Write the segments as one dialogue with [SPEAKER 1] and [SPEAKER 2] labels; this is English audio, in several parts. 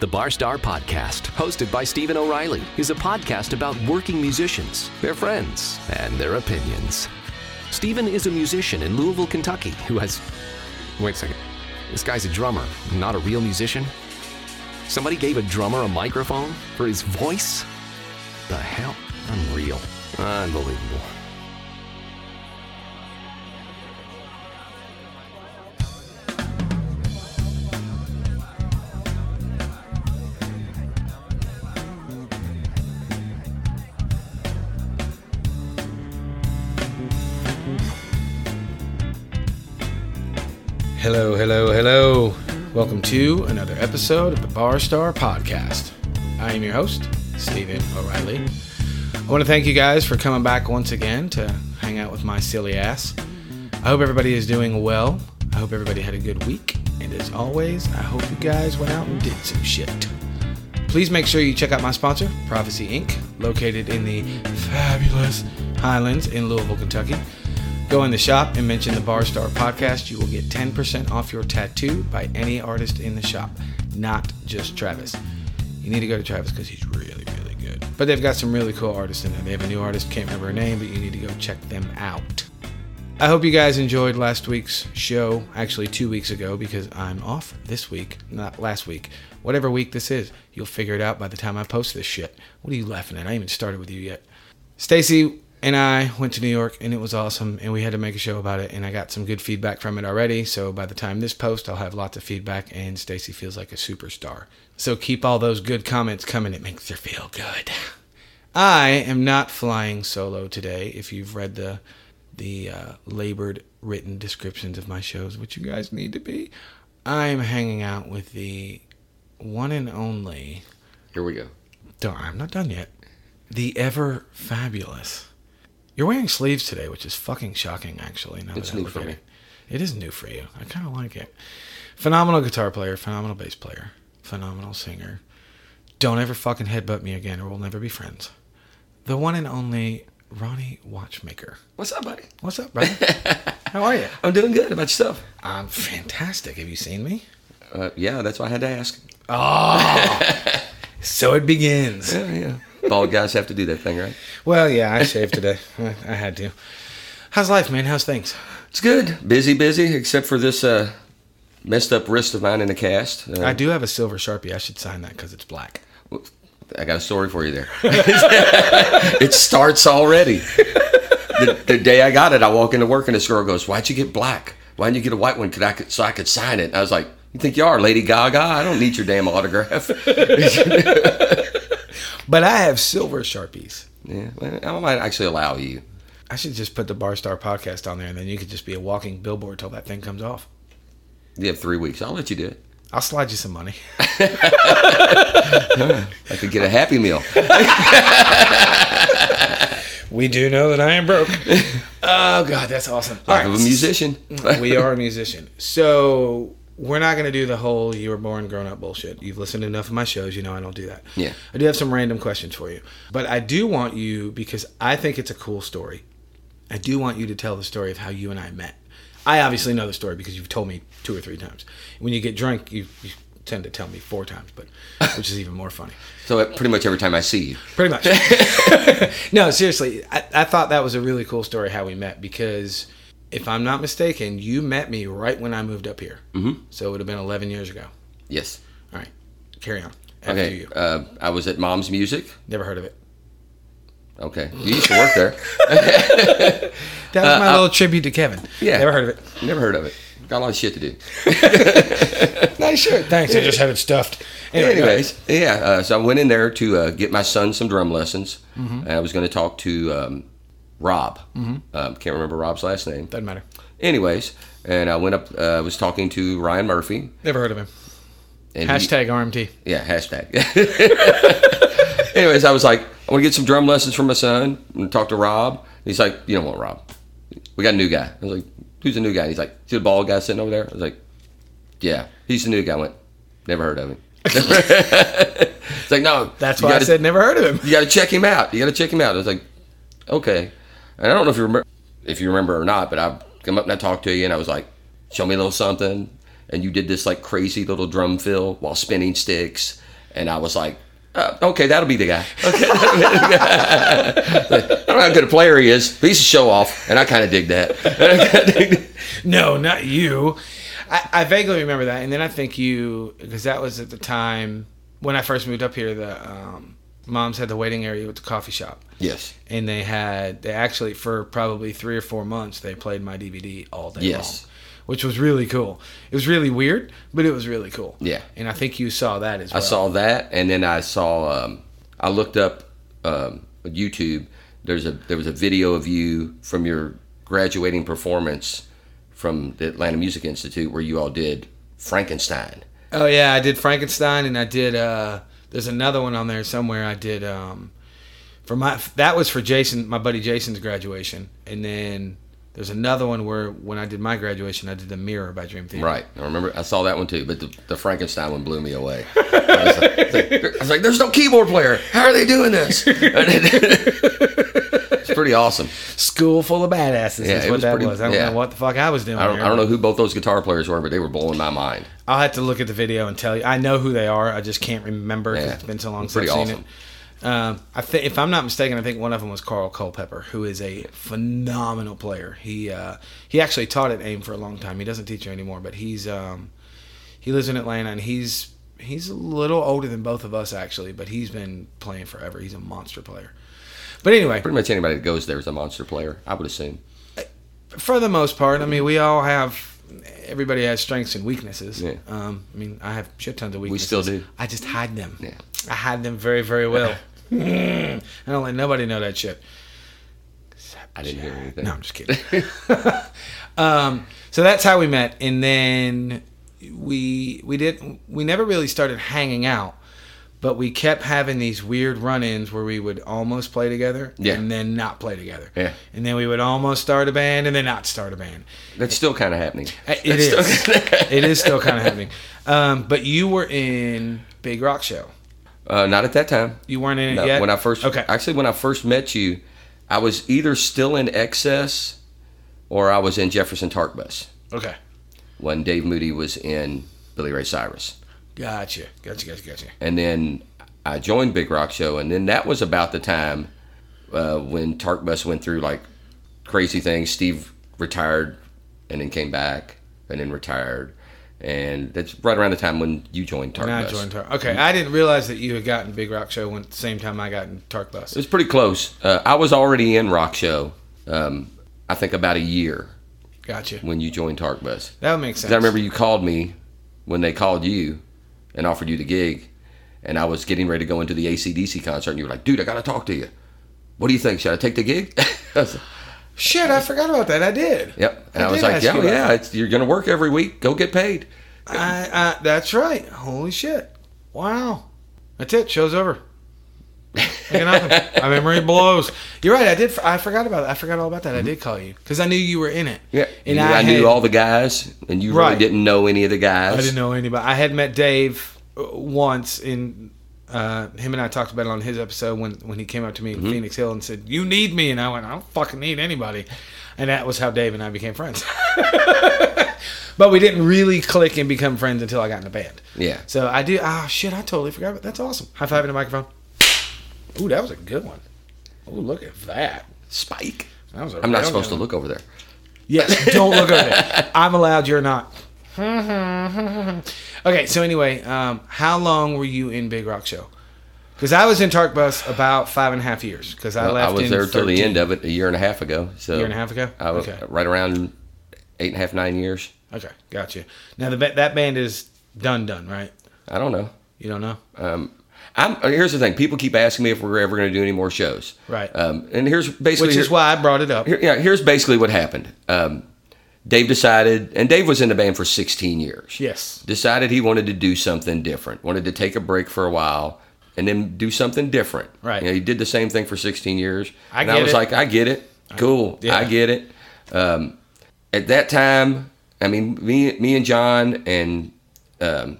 [SPEAKER 1] The Barstar Podcast, hosted by Stephen O'Reilly, is a podcast about working musicians, their friends, and their opinions. Stephen is a musician in Louisville, Kentucky, who has. Wait a second. This guy's a drummer, not a real musician? Somebody gave a drummer a microphone for his voice? The hell? Unreal. Unbelievable.
[SPEAKER 2] Hello, hello, hello. Welcome to another episode of the Bar Star Podcast. I am your host, Stephen O'Reilly. I want to thank you guys for coming back once again to hang out with my silly ass. I hope everybody is doing well. I hope everybody had a good week. And as always, I hope you guys went out and did some shit. Please make sure you check out my sponsor, Prophecy Inc., located in the fabulous Highlands in Louisville, Kentucky. Go in the shop and mention the Bar Star podcast. You will get 10% off your tattoo by any artist in the shop, not just Travis. You need to go to Travis because he's really, really good. But they've got some really cool artists in there. They have a new artist, can't remember her name, but you need to go check them out. I hope you guys enjoyed last week's show, actually two weeks ago, because I'm off this week, not last week. Whatever week this is, you'll figure it out by the time I post this shit. What are you laughing at? I haven't started with you yet. Stacy and I went to New York and it was awesome and we had to make a show about it and I got some good feedback from it already. So by the time this post I'll have lots of feedback and Stacy feels like a superstar. So keep all those good comments coming. It makes her feel good. I am not flying solo today. If you've read the the uh, labored written descriptions of my shows, which you guys need to be, I'm hanging out with the one and only.
[SPEAKER 3] Here we go.
[SPEAKER 2] Don't, I'm not done yet. The ever fabulous. You're wearing sleeves today, which is fucking shocking, actually. Now
[SPEAKER 3] It's
[SPEAKER 2] that I
[SPEAKER 3] new
[SPEAKER 2] look
[SPEAKER 3] for
[SPEAKER 2] at
[SPEAKER 3] me.
[SPEAKER 2] It. it is new for you. I kind of like it. Phenomenal guitar player, phenomenal bass player, phenomenal singer. Don't ever fucking headbutt me again, or we'll never be friends. The one and only Ronnie Watchmaker.
[SPEAKER 3] What's up, buddy?
[SPEAKER 2] What's up, brother? How are you?
[SPEAKER 3] I'm doing good. About yourself?
[SPEAKER 2] I'm fantastic. Have you seen me?
[SPEAKER 3] Uh, yeah, that's why I had to ask.
[SPEAKER 2] So it begins.
[SPEAKER 3] Yeah, yeah. Bald guys have to do that thing, right?
[SPEAKER 2] Well, yeah, I shaved today. I I had to. How's life, man? How's things?
[SPEAKER 3] It's good. Busy, busy, except for this uh, messed up wrist of mine in the cast. Uh,
[SPEAKER 2] I do have a silver sharpie. I should sign that because it's black.
[SPEAKER 3] I got a story for you there. it starts already. The, the day I got it, I walk into work and this girl goes, "Why'd you get black? Why'd you get a white one? Could I could, so I could sign it?" And I was like, "You think you are Lady Gaga? I don't need your damn autograph."
[SPEAKER 2] But I have silver sharpies.
[SPEAKER 3] yeah, well, I might actually allow you.
[SPEAKER 2] I should just put the Barstar podcast on there, and then you could just be a walking billboard till that thing comes off.
[SPEAKER 3] You have three weeks. I'll let you do it.
[SPEAKER 2] I'll slide you some money.
[SPEAKER 3] I could get a Happy Meal.
[SPEAKER 2] We do know that I am broke. oh God, that's awesome. All Mm.
[SPEAKER 3] Life of a musician.
[SPEAKER 2] we are a musician. So we're not going to do the whole you were born grown up bullshit. You've listened to enough of my shows, you know I don't do that.
[SPEAKER 3] Yeah.
[SPEAKER 2] I do have some random questions for you. But I do want you, because I think it's a cool story, I do want you to tell the story of how you and I met. I obviously know the story because you've told me two or three times. When you get drunk, you, you tend to tell me four times, but which is even more funny.
[SPEAKER 3] So uh, pretty much every time I see you,
[SPEAKER 2] Pretty much. no, seriously, I, I thought that was a really cool story how we met because if I'm not mistaken, you met me right when I moved up here. Mm-hmm. So it would have been 11 years ago.
[SPEAKER 3] yes.
[SPEAKER 2] All right, carry on. After
[SPEAKER 3] Okay.
[SPEAKER 2] you.
[SPEAKER 3] Uh, I was at Mom's Music.
[SPEAKER 2] Never heard of it.
[SPEAKER 3] Okay. You used to work there.
[SPEAKER 2] That was my little tribute to Kevin.
[SPEAKER 3] Uh, Yeah.
[SPEAKER 2] Never heard of it.
[SPEAKER 3] Never heard of it. Got a lot of shit to do.
[SPEAKER 2] Nice shirt. Thanks. I just had it stuffed. Anyway, go ahead.
[SPEAKER 3] Anyways, yeah. Uh, so I went in there to uh, get my son some drum lessons.
[SPEAKER 2] Mm-hmm.
[SPEAKER 3] And I was going to talk to um, Rob. Um, can't remember Rob's last name.
[SPEAKER 2] doesn't matter.
[SPEAKER 3] Anyways, and I went up. uh, I was talking to Ryan Murphy.
[SPEAKER 2] Never heard of him.
[SPEAKER 3] Mm-hmm. And he-
[SPEAKER 2] Hashtag RMT.
[SPEAKER 3] Yeah, hashtag. Anyways, I was like, I want to get some drum lessons from my son and talk to Rob. He's like, You don't want Rob. We got a new guy. I was like, Who's the new guy? He's like, See the bald guy sitting over there? I was like, Yeah, he's the new guy. I went, Never heard of him. It's like, No.
[SPEAKER 2] That's
[SPEAKER 3] you
[SPEAKER 2] why
[SPEAKER 3] gotta-
[SPEAKER 2] I said never heard of him.
[SPEAKER 3] You got to check him out. You got to check him out. I was like, Okay. And I don't know if you remember, if you remember or not, but I come up and I talked to you and I was like, Show me a little something. And you did this like crazy little drum fill while spinning sticks. and I was like, uh, okay, that'll be the guy. Okay, that'll be the guy. Like, I don't know how good a player he is, but he's a show off, and I kind of dig that.
[SPEAKER 2] No, not you. I, I vaguely remember that, and then I think you because that was at the time when I first moved up here. The um, moms had the waiting area with the coffee shop,
[SPEAKER 3] yes,
[SPEAKER 2] and they had they actually for probably three or four months they played my DVD all day
[SPEAKER 3] Yes.
[SPEAKER 2] long, which was really cool. It was really weird, but it was really cool.
[SPEAKER 3] Yeah.
[SPEAKER 2] and I think you saw that as
[SPEAKER 3] I
[SPEAKER 2] well.
[SPEAKER 3] saw that, and then I saw. Um, I looked up um, YouTube. There's a there was a video of you from your graduating performance from the Atlanta Music Institute where you all did Frankenstein.
[SPEAKER 2] Oh yeah, I did Frankenstein, and I did. uh There's another one on there somewhere. I did um for my that was for Jason, my buddy Jason's graduation, and then there's another one where when I did my graduation, I did the Mirror by Dream Theater.
[SPEAKER 3] Right, I remember. I saw that one too, but the, the Frankenstein one blew me away. I was, like, I was like, "There's no keyboard player. How are they doing this?" it's pretty awesome.
[SPEAKER 2] School full of badasses.
[SPEAKER 3] Yeah,
[SPEAKER 2] is
[SPEAKER 3] it
[SPEAKER 2] what
[SPEAKER 3] was
[SPEAKER 2] that
[SPEAKER 3] pretty-
[SPEAKER 2] was. I don't
[SPEAKER 3] yeah.
[SPEAKER 2] know what the fuck I was doing.
[SPEAKER 3] I don't,
[SPEAKER 2] here,
[SPEAKER 3] I don't know
[SPEAKER 2] but
[SPEAKER 3] who both those guitar players were, but they were blowing my mind.
[SPEAKER 2] I'll have to look at the video and tell you. I know who they are. I just can't remember 'cause
[SPEAKER 3] Yeah.
[SPEAKER 2] it's been so long since
[SPEAKER 3] Pretty
[SPEAKER 2] I've seen it.
[SPEAKER 3] awesome.
[SPEAKER 2] Um, I think, if I'm not mistaken, I think one of them was Carl Culpepper, who is a phenomenal player. He uh, he actually taught at AIM for a long time. He doesn't teach there anymore, but he's um, he lives in Atlanta and he's he's a little older than both of us actually, but he's been playing forever. He's a monster player. But anyway,
[SPEAKER 3] Pretty much anybody that goes there is a monster player, I would assume.
[SPEAKER 2] for the most part, I mean, we all have. Everybody has strengths and weaknesses.
[SPEAKER 3] Yeah.
[SPEAKER 2] Um, I mean, I have shit tons of weaknesses.
[SPEAKER 3] still do.
[SPEAKER 2] I just hide them.
[SPEAKER 3] Yeah.
[SPEAKER 2] I hide them very, very well. I don't let nobody know that shit.
[SPEAKER 3] I didn't hear anything.
[SPEAKER 2] No, I'm just kidding. um, so that's how we met, and then we we did we never really started hanging out, but we kept having these weird run-ins where we would almost play together,
[SPEAKER 3] Yeah.
[SPEAKER 2] and then not play together,
[SPEAKER 3] Yeah.
[SPEAKER 2] and then we would almost start a band and then not start a band. Uh,
[SPEAKER 3] That's still kind of happening.
[SPEAKER 2] It is. it is still kind of happening. Um, but you were in Big Rock Show.
[SPEAKER 3] Uh, not at that time.
[SPEAKER 2] You weren't in it
[SPEAKER 3] No,
[SPEAKER 2] yet.
[SPEAKER 3] When I first,
[SPEAKER 2] okay,
[SPEAKER 3] actually, when I first met you, I was either still in Excess or I was in Jefferson Tark Bus
[SPEAKER 2] okay,
[SPEAKER 3] when Dave Moody was in Billy Ray Cyrus.
[SPEAKER 2] gotcha, gotcha, gotcha, gotcha.
[SPEAKER 3] And then I joined Big Rock Show, and then that was about the time uh, when Tark Bus went through like crazy things. Steve retired and then came back and then retired. And that's right around the time when you joined Tark
[SPEAKER 2] And I
[SPEAKER 3] Bus.
[SPEAKER 2] joined Tark. Okay, I didn't realize that you had gotten Big Rock Show when, at the same time I got in Tark Bus.
[SPEAKER 3] It was pretty close. Uh, I was already in Rock Show, um, I think about a year
[SPEAKER 2] Gotcha.
[SPEAKER 3] when you joined Tark Bus.
[SPEAKER 2] That would make sense.
[SPEAKER 3] Mm. I remember you called me when they called you and offered you the gig, and I was getting ready to go into the ACDC concert, and you were like, dude, I got to talk to you. What do you think? Should I take the gig? I was like,
[SPEAKER 2] Shit, I forgot about that. I did.
[SPEAKER 3] yep. And I,
[SPEAKER 2] I
[SPEAKER 3] was
[SPEAKER 2] did
[SPEAKER 3] like,
[SPEAKER 2] ask
[SPEAKER 3] yeah,
[SPEAKER 2] you about
[SPEAKER 3] yeah,
[SPEAKER 2] that."
[SPEAKER 3] it's, you're going to work every week. Go get paid.
[SPEAKER 2] I, I, that's right. Holy shit. Wow. That's it. Show's over. Fucking nothing. My memory blows. You're right. I did. I forgot about that. I forgot all about that. I did call you because I knew you were in it.
[SPEAKER 3] Mm-hmm. Yeah.
[SPEAKER 2] And
[SPEAKER 3] You-
[SPEAKER 2] I,
[SPEAKER 3] I, knew
[SPEAKER 2] had-
[SPEAKER 3] all the guys, and you
[SPEAKER 2] Right.
[SPEAKER 3] really didn't know any of the guys.
[SPEAKER 2] I didn't know anybody. I had met Dave uh, once in uh, him and I talked about it on his episode when when he came up to me
[SPEAKER 3] Mm-hmm.
[SPEAKER 2] in Phoenix Hill and said, "You need me," and I went, "I don't fucking need anybody," and that was how Dave and I became friends. but we didn't really click and become friends until I got in the band.
[SPEAKER 3] Yeah.
[SPEAKER 2] So I do. Oh shit! I totally forgot. About, that's awesome. High five in the microphone. Ooh, that was a good one. Ooh, look at that.
[SPEAKER 3] Spike.
[SPEAKER 2] That was a
[SPEAKER 3] I'm not
[SPEAKER 2] real
[SPEAKER 3] supposed
[SPEAKER 2] good
[SPEAKER 3] to
[SPEAKER 2] one.
[SPEAKER 3] look over there.
[SPEAKER 2] Yes, don't look at it. I'm allowed, you're not. okay, so anyway, um, how long were you in Big Rock Show? Because I was in Tark Bus about five and a half years. Because I
[SPEAKER 3] Well,
[SPEAKER 2] left.
[SPEAKER 3] I was
[SPEAKER 2] in
[SPEAKER 3] there till the
[SPEAKER 2] 13.
[SPEAKER 3] end of it a year and a half ago. So
[SPEAKER 2] Year and a half ago?
[SPEAKER 3] I was
[SPEAKER 2] Okay.
[SPEAKER 3] right around eight and a half, nine years.
[SPEAKER 2] Okay, gotcha. Now the ba- that band is done, done, right?
[SPEAKER 3] I don't know.
[SPEAKER 2] You don't know.
[SPEAKER 3] Um, I'm here's the thing. People keep asking me if we're ever going to do any more shows.
[SPEAKER 2] Right.
[SPEAKER 3] Um, and here's basically
[SPEAKER 2] Which is
[SPEAKER 3] here-
[SPEAKER 2] why I brought it up.
[SPEAKER 3] here- yeah. Here's basically what happened. Um, Dave decided, and Dave was in the band for 16 years.
[SPEAKER 2] Yes.
[SPEAKER 3] Decided he wanted to do something different. Wanted to take a break for a while. And then do something different.
[SPEAKER 2] Right.
[SPEAKER 3] You know, he did the same thing for 16 years.
[SPEAKER 2] I
[SPEAKER 3] and I
[SPEAKER 2] get
[SPEAKER 3] was
[SPEAKER 2] it.
[SPEAKER 3] like, I get it. Cool.
[SPEAKER 2] yeah.
[SPEAKER 3] I get it. Um, at that time, I mean, me, me and John and um,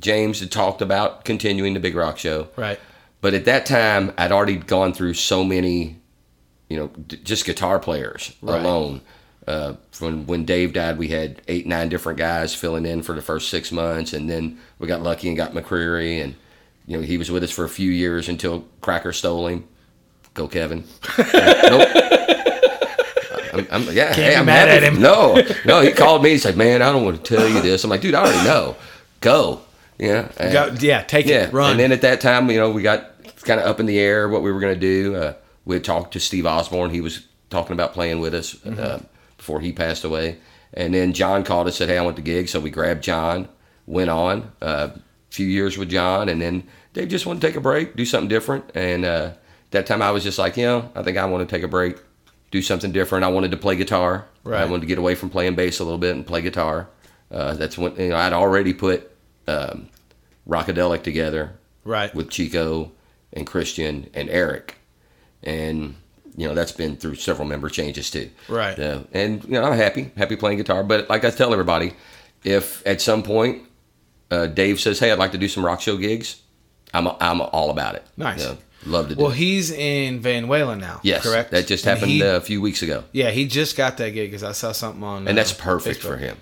[SPEAKER 3] James had talked about continuing the Big Rock Show.
[SPEAKER 2] Right.
[SPEAKER 3] But at that time, I'd already gone through so many, you know, d- just guitar players
[SPEAKER 2] Right.
[SPEAKER 3] alone. Uh, from when Dave died, we had eight, nine different guys filling in for the first six months, and then we got lucky and got McCreary and you know, he was with us for a few years until Cracker stole him. Go, Kevin. nope. I'm, I'm, yeah, hey,
[SPEAKER 2] be
[SPEAKER 3] I'm
[SPEAKER 2] mad
[SPEAKER 3] happy-
[SPEAKER 2] at him.
[SPEAKER 3] No, no, he called me. He's like, man, I don't want to tell you this. I'm like, dude, I already know. Go. Yeah. and-
[SPEAKER 2] Go, yeah, take
[SPEAKER 3] yeah.
[SPEAKER 2] it, run.
[SPEAKER 3] And then at that time, you know, we got kind of up in the air what we were going to do. Uh, we had talked to Steve Osborne. He was talking about playing with us uh,
[SPEAKER 2] Mm-hmm.
[SPEAKER 3] before he passed away. And then John called us, said, hey, I want the gig. So we grabbed John, went on a few years with John. And then Dave just wanted to take a break, do something different. And uh, at that time, I was just like, you know, I think I want to take a break, do something different. I wanted to play guitar. I
[SPEAKER 2] Right.
[SPEAKER 3] wanted to get away from playing bass a little bit and play guitar. Uh, that's when you know, I'd already put um, Rockadelic together
[SPEAKER 2] right.
[SPEAKER 3] with Chico and Christian and Eric. And, you know, that's been through several member changes too.
[SPEAKER 2] Right.
[SPEAKER 3] Uh, and, you know, I'm happy, happy playing guitar. But like I tell everybody, if at some point uh, Dave says, hey, I'd like to do some rock show gigs, I'm, I'm all about it.
[SPEAKER 2] Nice.
[SPEAKER 3] You know, love to do
[SPEAKER 2] well,
[SPEAKER 3] it.
[SPEAKER 2] he's in Van Walen now.
[SPEAKER 3] Yes.
[SPEAKER 2] correct.
[SPEAKER 3] That just
[SPEAKER 2] And
[SPEAKER 3] happened
[SPEAKER 2] he-
[SPEAKER 3] uh, a few weeks ago.
[SPEAKER 2] yeah, he just got that gig because I saw something on,
[SPEAKER 3] And
[SPEAKER 2] uh,
[SPEAKER 3] that's perfect for
[SPEAKER 2] Facebook.
[SPEAKER 3] him.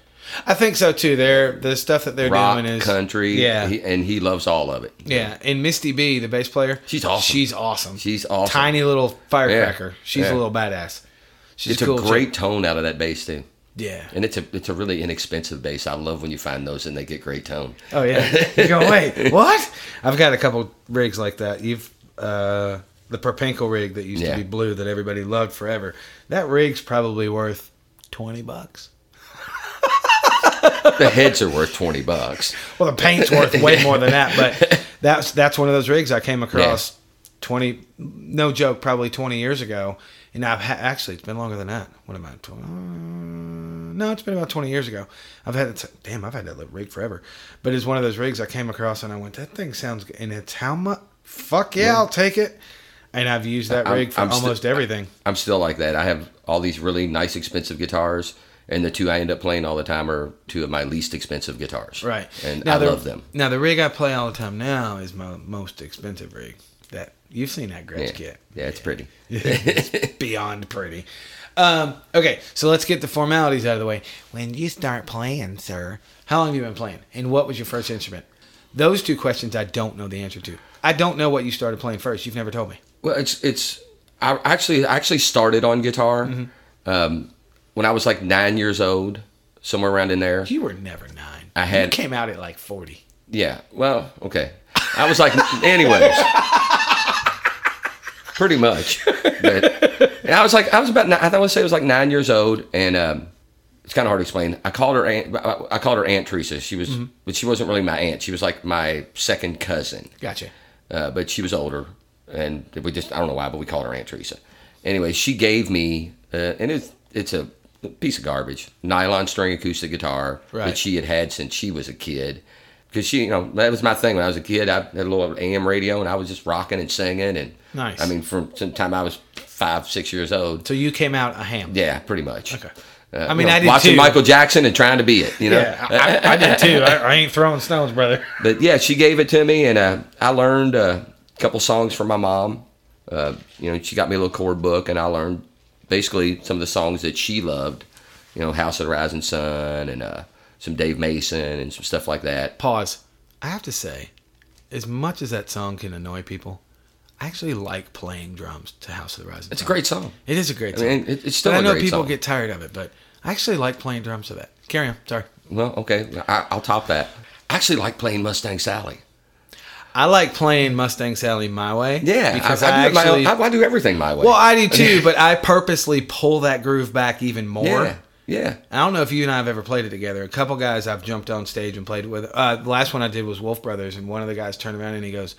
[SPEAKER 2] I think so too. They're the stuff that they're
[SPEAKER 3] Rock,
[SPEAKER 2] doing is
[SPEAKER 3] country.
[SPEAKER 2] Yeah,
[SPEAKER 3] He, and he loves all of it.
[SPEAKER 2] yeah. And Misty B, the bass player,
[SPEAKER 3] She's awesome.
[SPEAKER 2] She's awesome.
[SPEAKER 3] She's awesome.
[SPEAKER 2] Tiny little firecracker.
[SPEAKER 3] Yeah.
[SPEAKER 2] She's
[SPEAKER 3] Yeah.
[SPEAKER 2] a little badass. She's
[SPEAKER 3] It's
[SPEAKER 2] cool
[SPEAKER 3] a
[SPEAKER 2] chick.
[SPEAKER 3] great tone out of that bass, too.
[SPEAKER 2] Yeah.
[SPEAKER 3] And it's a it's a really inexpensive bass. I love when you find those and they get great tone.
[SPEAKER 2] Oh yeah. You go wait. What? I've got a couple rigs like that. You've uh, the Perpenko rig that used
[SPEAKER 3] Yeah.
[SPEAKER 2] to be blue that everybody loved forever. That rig's probably worth twenty bucks.
[SPEAKER 3] The heads are worth twenty bucks.
[SPEAKER 2] Well, the paint's worth way more than that, but that's that's one of those rigs I came across twenty, no joke, probably twenty years ago. And I've ha- actually it's been longer than that. What am I? Tw- uh, no, it's been about twenty years ago. I've had it. damn, I've had that little rig forever. But it's one of those rigs I came across and I went, that thing sounds. good. And it's how much? Fuck yeah, I'll take it. And I've used that
[SPEAKER 3] I'm-
[SPEAKER 2] rig for
[SPEAKER 3] I'm sti-
[SPEAKER 2] almost everything.
[SPEAKER 3] I'm still like that. I have all these really nice expensive guitars, and the two I end up playing all the time are two of my least expensive guitars.
[SPEAKER 2] Right.
[SPEAKER 3] and
[SPEAKER 2] Now
[SPEAKER 3] I
[SPEAKER 2] the-
[SPEAKER 3] love them.
[SPEAKER 2] Now the rig I play all the time now is my most expensive rig. That you've seen that Gretsch
[SPEAKER 3] Yeah,
[SPEAKER 2] kit.
[SPEAKER 3] yeah, it's pretty.
[SPEAKER 2] beyond pretty. Um, okay, so let's get the formalities out of the way. When you start playing, sir, how long have you been playing? And what was your first instrument? Those two questions I don't know the answer to. I don't know what you started playing first. You've never told me.
[SPEAKER 3] Well, it's it's. I actually I actually started on guitar um, when I was like nine years old, somewhere around in there.
[SPEAKER 2] You were never nine.
[SPEAKER 3] I had-
[SPEAKER 2] You came out at like 40.
[SPEAKER 3] Yeah. Well, okay. I was like, anyways. Pretty much. But and I was like, I was about, ni- I want to say I was like nine years old, and um, it's kind of hard to explain. I called her aunt. I I called her Aunt Teresa. She was, but she wasn't really my aunt. She was like my second cousin
[SPEAKER 2] Gotcha.
[SPEAKER 3] uh, but she was older, and we just I don't know why, but we called her Aunt Teresa. Anyway, she gave me, uh, and it's it's a piece of garbage nylon string acoustic guitar
[SPEAKER 2] Right.
[SPEAKER 3] that she had had since she was a kid. Because she, you know, that was my thing when I was a kid. I had a little AM radio, and I was just rocking and singing, and
[SPEAKER 2] Nice.
[SPEAKER 3] I mean, from the time I was five, six years old.
[SPEAKER 2] So you came out a ham.
[SPEAKER 3] Yeah, pretty much.
[SPEAKER 2] Okay.
[SPEAKER 3] Uh,
[SPEAKER 2] I mean, I did
[SPEAKER 3] watching
[SPEAKER 2] too.
[SPEAKER 3] Michael Jackson and trying to be it. You know,
[SPEAKER 2] Yeah, I, I- I did too. I, I ain't throwing stones, brother.
[SPEAKER 3] but yeah, she gave it to me, and uh, I learned uh, a couple songs from my mom. Uh, you know, she got me a little chord book, and I learned basically some of the songs that she loved. You know, House of the Rising Sun, and uh, some Dave Mason, and some stuff like that.
[SPEAKER 2] Pause. I have to say, as much as that song can annoy people, I actually like playing drums to House of the Rising.
[SPEAKER 3] It's a
[SPEAKER 2] Sun.
[SPEAKER 3] great song.
[SPEAKER 2] It is a great
[SPEAKER 3] I
[SPEAKER 2] song.
[SPEAKER 3] mean, it- it's still
[SPEAKER 2] But I
[SPEAKER 3] a
[SPEAKER 2] know
[SPEAKER 3] great
[SPEAKER 2] people
[SPEAKER 3] song.
[SPEAKER 2] get tired of it, but I actually like playing drums to that. Carry on. Sorry.
[SPEAKER 3] Well, okay, I, I'll top that. I actually like playing Mustang Sally.
[SPEAKER 2] I like playing Mustang Sally my way.
[SPEAKER 3] Yeah,
[SPEAKER 2] because I,
[SPEAKER 3] I, I, do it my own-
[SPEAKER 2] actually.
[SPEAKER 3] I, I do everything my way.
[SPEAKER 2] well, I do too, but I purposely pull that groove back even more.
[SPEAKER 3] yeah, yeah.
[SPEAKER 2] I don't know if you and I have ever played it together. A couple guys I've jumped on stage and played with. Uh, the last one I did was Wolf Brothers, and one of the guys turned around and he goes,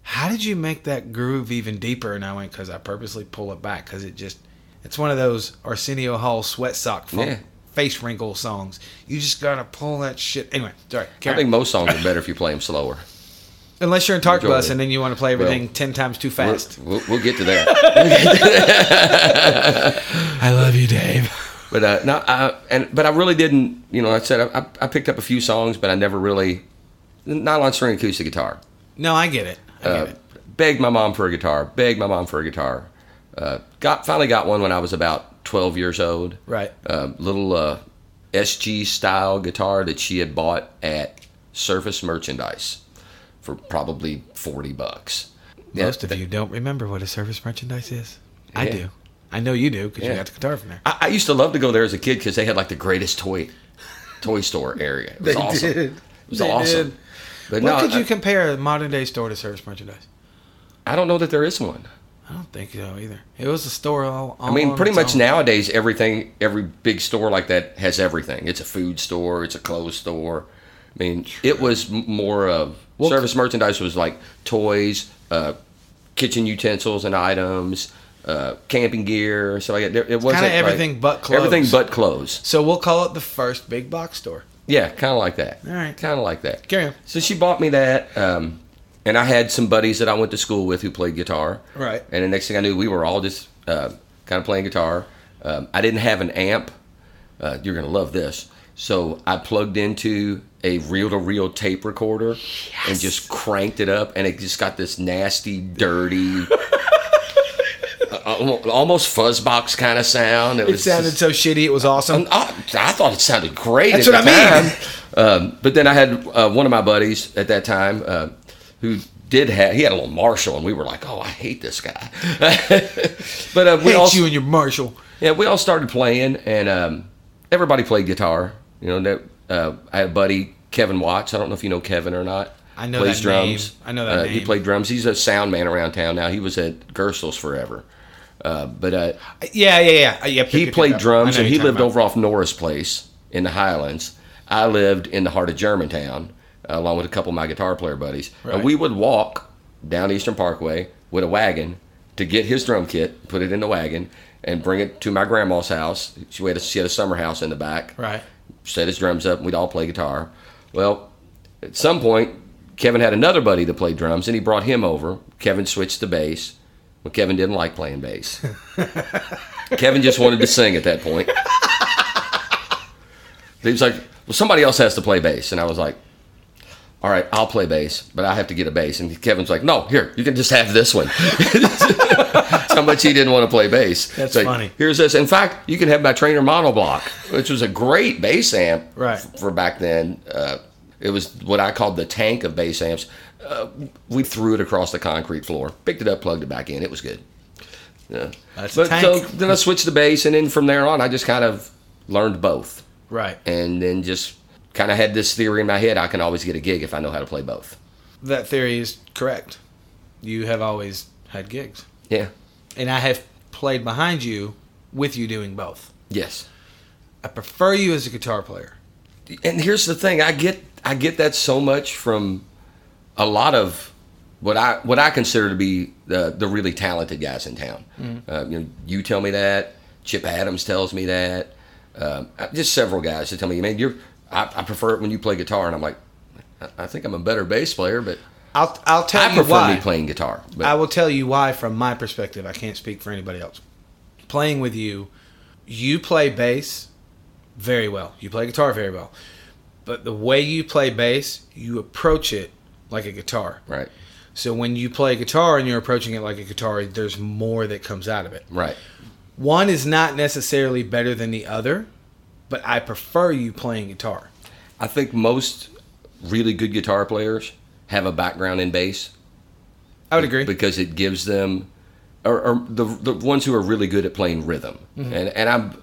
[SPEAKER 2] "How did you make that groove even deeper?" And I went, "Cause I purposely pull it back, cause it just, it's one of those Arsenio Hall sweat sock funk,
[SPEAKER 3] Yeah.
[SPEAKER 2] face wrinkle songs. You just gotta pull that shit." Anyway, sorry,
[SPEAKER 3] I
[SPEAKER 2] carry
[SPEAKER 3] think
[SPEAKER 2] on.
[SPEAKER 3] most songs are better if you play them slower.
[SPEAKER 2] unless you're in Tark
[SPEAKER 3] Majority.
[SPEAKER 2] Bus and then you want to play everything
[SPEAKER 3] Well,
[SPEAKER 2] ten times too
[SPEAKER 3] We're-
[SPEAKER 2] fast.
[SPEAKER 3] We'll, we'll get to that.
[SPEAKER 2] I love you, Dave.
[SPEAKER 3] But uh, no, I, and but I really didn't. You know, I said I, I, I picked up a few songs, but I never really nylon string acoustic guitar.
[SPEAKER 2] No, I get it. I get
[SPEAKER 3] Uh,
[SPEAKER 2] it.
[SPEAKER 3] begged my mom for a guitar. Begged my mom for a guitar. Uh, got finally got one when I was about twelve years old.
[SPEAKER 2] Right.
[SPEAKER 3] Uh, little uh, SG style guitar that she had bought at Surface Merchandise. for probably 40 bucks. Yeah,
[SPEAKER 2] Most of you don't remember what a service merchandise is. I
[SPEAKER 3] Yeah.
[SPEAKER 2] do. I know you do because you
[SPEAKER 3] Yeah.
[SPEAKER 2] got the guitar from there.
[SPEAKER 3] I, I used to love to go there as a kid because they had like the greatest toy toy store area. It was awesome. It was
[SPEAKER 2] They
[SPEAKER 3] awesome.
[SPEAKER 2] did.
[SPEAKER 3] But
[SPEAKER 2] What
[SPEAKER 3] no,
[SPEAKER 2] could you
[SPEAKER 3] I,
[SPEAKER 2] compare a modern day store to service merchandise?
[SPEAKER 3] I don't know that there is one.
[SPEAKER 2] I don't think so either. It was a store all. all
[SPEAKER 3] I mean,
[SPEAKER 2] on
[SPEAKER 3] pretty
[SPEAKER 2] Oh, its
[SPEAKER 3] much
[SPEAKER 2] own.
[SPEAKER 3] nowadays, everything, every big store like that has everything. It's a food store, it's a clothes store. I mean, it was m- more of service merchandise was like toys, uh, kitchen utensils and items, uh, camping gear, so like that. There- It wasn't like-
[SPEAKER 2] everything but clothes.
[SPEAKER 3] Everything but clothes.
[SPEAKER 2] So we'll call it the first big box store.
[SPEAKER 3] Yeah, kind of like that.
[SPEAKER 2] All right.
[SPEAKER 3] kind of like that.
[SPEAKER 2] Carry on.
[SPEAKER 3] So she bought me that, um, and I had some buddies that I went to school with who played guitar.
[SPEAKER 2] Right.
[SPEAKER 3] And the next thing I knew, we were all just uh, kind of playing guitar. Um, I didn't have an amp. Uh, you're gonna love this. So I plugged into a reel-to-reel tape recorder and just cranked it up, and it just got this nasty, dirty, uh, almost fuzzbox kind of sound. It,
[SPEAKER 2] It
[SPEAKER 3] was
[SPEAKER 2] sounded
[SPEAKER 3] just-
[SPEAKER 2] so shitty. It was awesome.
[SPEAKER 3] I, I thought it sounded great.
[SPEAKER 2] That's
[SPEAKER 3] at
[SPEAKER 2] what
[SPEAKER 3] the
[SPEAKER 2] I mean.
[SPEAKER 3] Time. Um, but then I had uh, one of my buddies at that time uh, who did have he had a little Marshall, and we were like, "Oh, I hate this guy." but uh, we
[SPEAKER 2] Hate
[SPEAKER 3] all
[SPEAKER 2] you and your Marshall.
[SPEAKER 3] yeah, we all started playing, and um, everybody played guitar. You know, that, uh, I had a buddy Kevin Watts. I don't know if you know Kevin or not.
[SPEAKER 2] I know
[SPEAKER 3] plays
[SPEAKER 2] that
[SPEAKER 3] drums.
[SPEAKER 2] name. I know that
[SPEAKER 3] uh, He
[SPEAKER 2] name.
[SPEAKER 3] played drums. He's a sound man around town now. He was at Gerstel's forever. Uh, but uh,
[SPEAKER 2] Yeah, yeah, yeah. Uh, yeah
[SPEAKER 3] he played drums and he lived
[SPEAKER 2] over.
[SPEAKER 3] over off Norris Place in the Highlands. I lived in the heart of Germantown uh, along with a couple of my guitar player buddies.
[SPEAKER 2] Right.
[SPEAKER 3] And we would walk down Eastern Parkway with a wagon to get his drum kit, put it in the wagon, and bring it to my grandma's house. She had a, she had a summer house in the back
[SPEAKER 2] Right.
[SPEAKER 3] set his drums up, and we'd all play guitar. Well, at some point, Kevin had another buddy that played drums, and he brought him over. Kevin switched to bass, but Kevin didn't like playing bass. Kevin just wanted to sing at that point. he was like, "Well, somebody else has to play bass," and I was like, "All right, I'll play bass, but I have to get a bass." And Kevin's like, "No, here, you can just have this one." That's how much he didn't want to play bass.
[SPEAKER 2] That's
[SPEAKER 3] Like,
[SPEAKER 2] funny.
[SPEAKER 3] Here's this. In fact, you can have my trainer monoblock, which was a great bass amp
[SPEAKER 2] Right.
[SPEAKER 3] f- for back then. Uh, it was what I called the tank of bass amps. Uh, we threw it across the concrete floor, picked it up, plugged it back in. It was good. Yeah.
[SPEAKER 2] That's a
[SPEAKER 3] but so
[SPEAKER 2] tank.
[SPEAKER 3] then I switched to bass, and then from there on, I just kind of learned both,
[SPEAKER 2] Right.
[SPEAKER 3] and then just kind of had this theory in my head: I can always get a gig if I know how to play both.
[SPEAKER 2] That theory is correct. You have always had gigs.
[SPEAKER 3] Yeah.
[SPEAKER 2] And I have played behind you with you doing both.
[SPEAKER 3] Yes.
[SPEAKER 2] I prefer you as a guitar player.
[SPEAKER 3] and here's the thing i get i get that so much from a lot of what i what i consider to be the the really talented guys in town
[SPEAKER 2] Mm-hmm.
[SPEAKER 3] uh, you know you tell me that chip adams tells me that um, I- just several guys that tell me man you're I, I prefer it when you play guitar and i'm like I- I think I'm a better bass player, but
[SPEAKER 2] I'll I'll tell
[SPEAKER 3] I
[SPEAKER 2] you
[SPEAKER 3] prefer
[SPEAKER 2] why.
[SPEAKER 3] me playing guitar. But
[SPEAKER 2] I will tell you why from my perspective. I can't speak for anybody else. Playing with you, you play bass very well. You play guitar very well. But the way you play bass, you approach it like a guitar.
[SPEAKER 3] right,
[SPEAKER 2] So when you play guitar and you're approaching it like a guitar, there's more that comes out of it.
[SPEAKER 3] right,
[SPEAKER 2] One is not necessarily better than the other, but I prefer you playing guitar.
[SPEAKER 3] I think most really good guitar players have a background in bass.
[SPEAKER 2] I would agree.
[SPEAKER 3] because it gives them or, or the the ones who are really good at playing rhythm.
[SPEAKER 2] Mm-hmm.
[SPEAKER 3] And and I'm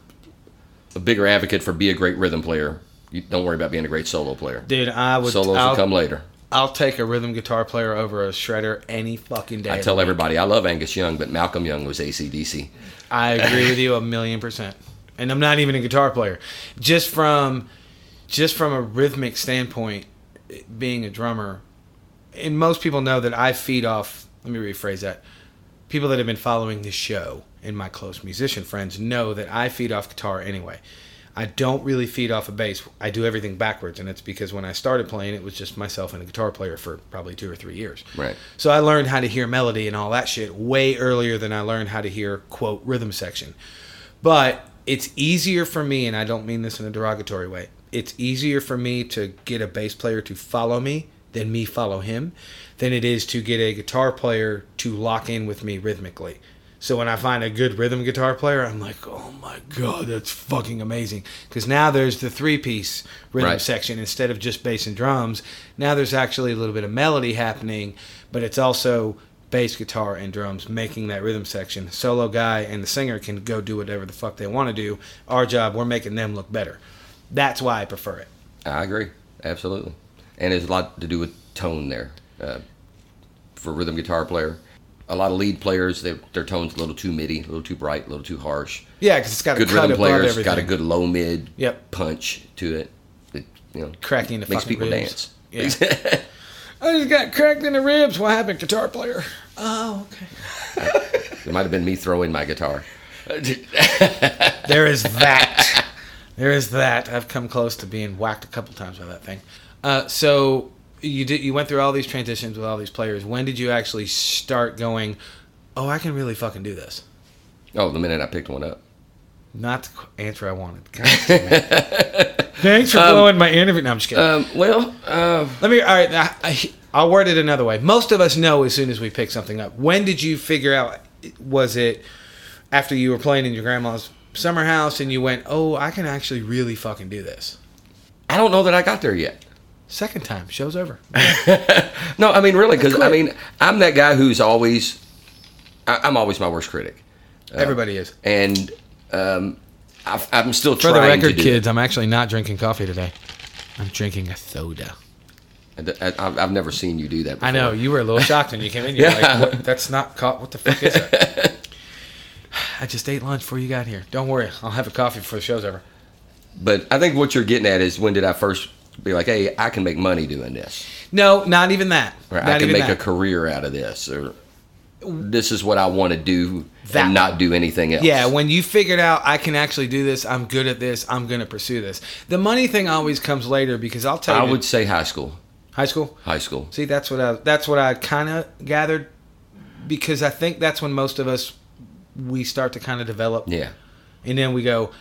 [SPEAKER 3] a bigger advocate for be a great rhythm player. You don't worry about being a great solo player.
[SPEAKER 2] Dude, I would
[SPEAKER 3] Solos will
[SPEAKER 2] I'll,
[SPEAKER 3] come later.
[SPEAKER 2] I'll take a rhythm guitar player over a shredder any fucking day.
[SPEAKER 3] I tell everybody I love Angus Young, but Malcolm Young was ACDC.
[SPEAKER 2] I agree with you a million percent. And I'm not even a guitar player. Just from just from a rhythmic standpoint, it- being a drummer, and most people know that I feed off let me rephrase that. People that have been following this show and my close musician friends know that I feed off guitar anyway. I don't really feed off a bass. I do everything backwards, and it's because when I started playing, it was just myself and a guitar player for probably two or three years.
[SPEAKER 3] Right.
[SPEAKER 2] So I learned how to hear melody and all that shit way earlier than I learned how to hear, quote, rhythm section. But it's easier for me, and I don't mean this in a derogatory way, it's easier for me to get a bass player to follow me than me follow him than it is to get a guitar player to lock in with me rhythmically. So when I find a good rhythm guitar player, I'm like, oh my god, that's fucking amazing. Because now there's the three piece rhythm
[SPEAKER 3] Right.
[SPEAKER 2] section instead of just bass and drums. Now there's actually a little bit of melody happening, but it's also bass guitar and drums making that rhythm section. Solo guy and the singer can go do whatever the fuck they want to do. Our job, we're making them look better. That's why I prefer it.
[SPEAKER 3] I agree, absolutely. And there's a lot to do with tone there uh, for rhythm guitar player. A lot of lead players, their their tone's a little too midi, a little too bright, a little too harsh.
[SPEAKER 2] Yeah, because it's got a
[SPEAKER 3] Good
[SPEAKER 2] cut
[SPEAKER 3] rhythm
[SPEAKER 2] above
[SPEAKER 3] players
[SPEAKER 2] everything.
[SPEAKER 3] got a good low mid
[SPEAKER 2] Yep.
[SPEAKER 3] punch to it. It you know
[SPEAKER 2] cracking the
[SPEAKER 3] makes
[SPEAKER 2] fucking
[SPEAKER 3] people
[SPEAKER 2] ribs.
[SPEAKER 3] dance.
[SPEAKER 2] Yeah. I just got cracked in the ribs. What happened, guitar player?
[SPEAKER 3] Oh, It might have been me throwing my guitar.
[SPEAKER 2] There is that. there is that. I've come close to being whacked a couple times by that thing. Uh, so you did. You went through all these transitions with all these players. When did you actually start going? Oh, I can really fucking do this.
[SPEAKER 3] Oh, the minute I picked one up.
[SPEAKER 2] Not the qu- answer I wanted. God damn it. Thanks for blowing my interview. No, I'm just kidding.
[SPEAKER 3] Um, well, uh,
[SPEAKER 2] Let me. All right. I, I, I'll word it another way. Most of us know as soon as we pick something up. When did you figure out? Was it after you were playing in your grandma's summer house and you went, "Oh, I can actually really fucking do this"?
[SPEAKER 3] I don't know that I got there yet.
[SPEAKER 2] Second time, show's over.
[SPEAKER 3] No, I mean really, because I mean I'm that guy who's always, I, I'm always my worst critic,
[SPEAKER 2] Everybody is.
[SPEAKER 3] and um, i I'm still
[SPEAKER 2] For
[SPEAKER 3] trying
[SPEAKER 2] the record,
[SPEAKER 3] to do
[SPEAKER 2] kids, I'm actually not drinking coffee today. I'm drinking a soda.
[SPEAKER 3] that. I, I, I've never seen you do that. Before.
[SPEAKER 2] I know you were a little shocked when you came in. You're
[SPEAKER 3] Yeah.
[SPEAKER 2] like, what? "That's not co- what the fuck is that?" I just ate lunch before you got here. Don't worry, I'll have a coffee before the show's over.
[SPEAKER 3] but I think what you're getting at is when did I first be like, hey, I can make money doing this,
[SPEAKER 2] No, not even that.
[SPEAKER 3] or
[SPEAKER 2] Not
[SPEAKER 3] I can
[SPEAKER 2] even
[SPEAKER 3] make
[SPEAKER 2] that.
[SPEAKER 3] a career out of this, or this is what I want to do
[SPEAKER 2] That-
[SPEAKER 3] and not do anything else.
[SPEAKER 2] Yeah, when you figured out I can actually do this, I'm good at this, I'm gonna pursue this. The money thing always comes later because I'll tell
[SPEAKER 3] I
[SPEAKER 2] you,
[SPEAKER 3] would say high school,
[SPEAKER 2] high school.
[SPEAKER 3] high school.
[SPEAKER 2] See, that's what I that's what I kind of gathered because I think that's when most of us we start to kind of develop,
[SPEAKER 3] Yeah,
[SPEAKER 2] and then we go,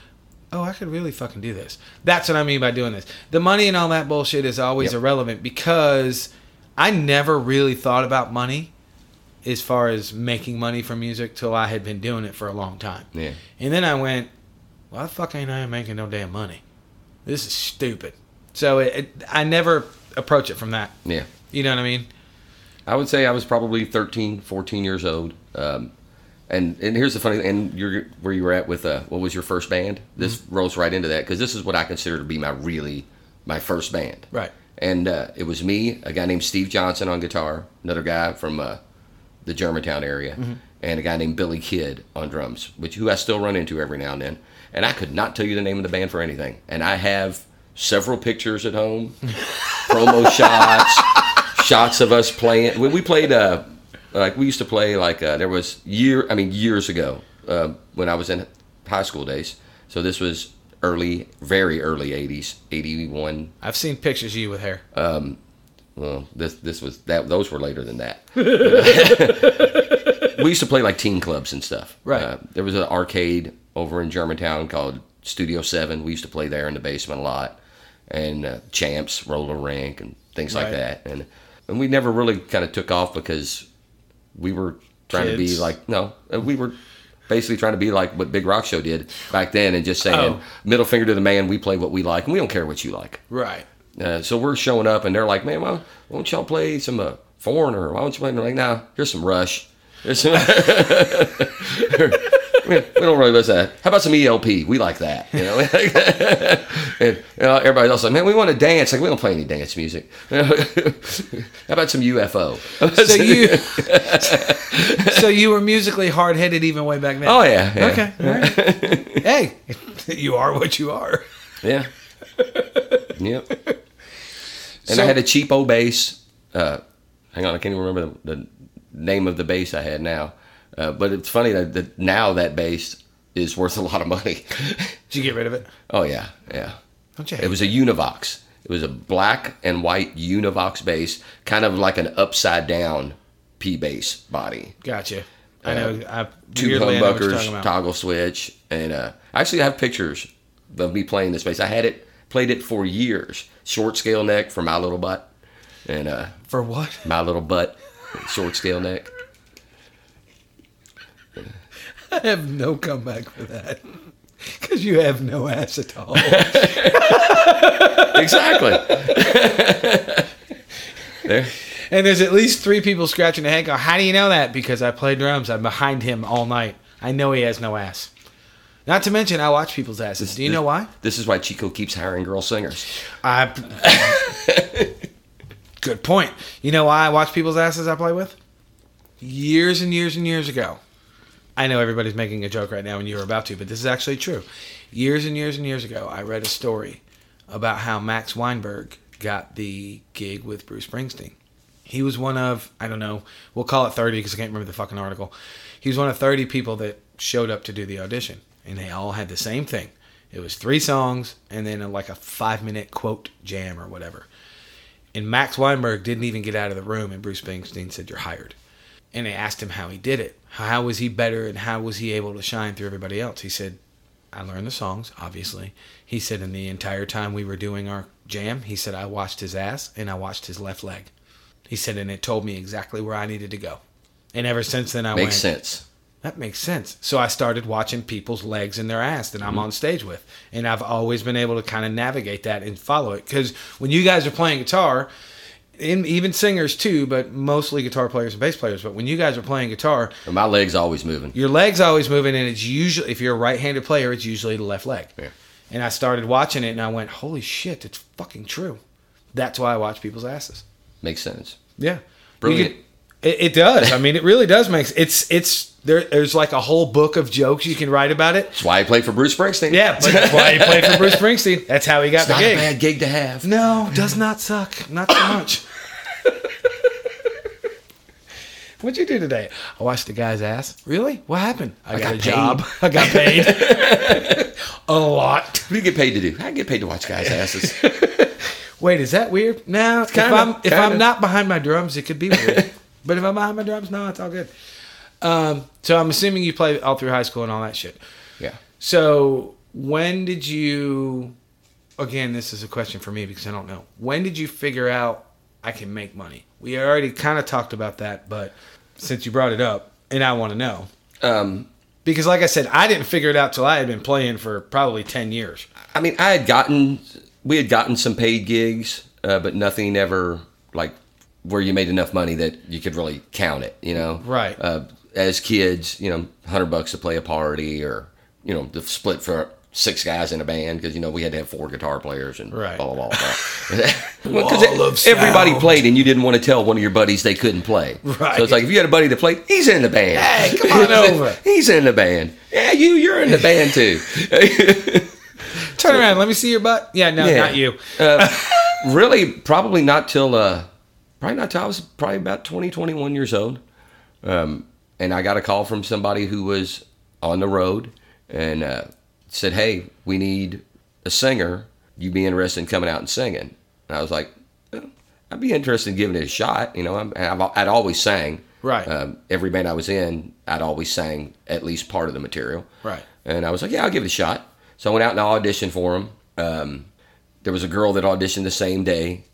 [SPEAKER 2] "Oh, I could really fucking do this." That's what I mean by doing this. The money and all that bullshit is always
[SPEAKER 3] Yep.
[SPEAKER 2] irrelevant because I never really thought about money as far as making money for music till I had been doing it for a long time.
[SPEAKER 3] yeah.
[SPEAKER 2] And then I went, "Why the fuck ain't I making no damn money? This is stupid." So it, it, I never approach it from that.
[SPEAKER 3] Yeah.
[SPEAKER 2] You know what I mean?
[SPEAKER 3] I would say I was probably 13, 14 years old. Um, and and here's the funny thing, and you're where you were at with uh, what was your first band? This rolls right into that because this is what I consider to be my really my first band.
[SPEAKER 2] Right.
[SPEAKER 3] And uh, it was me, a guy named Steve Johnson on guitar, another guy from uh, the Germantown area, and a guy named Billy Kidd on drums, which who I still run into every now and then. And I could not tell you the name of the band for anything. And I have several pictures at home, promo shots, shots of us playing. When we played, uh, like we used to play, like uh, there was year, I mean years ago, uh, when I was in high school days. So this was early, very early '80s, '81,
[SPEAKER 2] I've seen pictures of you with hair.
[SPEAKER 3] Uh, well, this this was that those were later than that. we used to play like teen clubs and stuff. Uh,
[SPEAKER 2] Right.
[SPEAKER 3] there was an arcade over in Germantown called Studio Seven. We used to play there in the basement a lot, and uh, Champs, Roller Rink, and things like
[SPEAKER 2] Right.
[SPEAKER 3] that. And and we never really kind of took off because we were trying to
[SPEAKER 2] Kids.
[SPEAKER 3] be like no, uh, we were basically trying to be like what Big Rock Show did back then, and just saying
[SPEAKER 2] Oh.
[SPEAKER 3] middle finger to the man. We play what we like, and we don't care what you like.
[SPEAKER 2] right.
[SPEAKER 3] Uh, so we're showing up, and they're like, "Man, why, why don't y'all play some uh, Foreigner? Why don't you play?" And they're like, "Nah, here's some Rush. Here's some- we, we don't really listen to that. How about some ELP? We like that, you know." and you know, everybody else like, "Man, we want to dance. Like, we don't play any dance music. How about some UFO?"
[SPEAKER 2] So you, so you were musically hard headed even way back then.
[SPEAKER 3] oh yeah, yeah,
[SPEAKER 2] Okay. All right. hey, you are what you are.
[SPEAKER 3] yeah, yep. And
[SPEAKER 2] So-
[SPEAKER 3] I had a cheapo bass. Uh, hang on, I can't even remember the, the name of the bass I had now. Uh, but it's funny that, that now that bass is worth a lot of money.
[SPEAKER 2] Did you get rid of it?
[SPEAKER 3] oh yeah, yeah.
[SPEAKER 2] Don't you?
[SPEAKER 3] It was a Univox. It was a black and white Univox bass, kind of like an upside down P bass body.
[SPEAKER 2] gotcha. I know. I,
[SPEAKER 3] uh, Two
[SPEAKER 2] weirdly, I know what you're talking
[SPEAKER 3] humbuckers,
[SPEAKER 2] about.
[SPEAKER 3] toggle switch, and uh, I actually have pictures of me playing this bass. I had it played it for years. Short scale neck for my little butt, and uh,
[SPEAKER 2] For what?
[SPEAKER 3] my little butt, short scale neck.
[SPEAKER 2] I have no comeback for that. Because you have no ass at all.
[SPEAKER 3] exactly. there.
[SPEAKER 2] and there's at least three people scratching their head go, How do you know that? Because I play drums. I'm behind him all night. I know he has no ass. Not to mention, I watch people's asses. Do you know why?
[SPEAKER 3] This is why Chico keeps hiring girl singers.
[SPEAKER 2] I. Good point. You know why I watch people's asses I play with? Years and years and years ago. I know everybody's making a joke right now and you're about to, but this is actually true. Years and years and years ago, I read a story about how Max Weinberg got the gig with Bruce Springsteen. He was one of, I don't know, we'll call it 30 because I can't remember the fucking article. He was one of 30 people that showed up to do the audition, and they all had the same thing. It was three songs and then a, like a five minute quote jam or whatever. And Max Weinberg didn't even get out of the room, and Bruce Springsteen said, You're hired. And they asked him how he did it. How was he better, and how was he able to shine through everybody else? He said, I learned the songs, obviously. He said, In the entire time we were doing our jam, he said, I watched his ass and I watched his left leg. He said, And it told me exactly where I needed to go. And ever since then, I went,
[SPEAKER 3] Makes sense.
[SPEAKER 2] That makes sense. So I started watching people's legs and their ass that I'm on stage with. And I've always been able to kind of navigate that and follow it. Because when you guys are playing guitar, and even singers too, but mostly guitar players and bass players, but when you guys are playing guitar,
[SPEAKER 3] And my leg's always moving.
[SPEAKER 2] your leg's always moving and it's usually if you're a right-handed player it's usually the left leg
[SPEAKER 3] Yeah.
[SPEAKER 2] and i started watching it and i went holy shit it's fucking true that's why i watch people's asses
[SPEAKER 3] Makes sense.
[SPEAKER 2] yeah You
[SPEAKER 3] Brilliant.
[SPEAKER 2] can- it, it does i mean it really does make it's it's there, there's like a whole book of jokes you can write about it
[SPEAKER 3] That's why I played for Bruce Springsteen.
[SPEAKER 2] yeah but that's why he played for bruce springsteen that's how he got
[SPEAKER 3] It's
[SPEAKER 2] the
[SPEAKER 3] not
[SPEAKER 2] gig
[SPEAKER 3] a bad gig to have.
[SPEAKER 2] no does not suck not so much What'd you do today? I watched the guy's ass. Really? What happened? I, got,
[SPEAKER 3] got
[SPEAKER 2] a
[SPEAKER 3] paid.
[SPEAKER 2] job. I got paid. a lot.
[SPEAKER 3] What do you get paid to do? I get paid to watch guys' asses.
[SPEAKER 2] Wait, is that weird? No, if
[SPEAKER 3] Kinda,
[SPEAKER 2] I'm if
[SPEAKER 3] kinda.
[SPEAKER 2] I'm not behind my drums, it could be weird. but if I'm behind my drums, no, it's all good. Um, so I'm assuming you played all through high school and all that shit.
[SPEAKER 3] yeah.
[SPEAKER 2] So when did you? Again, this is a question for me because I don't know. When did you figure out I can make money? We already kind of talked about that, but since you brought it up, and I want to know
[SPEAKER 3] Um,
[SPEAKER 2] because, like I said, I didn't figure it out till I had been playing for probably ten years.
[SPEAKER 3] I mean, I had gotten, we had gotten some paid gigs, uh, but nothing ever like where you made enough money that you could really count it. You know,
[SPEAKER 2] Right.
[SPEAKER 3] Uh, as kids, you know, hundred bucks to play a party, or you know, to split for six guys in a band because you know we had to have four guitar players and
[SPEAKER 2] Right.
[SPEAKER 3] blah blah blah. blah. well, 'cause
[SPEAKER 2] Wall of
[SPEAKER 3] everybody
[SPEAKER 2] sound.
[SPEAKER 3] played, and you didn't want to tell one of your buddies they couldn't play.
[SPEAKER 2] Right.
[SPEAKER 3] So it's like if you had a buddy that played, he's in the band.
[SPEAKER 2] Hey, come on over.
[SPEAKER 3] He's in the band. Yeah, you, you're in the band too.
[SPEAKER 2] Turn around, let me see your butt. Yeah, no,
[SPEAKER 3] Yeah.
[SPEAKER 2] not you.
[SPEAKER 3] really probably not till uh probably not till i was probably about 20 21 years old um and i got a call from somebody who was on the road and uh said hey we need a singer you'd be interested in coming out and singing and i was like "Well, i'd be interested in giving it a shot you know I'm, I've, i'd always sang
[SPEAKER 2] Right.
[SPEAKER 3] um, every band i was in i'd always sang at least part of the material
[SPEAKER 2] Right.
[SPEAKER 3] and I was like, yeah, I'll give it a shot. So I went out and I auditioned for him. Um, there was a girl that auditioned the same day.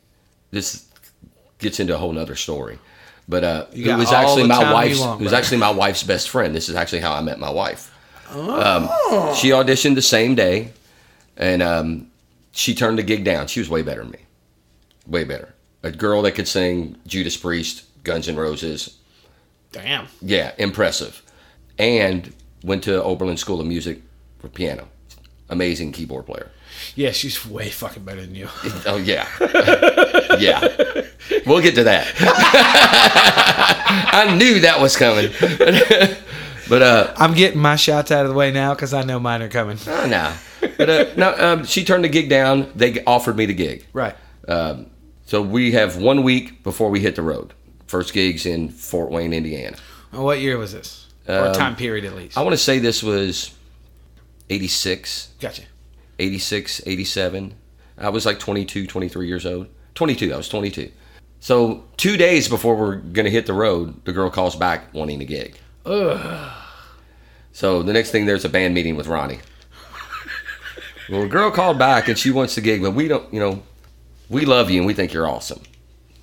[SPEAKER 3] This gets into a whole nother story. But uh, it
[SPEAKER 2] got
[SPEAKER 3] was
[SPEAKER 2] all
[SPEAKER 3] actually
[SPEAKER 2] the time
[SPEAKER 3] my
[SPEAKER 2] you
[SPEAKER 3] wife's.
[SPEAKER 2] want,
[SPEAKER 3] it was
[SPEAKER 2] bro.
[SPEAKER 3] actually my wife's best friend. This is actually how I met my wife.
[SPEAKER 2] Oh.
[SPEAKER 3] Um, she auditioned the same day, and um, she turned the gig down. She was way better than me, way better. A girl that could sing Judas Priest, Guns N' Roses,
[SPEAKER 2] Damn.
[SPEAKER 3] yeah, impressive. And went to Oberlin School of Music for piano. Amazing keyboard player.
[SPEAKER 2] Yeah, she's way fucking better than you.
[SPEAKER 3] Oh yeah, yeah. We'll get to that. I knew that was coming. but uh,
[SPEAKER 2] I'm getting my shots out of the way now because I know mine are coming.
[SPEAKER 3] oh, no, but uh, no. Um, she turned the gig down. They offered me the gig.
[SPEAKER 2] Right.
[SPEAKER 3] Um, so we have one week before we hit the road. First gigs in Fort Wayne, Indiana.
[SPEAKER 2] Well, what year was this? or
[SPEAKER 3] Um,
[SPEAKER 2] time period at least.
[SPEAKER 3] I want to say this was 86,
[SPEAKER 2] gotcha.
[SPEAKER 3] 86, 87. I was like 22, 23 years old. 22, I was 22. So, two days before we're going to hit the road, the girl calls back wanting a gig. Ugh. So, the next thing, there's a band meeting with Ronnie. well, the girl called back and she wants the gig, but we don't, you know, we love you and we think you're awesome.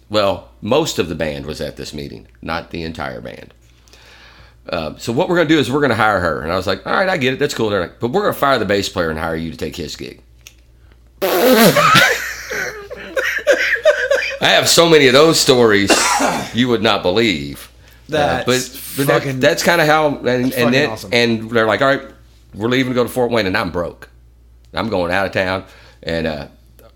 [SPEAKER 3] Well, most of the band was at this meeting, not the entire band. Uh, so what we're gonna do is we're gonna hire her. And I was like, all right, I get it. That's cool. And they're like, but we're gonna fire the bass player and hire you to take his gig. I have so many of those stories you would not believe. Uh,
[SPEAKER 2] That's
[SPEAKER 3] but that-
[SPEAKER 2] fucking-
[SPEAKER 3] that's kind of how. And,
[SPEAKER 2] fucking
[SPEAKER 3] and then
[SPEAKER 2] awesome.
[SPEAKER 3] and they're like, all right, we're leaving to go to Fort Wayne, and I'm broke. I'm going out of town, and uh,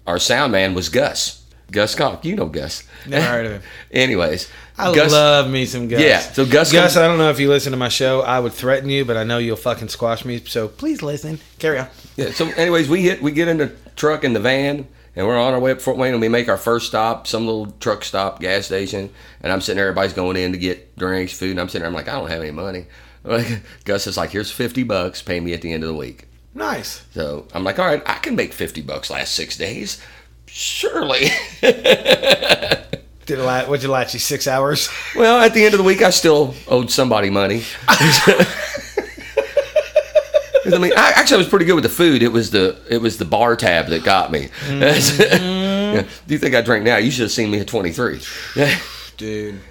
[SPEAKER 3] our sound man was Gus. Gus Cock, you know Gus.
[SPEAKER 2] Never heard of him.
[SPEAKER 3] Anyways,
[SPEAKER 2] I
[SPEAKER 3] Gus,
[SPEAKER 2] love me some Gus.
[SPEAKER 3] Yeah, so Gus
[SPEAKER 2] Gus,
[SPEAKER 3] comes-
[SPEAKER 2] I don't know if you listen to my show. I would threaten you, but I know you'll fucking squash me. So please listen. Carry on.
[SPEAKER 3] Yeah. So, anyways, we hit, we get in the truck and the van, and we're on our way up Fort Wayne, and we make our first stop, some little truck stop, gas station, and I'm sitting there, everybody's going in to get drinks, food, and I'm sitting there, I'm like, I don't have any money. Like, Gus is like, here's fifty bucks, pay me at the end of the week.
[SPEAKER 2] Nice.
[SPEAKER 3] So I'm like, all right, I can make fifty bucks last six days, surely.
[SPEAKER 2] Did it la- what'd you last you six hours?
[SPEAKER 3] well, at the end of the week, I still owed somebody money. 'Cause, I mean, I, actually, I was pretty good with the food. It was the it was the bar tab that got me.
[SPEAKER 2] Mm-hmm.
[SPEAKER 3] Yeah. Do you think I drink now? You should have seen me at 23. Yeah.
[SPEAKER 2] Dude.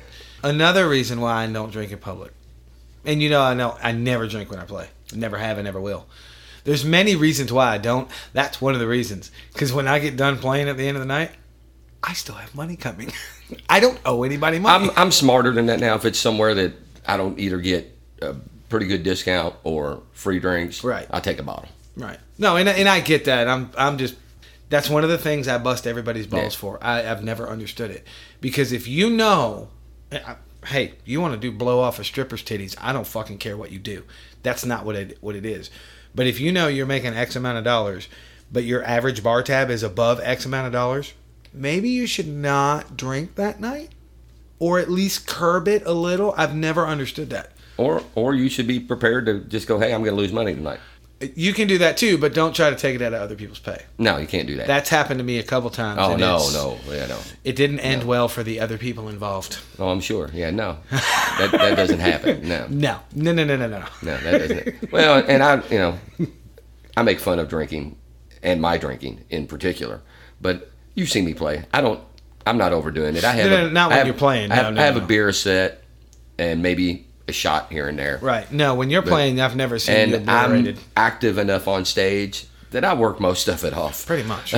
[SPEAKER 2] Another reason why I don't drink in public. And you know I know I never drink when I play. Never have and never will. There's many reasons why I don't. That's one of the reasons. Cuz when I get done playing at the end of the night, I still have money coming. I don't owe anybody money.
[SPEAKER 3] I'm I'm smarter than that now. If it's somewhere that I don't either get a pretty good discount or free drinks,
[SPEAKER 2] Right.
[SPEAKER 3] I take a bottle.
[SPEAKER 2] Right. No, and and I get that. I'm I'm just that's one of the things I bust everybody's balls
[SPEAKER 3] Yeah.
[SPEAKER 2] for. I, I've never understood it because if you know, I- I- hey, you want to do blow off a stripper's titties, I don't fucking care what you do. That's not what it what it is. But if you know you're making X amount of dollars, but your average bar tab is above X amount of dollars, maybe you should not drink that night, or at least curb it a little. I've never understood that.
[SPEAKER 3] Or or you should be prepared to just go, hey, I'm going to lose money tonight.
[SPEAKER 2] You can do that too, but don't try to take it out of other people's pay.
[SPEAKER 3] No, you can't do that.
[SPEAKER 2] That's happened to me a couple times.
[SPEAKER 3] oh
[SPEAKER 2] and
[SPEAKER 3] no,
[SPEAKER 2] it's-
[SPEAKER 3] no, yeah, no.
[SPEAKER 2] It didn't end well for the other people involved.
[SPEAKER 3] Oh, I'm sure. Yeah, no, that, that doesn't happen. No, no,
[SPEAKER 2] No, no, no, no, no, no.
[SPEAKER 3] that doesn't. Well, and I, you know, I make fun of drinking and my drinking in particular, but you've seen me play. I don't. I'm not overdoing it. I have
[SPEAKER 2] No, no,
[SPEAKER 3] a-
[SPEAKER 2] not
[SPEAKER 3] I
[SPEAKER 2] when
[SPEAKER 3] have-
[SPEAKER 2] you're playing.
[SPEAKER 3] I have,
[SPEAKER 2] No, no,
[SPEAKER 3] I have
[SPEAKER 2] no.
[SPEAKER 3] a beer set and maybe a shot here and there.
[SPEAKER 2] Right. No, when you're playing, I've never seen you
[SPEAKER 3] And I'm
[SPEAKER 2] obliterated.
[SPEAKER 3] active enough on stage that I work most of it off.
[SPEAKER 2] Pretty much.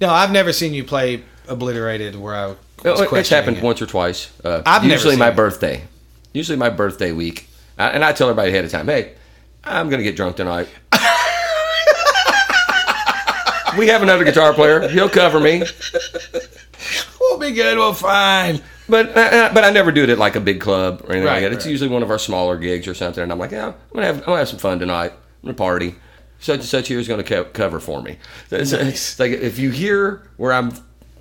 [SPEAKER 2] no, I've never seen you play obliterated where I was
[SPEAKER 3] Well, Oh, it- It's
[SPEAKER 2] questioning
[SPEAKER 3] happened
[SPEAKER 2] it.
[SPEAKER 3] once or twice. Uh,
[SPEAKER 2] I've never
[SPEAKER 3] usually
[SPEAKER 2] seen
[SPEAKER 3] my
[SPEAKER 2] it.
[SPEAKER 3] birthday, usually my birthday week, I, and I tell everybody ahead of time, hey, I'm gonna get drunk tonight. we have another guitar player; he'll cover me.
[SPEAKER 2] We'll be good. We'll fine.
[SPEAKER 3] But uh, but I never do it at like a big club or anything
[SPEAKER 2] Right,
[SPEAKER 3] like that. It's
[SPEAKER 2] right.
[SPEAKER 3] usually one of our smaller gigs or something, and I'm like, yeah, I'm gonna have I'm gonna have some fun tonight. I'm gonna party. Such and such here is gonna co- cover for me. So it's- it's like if you hear where I'm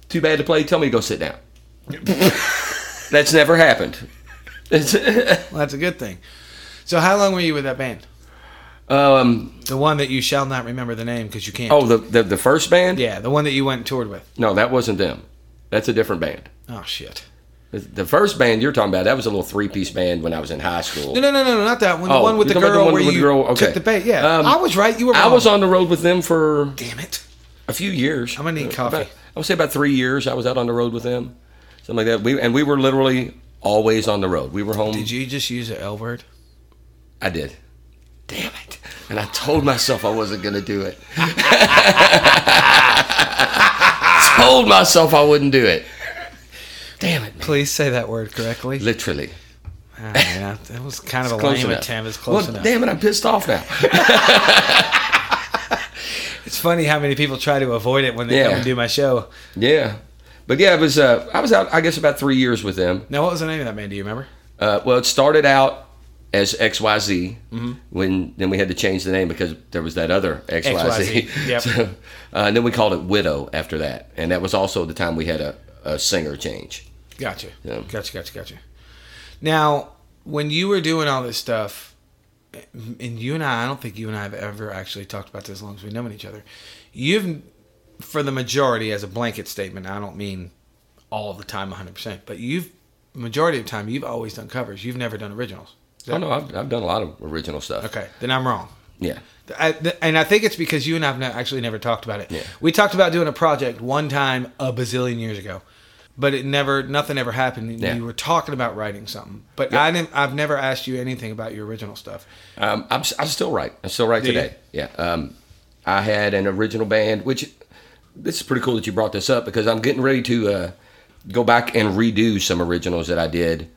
[SPEAKER 3] too bad to play, tell me to go sit down. That's never happened. It's,
[SPEAKER 2] Well, that's a good thing. So, how long were you with that band?
[SPEAKER 3] um,
[SPEAKER 2] The one that you shall not remember the name because you can't.
[SPEAKER 3] oh, the, the the first band?
[SPEAKER 2] yeah, the one that you went and toured with.
[SPEAKER 3] No, that wasn't them. That's a different band.
[SPEAKER 2] Oh shit.
[SPEAKER 3] The- The first band you're talking about, that was a little three piece band when I was in high school.
[SPEAKER 2] No, no, no, no, no, not that one. The
[SPEAKER 3] Oh,
[SPEAKER 2] one with the
[SPEAKER 3] you're talking about
[SPEAKER 2] girl
[SPEAKER 3] one
[SPEAKER 2] where
[SPEAKER 3] with
[SPEAKER 2] you
[SPEAKER 3] the girl- okay.
[SPEAKER 2] took the bait. Yeah,
[SPEAKER 3] Um,
[SPEAKER 2] I was right. You were.
[SPEAKER 3] I
[SPEAKER 2] wrong.
[SPEAKER 3] was on the road with them for
[SPEAKER 2] Damn it.
[SPEAKER 3] a few years.
[SPEAKER 2] I'm gonna need
[SPEAKER 3] Uh,
[SPEAKER 2] coffee.
[SPEAKER 3] about- I would say about three years. I was out on the road with them, something like that. We and we were literally always on the road. We were home.
[SPEAKER 2] Did you just use the L word?
[SPEAKER 3] I did. Damn it! And I told myself I wasn't gonna do it. told myself I wouldn't do it. Damn it! man.
[SPEAKER 2] Please say that word correctly.
[SPEAKER 3] Literally.
[SPEAKER 2] Ah, yeah, that was kind of a
[SPEAKER 3] Close
[SPEAKER 2] lame
[SPEAKER 3] enough.
[SPEAKER 2] attempt. It's close
[SPEAKER 3] well,
[SPEAKER 2] enough.
[SPEAKER 3] damn it! I'm pissed off now.
[SPEAKER 2] It's funny how many people try to avoid it when they
[SPEAKER 3] Yeah.
[SPEAKER 2] come and do my show.
[SPEAKER 3] yeah, but yeah, it was. Uh, I was out. I guess about three years with them.
[SPEAKER 2] Now, what was the name of that man? Do you remember?
[SPEAKER 3] Uh, well, it started out as XYZ.
[SPEAKER 2] Mm-hmm.
[SPEAKER 3] When then we had to change the name because there was that other XYZ.
[SPEAKER 2] XYZ, yep.
[SPEAKER 3] So, uh, and then we called it Widow after that, and that was also the time we had a, a singer change.
[SPEAKER 2] Gotcha.
[SPEAKER 3] Yeah.
[SPEAKER 2] Gotcha. Gotcha. Gotcha. Now, when you were doing all this stuff, and you and I, I don't think you and I have ever actually talked about this as long as we've known each other. You've, for the majority, as a blanket statement, I don't mean all the time, 100%, but you've, majority of the time, you've always done covers. You've never done originals. Is that-
[SPEAKER 3] Oh no, I've, I've done a lot of original stuff.
[SPEAKER 2] Okay. Then I'm wrong.
[SPEAKER 3] Yeah.
[SPEAKER 2] I, th- and I think it's because you and I have ne- actually never talked about it.
[SPEAKER 3] Yeah.
[SPEAKER 2] We talked about doing a project one time a bazillion years ago. but it never nothing ever happened.
[SPEAKER 3] Yeah.
[SPEAKER 2] You were talking about writing something, but I didn't. I've never asked you anything about your original stuff.
[SPEAKER 3] Um, I'm, s- I'm still right. I'm still right
[SPEAKER 2] you?
[SPEAKER 3] today. Yeah. Um, I had an original band, which this is pretty cool that you brought this up because I'm getting ready to uh, go back and redo some originals that I did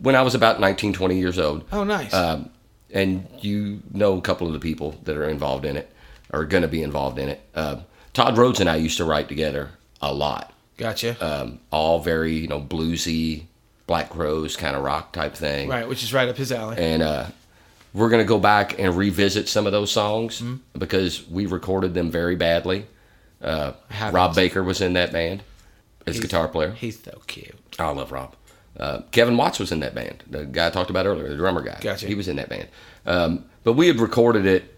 [SPEAKER 3] when I was about 19, 20 years old.
[SPEAKER 2] Oh, nice.
[SPEAKER 3] Um, and you know a couple of the people that are involved in it, or going to be involved in it. Uh, Todd Rhodes and I used to write together a lot
[SPEAKER 2] Gotcha.
[SPEAKER 3] um, all very you know bluesy, Black Rose kind of rock type thing.
[SPEAKER 2] right, which is right up his alley.
[SPEAKER 3] And uh, we're gonna go back and revisit some of those songs
[SPEAKER 2] Mm-hmm.
[SPEAKER 3] because we recorded them very badly. Uh,
[SPEAKER 2] haven't.
[SPEAKER 3] Rob Baker was in that band as guitar player.
[SPEAKER 2] He's so cute.
[SPEAKER 3] I love Rob. Uh, Kevin Watts was in that band. The guy I talked about earlier, the drummer guy.
[SPEAKER 2] Gotcha.
[SPEAKER 3] He was in that band. Um, but we had recorded it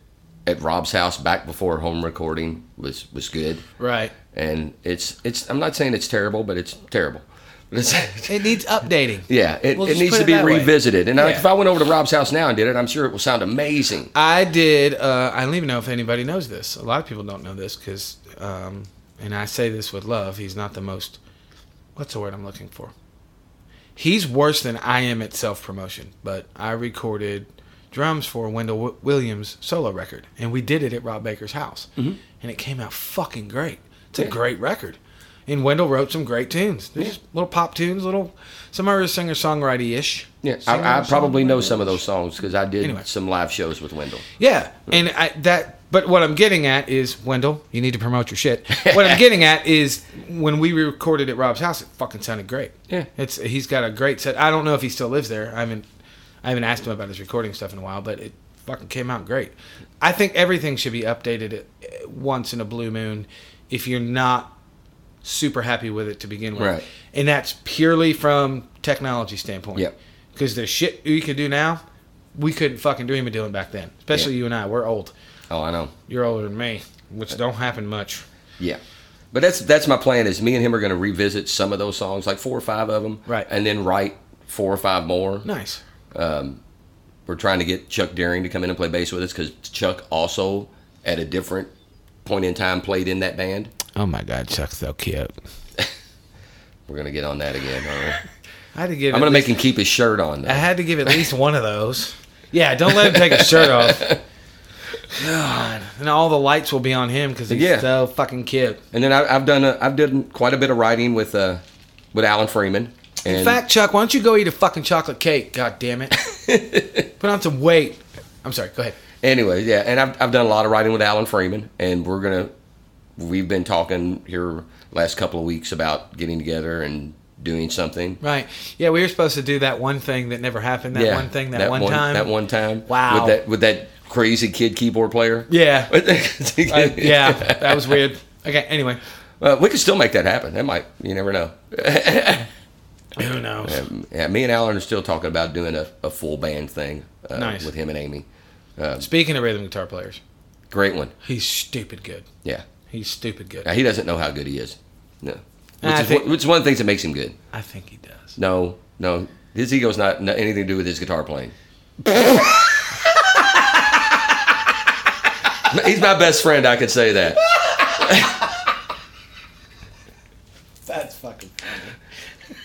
[SPEAKER 3] at Rob's house back before home recording was was good.
[SPEAKER 2] Right.
[SPEAKER 3] And it's it's I'm not saying it's terrible, but it's terrible. But it's,
[SPEAKER 2] It needs updating.
[SPEAKER 3] yeah, it,
[SPEAKER 2] We'll
[SPEAKER 3] it
[SPEAKER 2] just
[SPEAKER 3] needs
[SPEAKER 2] put
[SPEAKER 3] to
[SPEAKER 2] it
[SPEAKER 3] be
[SPEAKER 2] that way.
[SPEAKER 3] revisited. And like,
[SPEAKER 2] Yeah.
[SPEAKER 3] if I went over to Rob's house now and did it, I'm sure it will sound amazing.
[SPEAKER 2] I did. Uh, I don't even know if anybody knows this. A lot of people don't know this because, um, and I say this with love. He's not the most. What's the word I'm looking for? He's worse than I am at self promotion. But I recorded drums for Wendell w- Williams solo record, and we did it at Rob Baker's house,
[SPEAKER 3] Mm-hmm.
[SPEAKER 2] and it came out fucking great. It's a great record. And Wendell wrote some great tunes. They're just little pop tunes, little some are singer songwriter ish.
[SPEAKER 3] Yeah, I, I probably know some of those songs because I did
[SPEAKER 2] Anyway.
[SPEAKER 3] some live shows with Wendell.
[SPEAKER 2] Yeah, and I, that. But what I'm getting at is Wendell, you need to promote your shit. What I'm getting at is when we recorded at Rob's house, it fucking sounded great.
[SPEAKER 3] Yeah.
[SPEAKER 2] it's he's got a great set. I don't know if he still lives there. I haven't, I haven't asked him about his recording stuff in a while, but it fucking came out great. I think everything should be updated at- once in a blue moon if you're not super happy with it to begin with,
[SPEAKER 3] Right.
[SPEAKER 2] and that's purely from technology standpoint.
[SPEAKER 3] Yep.
[SPEAKER 2] Because there's shit we could do now, we couldn't fucking dream of doing back then. Especially you and I. We're old.
[SPEAKER 3] Oh, I know.
[SPEAKER 2] You're older than me, which don't happen much.
[SPEAKER 3] Yeah, but that's that's my plan. Is me and him are going to revisit some of those songs, like four or five of them,
[SPEAKER 2] Right.
[SPEAKER 3] And then write four or five more.
[SPEAKER 2] Nice.
[SPEAKER 3] We're trying to get Chuck Deering to come in and play bass with us because Chuck also at a different point in time played in that band.
[SPEAKER 2] Oh my God, Chuck's so cute.
[SPEAKER 3] We're gonna get on that again. All right.
[SPEAKER 2] I had to give. at
[SPEAKER 3] I'm gonna make
[SPEAKER 2] least-
[SPEAKER 3] him keep his shirt on. Though.
[SPEAKER 2] I had to give at least one of those. Yeah, don't let him take his shirt off. God, and all the lights will be on him because he's
[SPEAKER 3] Yeah.
[SPEAKER 2] so fucking cute.
[SPEAKER 3] And then I, I've done a, I've done quite a bit of writing with uh with Alan Freeman. And
[SPEAKER 2] In fact, Chuck, why don't you go eat a fucking chocolate cake? God damn it! Put on some weight. I'm sorry. Go ahead.
[SPEAKER 3] anyway, yeah, and I've I've done a lot of writing with Alan Freeman, and we're gonna we've been talking here last couple of weeks about getting together and doing something.
[SPEAKER 2] Right. Yeah, we were supposed to do that one thing that never happened. That
[SPEAKER 3] yeah,
[SPEAKER 2] one thing. That, one, time.
[SPEAKER 3] That one time.
[SPEAKER 2] Wow.
[SPEAKER 3] With that with that crazy kid keyboard player. Uh,
[SPEAKER 2] Yeah.
[SPEAKER 3] I-
[SPEAKER 2] I- yeah, that was weird. Okay. Anyway,
[SPEAKER 3] Uh, we could still make that happen. That might. You never know.
[SPEAKER 2] who knows?
[SPEAKER 3] Yeah, me and Alan are still talking about doing a, a full band thing uh,
[SPEAKER 2] Nice.
[SPEAKER 3] with him and Amy.
[SPEAKER 2] Speaking of rhythm guitar players,
[SPEAKER 3] Great one.
[SPEAKER 2] he's stupid good.
[SPEAKER 3] Yeah.
[SPEAKER 2] He's stupid good.
[SPEAKER 3] Now, he doesn't know how good he is. No. Which,
[SPEAKER 2] I
[SPEAKER 3] is
[SPEAKER 2] think-
[SPEAKER 3] one, which is one of the things that makes him good.
[SPEAKER 2] I think he does.
[SPEAKER 3] No, no. His ego's not, not anything to do with his guitar playing. He's my best friend, I could say that.
[SPEAKER 2] That's fucking funny.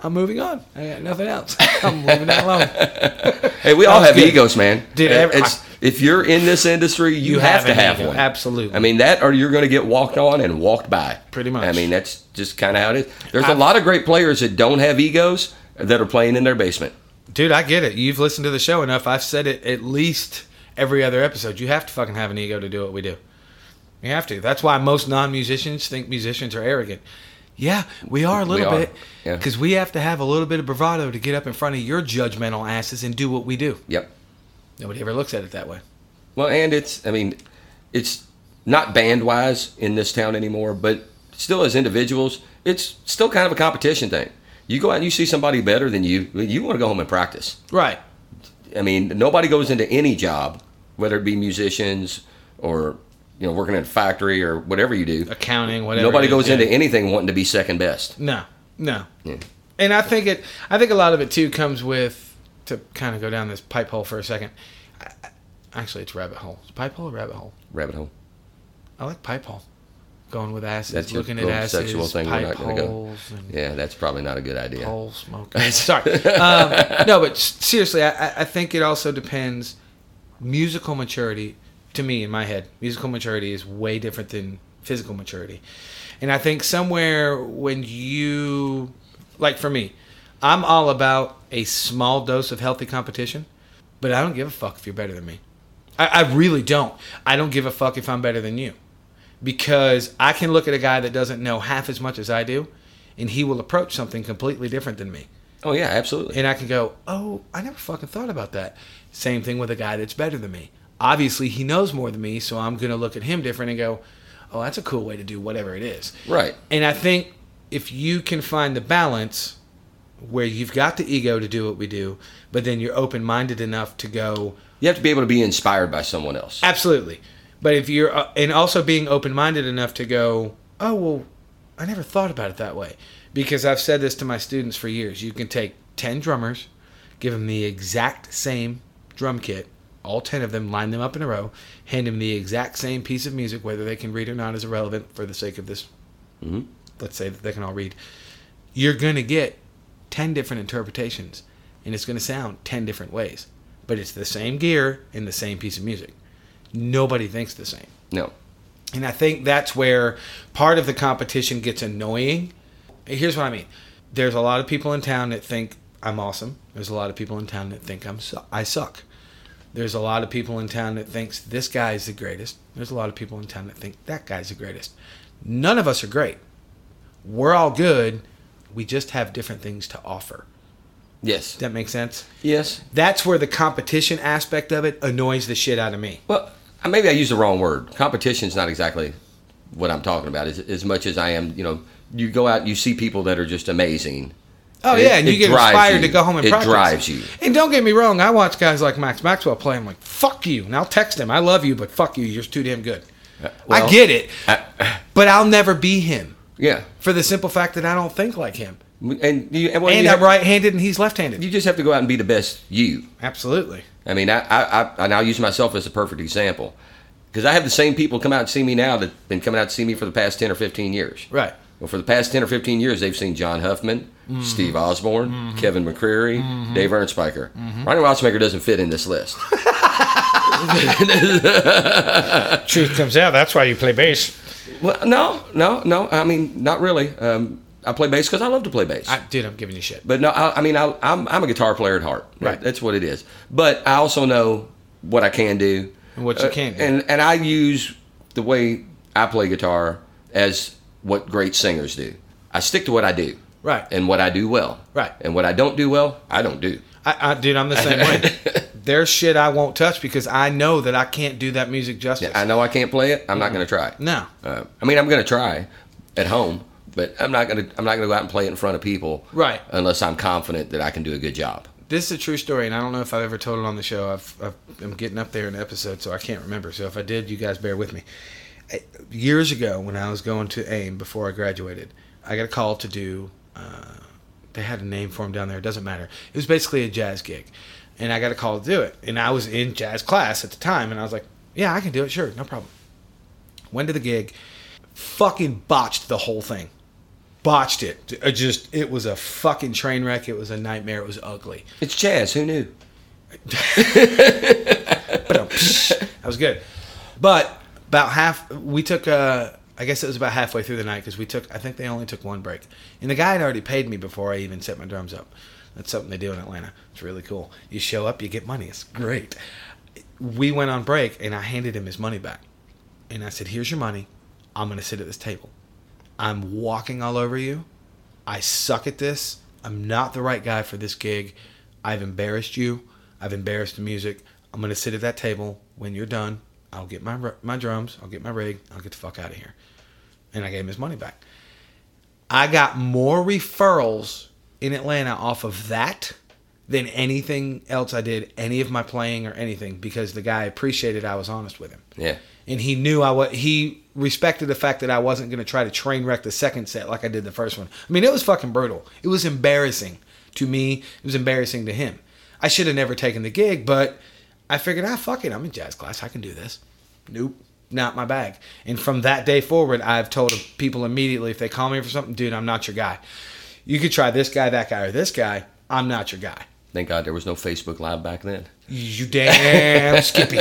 [SPEAKER 2] I'm moving on. I got nothing else. I'm leaving that alone.
[SPEAKER 3] Hey, we all
[SPEAKER 2] Sounds
[SPEAKER 3] have
[SPEAKER 2] good.
[SPEAKER 3] egos, man.
[SPEAKER 2] Dude,
[SPEAKER 3] It-
[SPEAKER 2] every-
[SPEAKER 3] it's, if you're in this industry, you,
[SPEAKER 2] You have
[SPEAKER 3] have, to
[SPEAKER 2] an
[SPEAKER 3] have
[SPEAKER 2] ego,
[SPEAKER 3] one.
[SPEAKER 2] absolutely.
[SPEAKER 3] I mean, that or you're going to get walked on and walked by.
[SPEAKER 2] Pretty much.
[SPEAKER 3] I mean, that's just kind of how it is. There's a lot of great players that don't have egos that are playing in their basement.
[SPEAKER 2] Dude, I get it. You've listened to the show enough. I've said it at least every other episode. You have to fucking have an ego to do what we do. You have to. That's why most non musicians think musicians are arrogant. Yeah, we are a little
[SPEAKER 3] are.
[SPEAKER 2] bit.
[SPEAKER 3] Yeah.
[SPEAKER 2] Because we have to have a little bit of bravado to get up in front of your judgmental asses and do what we do.
[SPEAKER 3] Yep.
[SPEAKER 2] Nobody ever looks at it that way.
[SPEAKER 3] Well, and it's, I mean, it's not band wise in this town anymore, but still as individuals, it's still kind of a competition thing. You go out and you see somebody better than you, you want to go home and practice.
[SPEAKER 2] Right.
[SPEAKER 3] I mean, nobody goes into any job, whether it be musicians or, you know, working in a factory or whatever you do.
[SPEAKER 2] Accounting, whatever.
[SPEAKER 3] Nobody
[SPEAKER 2] it
[SPEAKER 3] goes
[SPEAKER 2] is, yeah.
[SPEAKER 3] into anything wanting to be second best.
[SPEAKER 2] No, no.
[SPEAKER 3] Yeah.
[SPEAKER 2] And I think it. I think a lot of it too comes with to kind of go down this pipe hole for a second. I- I- Actually, it's rabbit hole. It's pipe hole or rabbit hole?
[SPEAKER 3] Rabbit hole.
[SPEAKER 2] I like pipe hole. going with acids,
[SPEAKER 3] That's your
[SPEAKER 2] looking at
[SPEAKER 3] little
[SPEAKER 2] acids,
[SPEAKER 3] sexual thing we're
[SPEAKER 2] pipe
[SPEAKER 3] not gonna go.
[SPEAKER 2] holes, and
[SPEAKER 3] Yeah, that's probably not a good idea.
[SPEAKER 2] hole smoking. Sorry, um, no, but s- seriously, I, I- I think it also depends. Musical maturity, to me in my head, musical maturity is way different than physical maturity, and I think somewhere when you, like for me, I'm all about a small dose of healthy competition, but I don't give a fuck if you're better than me. I, I really don't. I don't give a fuck if I'm better than you because I can look at a guy that doesn't know half as much as I do, and he will approach something completely different than me.
[SPEAKER 3] Oh yeah, absolutely.
[SPEAKER 2] And I can go, oh, I never fucking thought about that. Same thing with a guy that's better than me. Obviously, he knows more than me, so I'm going to look at him different and go, oh, that's a cool way to do whatever it is.
[SPEAKER 3] Right.
[SPEAKER 2] And I think if you can find the balance where you've got the ego to do what we do, but then you're open minded enough to go,
[SPEAKER 3] You have to be able to be inspired by someone else.
[SPEAKER 2] Absolutely. But if you're, uh, and also being open minded enough to go, oh, well, I never thought about it that way. Because I've said this to my students for years. You can take 10 drummers, give them the exact same drum kit, all 10 of them, line them up in a row, hand them the exact same piece of music, whether they can read or not is irrelevant for the sake of this. Let's say that they can all read. You're going to get 10 different interpretations, and it's going to sound 10 different ways. But it's the same gear and the same piece of music nobody thinks the same.
[SPEAKER 3] No.
[SPEAKER 2] And I think that's where part of the competition gets annoying. Here's what I mean there's a lot of people in town that think I'm awesome, there's a lot of people in town that think I'm su- I suck. There's a lot of people in town that thinks this guy is the greatest. There's a lot of people in town that think that guy's the greatest. None of us are great. We're all good. We just have different things to offer.
[SPEAKER 3] Yes.
[SPEAKER 2] Does that make sense?
[SPEAKER 3] Yes.
[SPEAKER 2] That's where the competition aspect of it annoys the shit out of me.
[SPEAKER 3] Well, I- maybe I used the wrong word. Competition's not exactly what I'm talking about. As, as much as I am, you know, you go out, and you see people that are just amazing.
[SPEAKER 2] Oh
[SPEAKER 3] It-
[SPEAKER 2] yeah, and
[SPEAKER 3] it
[SPEAKER 2] you get
[SPEAKER 3] drives
[SPEAKER 2] inspired
[SPEAKER 3] you.
[SPEAKER 2] to go home and
[SPEAKER 3] It
[SPEAKER 2] practice.
[SPEAKER 3] drives you.
[SPEAKER 2] And don't get me wrong, I watch guys like Max Maxwell play. I'm like, fuck you, and I'll text him, I love you, but fuck you, you're too damn good. I
[SPEAKER 3] Uh, well, uh,
[SPEAKER 2] get it,
[SPEAKER 3] I-
[SPEAKER 2] but I'll never be him
[SPEAKER 3] Yeah.
[SPEAKER 2] for the simple fact that I don't think like him.
[SPEAKER 3] And you, and, well,
[SPEAKER 2] And
[SPEAKER 3] you,
[SPEAKER 2] I'm
[SPEAKER 3] have,
[SPEAKER 2] right-handed, and he's left-handed.
[SPEAKER 3] you just have to go out and be the best you.
[SPEAKER 2] Absolutely.
[SPEAKER 3] I mean, I, I, I and I'll use myself as a perfect example because I have the same people come out and see me now that been coming out to see me for the past ten or fifteen years.
[SPEAKER 2] Right.
[SPEAKER 3] Well, for the past ten or fifteen years, they've seen John Huffman, Steve Osborne, Kevin McCreary, Dave Ernstmaker. Ronnie Rossmaker doesn't fit in this list.
[SPEAKER 2] Truth comes out. That's why you play bass.
[SPEAKER 3] well, no, no, no. I mean, not really. Um, I play bass because I love to play bass.
[SPEAKER 2] I, dude, I'm giving you shit.
[SPEAKER 3] But no, I, I mean, I, I'm I'm a guitar player at heart.
[SPEAKER 2] Right.
[SPEAKER 3] That's what it is. But I also know what I can do
[SPEAKER 2] And what you can't do.
[SPEAKER 3] and and I use the way I play guitar as what great singers do. I stick to what I do.
[SPEAKER 2] Right.
[SPEAKER 3] And what I do well.
[SPEAKER 2] Right.
[SPEAKER 3] And what I don't do well, I don't do.
[SPEAKER 2] I, I, dude, I'm the same way. There's shit I won't touch because I know that I can't do that music justice.
[SPEAKER 3] I know I can't play it. I'm not going to try.
[SPEAKER 2] No.
[SPEAKER 3] Uh, I mean, I'm going to try at home, but I'm not going to I'm not going to go out and play it in front of people.
[SPEAKER 2] Right.
[SPEAKER 3] Unless I'm confident that I can do a good job.
[SPEAKER 2] This is a true story, and I don't know if I've ever told it on the show. I've, I've, I'm getting up there in the episode, so I can't remember. So if I did, you guys bear with me. Uh, Years ago, when I was going to AIM before I graduated, I got a call to do. Uh, they had a name for him down there. It doesn't matter. It was basically a jazz gig, and I got a call to do it. And I was in jazz class at the time, and I was like, "Yeah, I can do it. Sure, no problem." Went to the gig, fucking botched the whole thing botched it. I just it was a fucking train wreck. It was a nightmare. It was ugly.
[SPEAKER 3] It's jazz. Who knew?
[SPEAKER 2] That was good. But about half, we took. Uh, I guess it was about halfway through the night because we took. I think they only took one break, and the guy had already paid me before I even set my drums up. That's something they do in Atlanta. It's really cool. You show up, you get money. It's great. We went on break, and I handed him his money back, and I said, "Here's your money. I'm gonna sit at this table. I'm walking all over you. I suck at this. I'm not the right guy for this gig. I've embarrassed you. I've embarrassed the music. I'm going to sit at that table. When you're done, I'll get my, r- my drums, I'll get my rig, I'll get the fuck out of here. And I gave him his money back. I got more referrals in Atlanta off of that than anything else I did, any of my playing or anything, because the guy appreciated I was honest with him
[SPEAKER 3] Yeah.
[SPEAKER 2] and he knew I was. He respected the fact that I wasn't going to try to train wreck the second set like I did the first one. I mean, it was fucking brutal. It was embarrassing to me. It was embarrassing to him. I should have never taken the gig, but I figured, ah, fuck it. I'm in jazz class. I can do this. Nope. not my bag. And from that day forward, I've told people immediately if they call me for something, dude, I'm not your guy. You could try this guy, that guy, or this guy. I'm not your guy.
[SPEAKER 3] Thank God there was no Facebook Live back then.
[SPEAKER 2] You damn Skippy.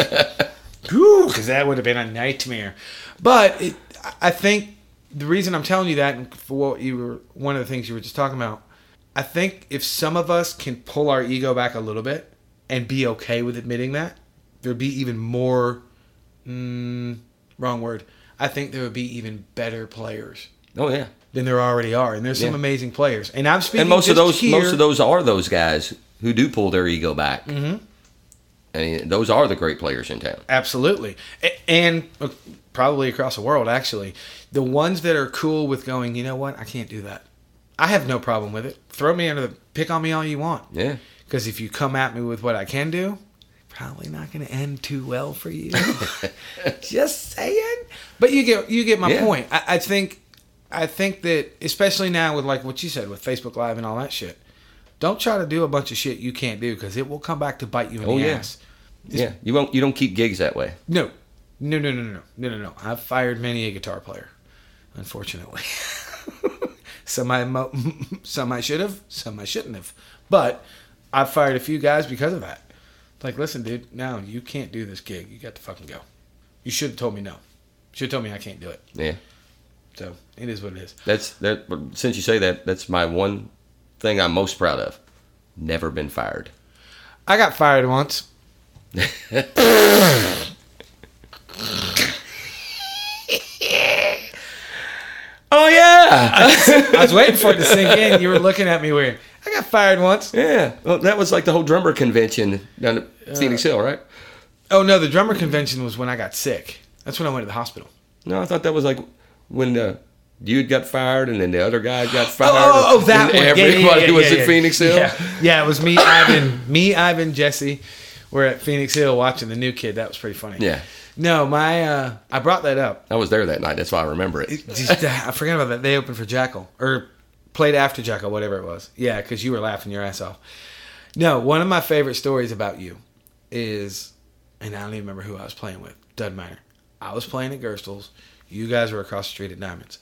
[SPEAKER 2] Because that would have been a nightmare. But it, I think the reason I'm telling you that, and for what you were, one of the things you were just talking about, I think if some of us can pull our ego back a little bit and be okay with admitting that, there'd be even more. Mm, wrong word. I think there would be even better players
[SPEAKER 3] Oh yeah,
[SPEAKER 2] than there already are, and there's some
[SPEAKER 3] Yeah.
[SPEAKER 2] amazing players. And I'm speaking.
[SPEAKER 3] and most
[SPEAKER 2] just
[SPEAKER 3] of those
[SPEAKER 2] here-
[SPEAKER 3] most of those are those guys who do pull their ego back. Mm-hmm. And those are the great players in town.
[SPEAKER 2] Absolutely. A- And uh, probably across the world, actually. The ones that are cool with going, you know what? I can't do that. I have no problem with it. Throw me under the, pick on me all you want.
[SPEAKER 3] Yeah.
[SPEAKER 2] Because if you come at me with what I can do, probably not going to end too well for you. Just saying. But you get you get my
[SPEAKER 3] Yeah.
[SPEAKER 2] point. I, I think I think that especially now with like what you said with Facebook Live and all that shit, don't try to do a bunch of shit you can't do because it will come back to bite you in
[SPEAKER 3] Oh,
[SPEAKER 2] the
[SPEAKER 3] yeah.
[SPEAKER 2] ass.
[SPEAKER 3] Yeah, you won't. You don't keep gigs that way.
[SPEAKER 2] No, no, no, no, no, no, no, no. I've fired many a guitar player, unfortunately. some I mo- some I should have, some I shouldn't have. But I've fired a few guys because of that. Like, listen, dude, no, you can't do this gig. You got to fucking go. You should have told me no. Should have told me I can't do it.
[SPEAKER 3] Yeah,
[SPEAKER 2] So it is what it is.
[SPEAKER 3] that's that. but Since you say that, that's my one thing I'm most proud of. Never been fired.
[SPEAKER 2] I got fired once.
[SPEAKER 3] Oh yeah,
[SPEAKER 2] I was waiting for it to sink in. You were looking at me weird. I got fired once.
[SPEAKER 3] yeah. Well, that was like the whole drummer convention down at Phoenix Hill, right?
[SPEAKER 2] Oh no, the drummer convention was when I got sick. That's when I went to the hospital.
[SPEAKER 3] No, I thought that was like when the dude got fired and then the other guy got fired.
[SPEAKER 2] Oh, oh, oh, that
[SPEAKER 3] and
[SPEAKER 2] one. Yeah, yeah,
[SPEAKER 3] Everybody
[SPEAKER 2] yeah, yeah,
[SPEAKER 3] was
[SPEAKER 2] yeah,
[SPEAKER 3] at
[SPEAKER 2] yeah.
[SPEAKER 3] Phoenix Hill.
[SPEAKER 2] Yeah, yeah it was me, Ivan, me, Ivan, Jesse. We're at Phoenix Hill watching the new kid. That was pretty funny.
[SPEAKER 3] Yeah.
[SPEAKER 2] No, my uh, I brought that up.
[SPEAKER 3] I was there that night. That's why I remember it.
[SPEAKER 2] Just, uh, I forgot about that. They opened for Jackal or played after Jackal, whatever it was. Yeah, because you were laughing your ass off. No, one of my favorite stories about you is, and I don't even remember who I was playing with. Doesn't matter. I was playing at Gerstel's. You guys were across the street at Diamonds,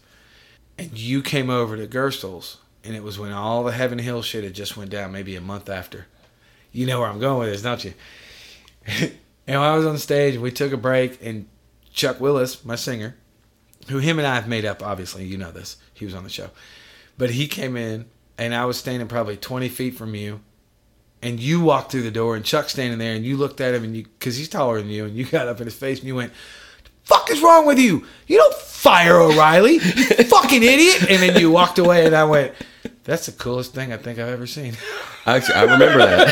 [SPEAKER 2] and you came over to Gerstel's, and it was when all the Heaven Hill shit had just went down, maybe a month after. You know where I'm going with this, don't you? and I was on stage, and we took a break, and Chuck Willis, my singer, who him and I have made up, obviously, you know this. He was on the show. But he came in and I was standing probably 20 feet from you. And you walked through the door and Chuck's standing there and you looked at him and you, because he's taller than you, and you got up in his face and you went, fuck is wrong with you? You don't fire O'Reilly, you fucking idiot. And then you walked away and I went, that's the coolest thing I think I've ever seen.
[SPEAKER 3] Actually, I remember that.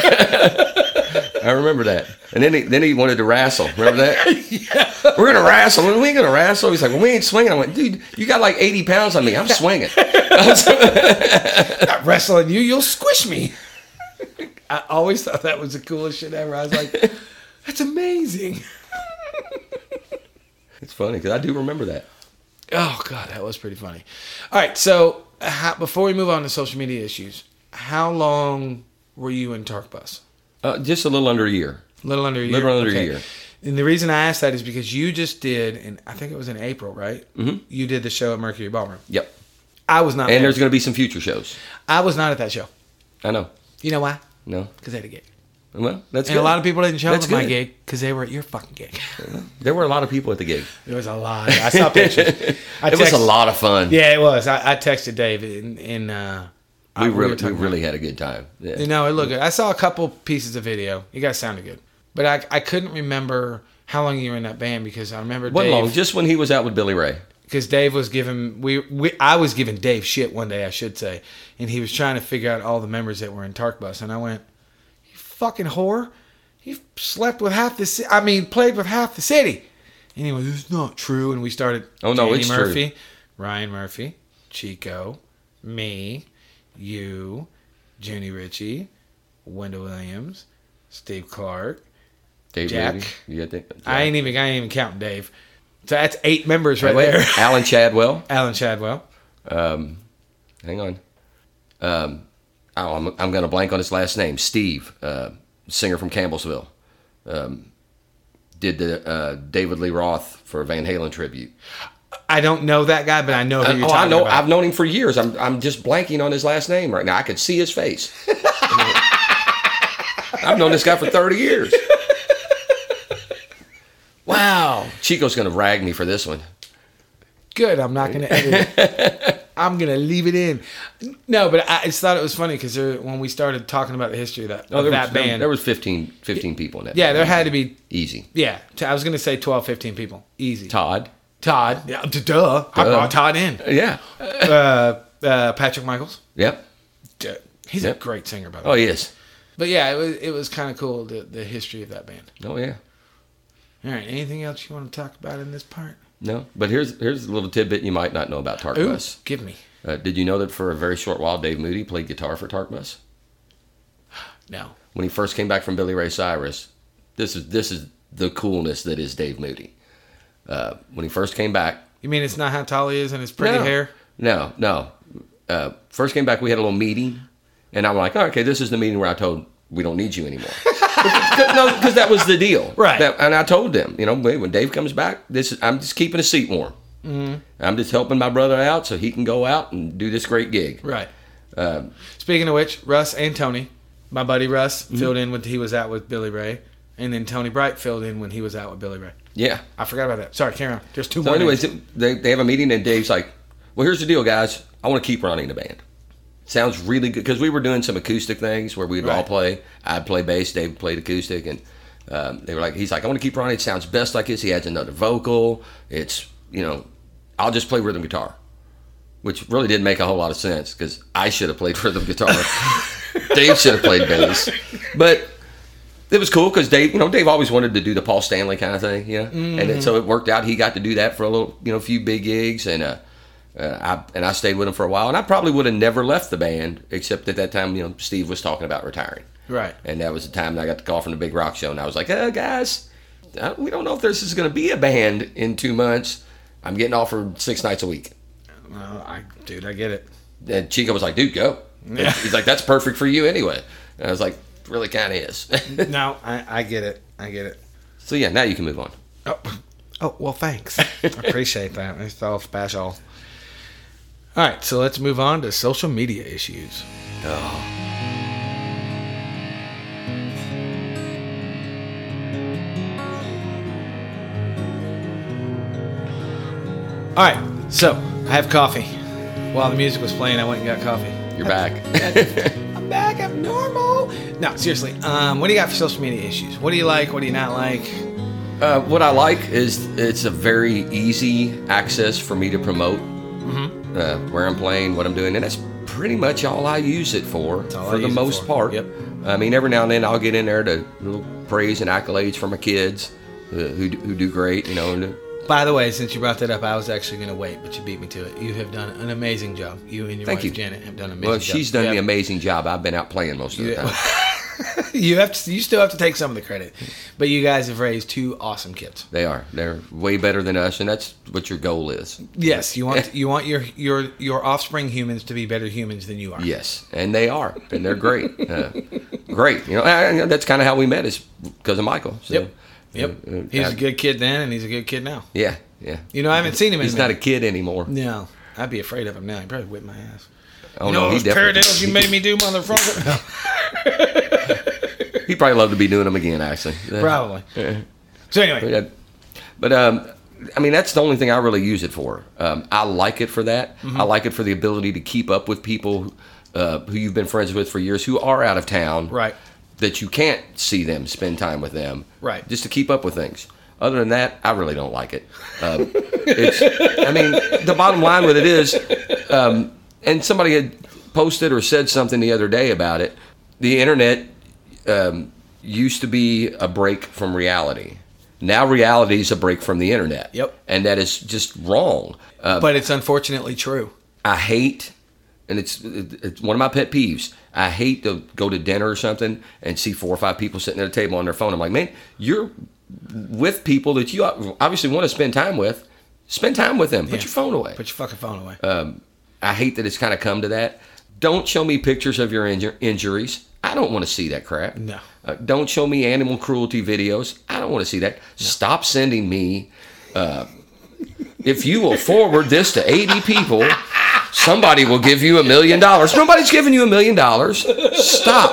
[SPEAKER 3] I remember that. And then he, then he wanted to wrestle. Remember that? We're gonna wrestle. We ain't gonna wrestle. He's like, well, we ain't swinging. I went, dude, you got like 80 pounds on me. I'm swinging.
[SPEAKER 2] not wrestling you, you'll squish me. I always thought that was the coolest shit ever. I was like, that's amazing.
[SPEAKER 3] It's funny because I do remember that.
[SPEAKER 2] Oh god, that was pretty funny. All right, so how, before we move on to social media issues, how long were you in Tark Bus?
[SPEAKER 3] Uh, just a little under a year.
[SPEAKER 2] Little under a year.
[SPEAKER 3] Little under a year.
[SPEAKER 2] And the reason I asked that is because you just did, and I think it was in April, right? Mm-hmm. You did the show at Mercury Ballroom.
[SPEAKER 3] Yep.
[SPEAKER 2] I was not.
[SPEAKER 3] And
[SPEAKER 2] there.
[SPEAKER 3] there's gonna be some future shows.
[SPEAKER 2] I was not at that show.
[SPEAKER 3] I know.
[SPEAKER 2] You know why?
[SPEAKER 3] No.
[SPEAKER 2] Because they had a gig,
[SPEAKER 3] Well, that's
[SPEAKER 2] and
[SPEAKER 3] good.
[SPEAKER 2] a lot of people didn't show
[SPEAKER 3] That's
[SPEAKER 2] up at my
[SPEAKER 3] good.
[SPEAKER 2] gig because they were at your fucking gig.
[SPEAKER 3] There were a lot of people at the gig.
[SPEAKER 2] There was a lot. I saw pictures. I
[SPEAKER 3] it was a
[SPEAKER 2] text-
[SPEAKER 3] lot of fun.
[SPEAKER 2] Yeah, it was. I, I texted Dave, and, and uh, I-
[SPEAKER 3] we
[SPEAKER 2] were
[SPEAKER 3] really, we
[SPEAKER 2] talking about-
[SPEAKER 3] really had a good time. Yeah.
[SPEAKER 2] You know, it uh, looked good. I saw a couple pieces of video. You guys sounded good. But I, I couldn't remember how long you were in that band because I remember
[SPEAKER 3] Wasn't long.
[SPEAKER 2] Dave
[SPEAKER 3] Just when he was out with Billy Ray.
[SPEAKER 2] because Dave was giving we, we I was giving Dave shit one day I should say, and he was trying to figure out all the members that were in Tark Bus, and I went, "You fucking whore! You slept with half the ci- I mean played with half the city." And he went, "It's not true." And we started.
[SPEAKER 3] Oh, no,
[SPEAKER 2] Danny
[SPEAKER 3] it's true.
[SPEAKER 2] Murphy, Ryan Murphy, Chico, me, you, Junie Ritchie, Wendell Williams, Steve Clark.
[SPEAKER 3] Dave
[SPEAKER 2] Jack.
[SPEAKER 3] Moody. You got that?
[SPEAKER 2] I ain't even. I ain't even counting Dave. So that's eight members right
[SPEAKER 3] Wait,
[SPEAKER 2] there.
[SPEAKER 3] Alan Chadwell.
[SPEAKER 2] Alan Shadwell.
[SPEAKER 3] um, hang on. Um, oh, I'm, I'm going to blank on his last name. Steve, uh, singer from Campbellsville. Um, did the uh, David Lee Roth for Van Halen tribute.
[SPEAKER 2] I don't know that guy, but I know who you're
[SPEAKER 3] oh, I
[SPEAKER 2] talking
[SPEAKER 3] know.
[SPEAKER 2] about.
[SPEAKER 3] I've known him for years. I'm I'm just blanking on his last name right now. I could see his face. I've known this guy for 30 years. Wow, Chico's gonna rag me for this one.
[SPEAKER 2] Good. I'm not going to edit it. I'm going to leave it in. No, but I I just thought it was funny because when we started talking about the history of that, of that
[SPEAKER 3] was,
[SPEAKER 2] band,
[SPEAKER 3] Oh, There was 15, 15 people in that.
[SPEAKER 2] yeah, there had to be,
[SPEAKER 3] easy.
[SPEAKER 2] yeah, t- I was going to say 12, 15 people. Easy.
[SPEAKER 3] Todd.
[SPEAKER 2] Todd. Yeah, d- duh. I brought Todd in.
[SPEAKER 3] Yeah.
[SPEAKER 2] Uh, uh, Patrick Michaels.
[SPEAKER 3] Yep.
[SPEAKER 2] Duh. He's a
[SPEAKER 3] Yep.
[SPEAKER 2] great singer, by the
[SPEAKER 3] Oh,
[SPEAKER 2] way.
[SPEAKER 3] he is.
[SPEAKER 2] But yeah, it was, it was kind of cool, the, the history of that band.
[SPEAKER 3] Oh yeah.
[SPEAKER 2] All right. Anything else you want to talk about in this part?
[SPEAKER 3] No, but here's here's a little tidbit you might not know about
[SPEAKER 2] Ooh,
[SPEAKER 3] Tarkmus.
[SPEAKER 2] give me.
[SPEAKER 3] Uh, did you know that for a very short while, Dave Moody played guitar for Tarkmus?
[SPEAKER 2] No.
[SPEAKER 3] when he first came back from Billy Ray Cyrus, this is this is the coolness that is Dave Moody. Uh, when he first came back,
[SPEAKER 2] You mean it's not how tall he is and his pretty
[SPEAKER 3] no,
[SPEAKER 2] hair?
[SPEAKER 3] No, no. Uh, first came back, we had a little meeting, and I'm like, oh, okay, this is the meeting where I told we don't need you anymore. But- no, because that was the deal,
[SPEAKER 2] Right.
[SPEAKER 3] That- and I told them, you know, "Wait, when Dave comes back, this is, I'm just keeping a seat warm.
[SPEAKER 2] Mm-hmm.
[SPEAKER 3] I'm just helping my brother out so he can go out and do this great gig.
[SPEAKER 2] Right.
[SPEAKER 3] Um,
[SPEAKER 2] Speaking of which, Russ and Tony, my buddy Russ,
[SPEAKER 3] Mm-hmm.
[SPEAKER 2] filled in when he was out with Billy Ray, and then Tony Bright filled in when he was out with Billy Ray.
[SPEAKER 3] Yeah.
[SPEAKER 2] I forgot about that. Sorry, carry on. There's two
[SPEAKER 3] So,
[SPEAKER 2] more.
[SPEAKER 3] anyways,
[SPEAKER 2] names.
[SPEAKER 3] they, they have a meeting, and Dave's like, "Well, here's the deal, guys. I want to keep running the band. Sounds really good because we were doing some acoustic things where we'd all
[SPEAKER 2] Right.
[SPEAKER 3] play. I'd play bass, Dave played acoustic, and um, they were like, "He's like, I want to keep running. It sounds best like this. He adds another vocal. It's you know, I'll just play rhythm guitar." Which really didn't make a whole lot of sense because I should have played rhythm guitar. Dave should have played bass, but it was cool because Dave, you know, Dave always wanted to do the Paul Stanley kind of thing, you know, and then, so it worked out. He got to do that for a little, you know, few big gigs, and uh, uh, I and I stayed with him for a while, and I probably would have never left the band except at that time, you know, Steve was talking about retiring,
[SPEAKER 2] Right.
[SPEAKER 3] and that was the time that I got the call from the Big Rock Show, and I was like, uh, guys, uh, we don't know if this is going to be a band in two months. I'm getting offered six nights a week.
[SPEAKER 2] Well, I, dude, I get it.
[SPEAKER 3] And Chico was like, dude, go.
[SPEAKER 2] Yeah.
[SPEAKER 3] He's like, that's perfect for you anyway. And I was like, really kind of is.
[SPEAKER 2] No, I, I get it. I get it.
[SPEAKER 3] so yeah, now you can move on.
[SPEAKER 2] Oh, oh well, thanks. I appreciate that. It's all special. All right, so let's move on to social media issues. Oh. All right, so I have coffee. While the music was playing, I went and got coffee.
[SPEAKER 3] You're back.
[SPEAKER 2] I'm back. I'm normal. No, seriously. Um, what do you got for social media issues? What do you like? What do you not like?
[SPEAKER 3] Uh, what I like is it's a very easy access for me to promote
[SPEAKER 2] Mm-hmm.
[SPEAKER 3] uh, where I'm playing, what I'm doing, and that's pretty much all I use it for,
[SPEAKER 2] all
[SPEAKER 3] for
[SPEAKER 2] I
[SPEAKER 3] the
[SPEAKER 2] use it
[SPEAKER 3] most
[SPEAKER 2] for.
[SPEAKER 3] part.
[SPEAKER 2] Yep.
[SPEAKER 3] I mean, every now and then I'll get in there to little praise and accolades for my kids uh, who, do- who do great, you know. And,
[SPEAKER 2] By the way, since you brought that up, I was actually going to wait, but you beat me to it. You have done an amazing job. You and your
[SPEAKER 3] Thank
[SPEAKER 2] wife
[SPEAKER 3] you.
[SPEAKER 2] Janet have done an amazing.
[SPEAKER 3] well, she's done
[SPEAKER 2] job.
[SPEAKER 3] the amazing job. I've been out playing most of the
[SPEAKER 2] Yeah.
[SPEAKER 3] time.
[SPEAKER 2] You have to, you still have to take some of the credit, but you guys have raised two awesome kids.
[SPEAKER 3] They are. They're way better than us, and that's what your goal is.
[SPEAKER 2] Yes, you want you want your your your offspring humans to be better humans than you are.
[SPEAKER 3] Yes, and they are, and they're great, uh, great. You know, and- and that's kind of how we met is because of Michael. So,
[SPEAKER 2] Yep. Yep.
[SPEAKER 3] uh, uh,
[SPEAKER 2] He was
[SPEAKER 3] I-
[SPEAKER 2] a good kid then, and he's a good kid now.
[SPEAKER 3] Yeah, yeah.
[SPEAKER 2] You know, I haven't seen him. in
[SPEAKER 3] He's
[SPEAKER 2] a
[SPEAKER 3] not a
[SPEAKER 2] minute.
[SPEAKER 3] kid anymore.
[SPEAKER 2] No, I'd be afraid of him now. He'd probably whip my ass.
[SPEAKER 3] Oh
[SPEAKER 2] no,
[SPEAKER 3] no, he
[SPEAKER 2] those
[SPEAKER 3] definitely.
[SPEAKER 2] paradiddles you made me do, motherfucker.
[SPEAKER 3] He probably love to be doing them again, actually. Yeah.
[SPEAKER 2] Probably. So anyway,
[SPEAKER 3] Yeah. But um, I mean, that's the only thing I really use it for. Um, I like it for that.
[SPEAKER 2] Mm-hmm.
[SPEAKER 3] I like it for the ability to keep up with people uh, who you've been friends with for years who are out of town.
[SPEAKER 2] Right.
[SPEAKER 3] That you can't see them, spend time with them.
[SPEAKER 2] Right.
[SPEAKER 3] Just to keep up with things. Other than that, I really don't like it. Um, it's, I mean, the bottom line with it is, um, and somebody had posted or said something the other day about it. The internet um, used to be a break from reality. Now reality is a break from the internet.
[SPEAKER 2] Yep.
[SPEAKER 3] And that is just wrong. Uh,
[SPEAKER 2] but it's unfortunately true.
[SPEAKER 3] I hate, and it's it's one of my pet peeves. I hate to go to dinner or something and see four or five people sitting at a table on their phone. I'm like, man, you're with people that you obviously want to spend time with. Spend time with them. Put your phone away. Uh,
[SPEAKER 2] Put your fucking phone away.
[SPEAKER 3] Um, I hate that it's kind of come to that. Don't show me pictures of your inju- injuries. I don't want to see that crap.
[SPEAKER 2] No.
[SPEAKER 3] Uh, don't show me animal cruelty videos. I don't want to see that. Stop sending me. Uh, if you will forward this to 80 people, somebody will give you a million dollars. Nobody's giving you a million dollars. Stop.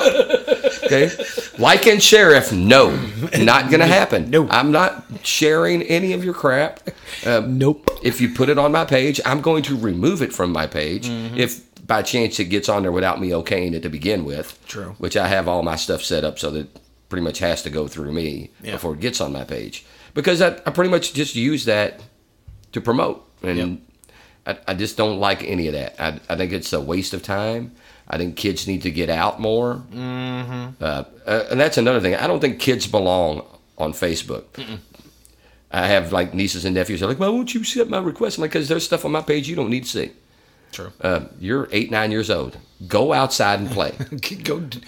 [SPEAKER 3] Okay. Like and share if no, not going to happen.
[SPEAKER 2] No.
[SPEAKER 3] I'm not sharing any of your crap. Uh,
[SPEAKER 2] Nope.
[SPEAKER 3] if you put it on my page, I'm going to remove it from my page. If by chance it gets on there without me okaying it to begin with,
[SPEAKER 2] True.
[SPEAKER 3] Which I have all my stuff set up so that pretty much has to go through me
[SPEAKER 2] Yeah.
[SPEAKER 3] before it gets on my page because I, I pretty much just use that to promote, and I, I just don't like any of that. I, I think it's a waste of time. I think kids need to get out more. Mm-hmm. Uh, uh, and that's another thing. I don't think kids belong on Facebook. I have like nieces and nephews. They're like, "Well, won't you accept my request?" I'm like, "Cause there's stuff on my page you don't need to see.
[SPEAKER 2] True.
[SPEAKER 3] Uh, you're eight, nine years old. Go outside and play.
[SPEAKER 2] go, d-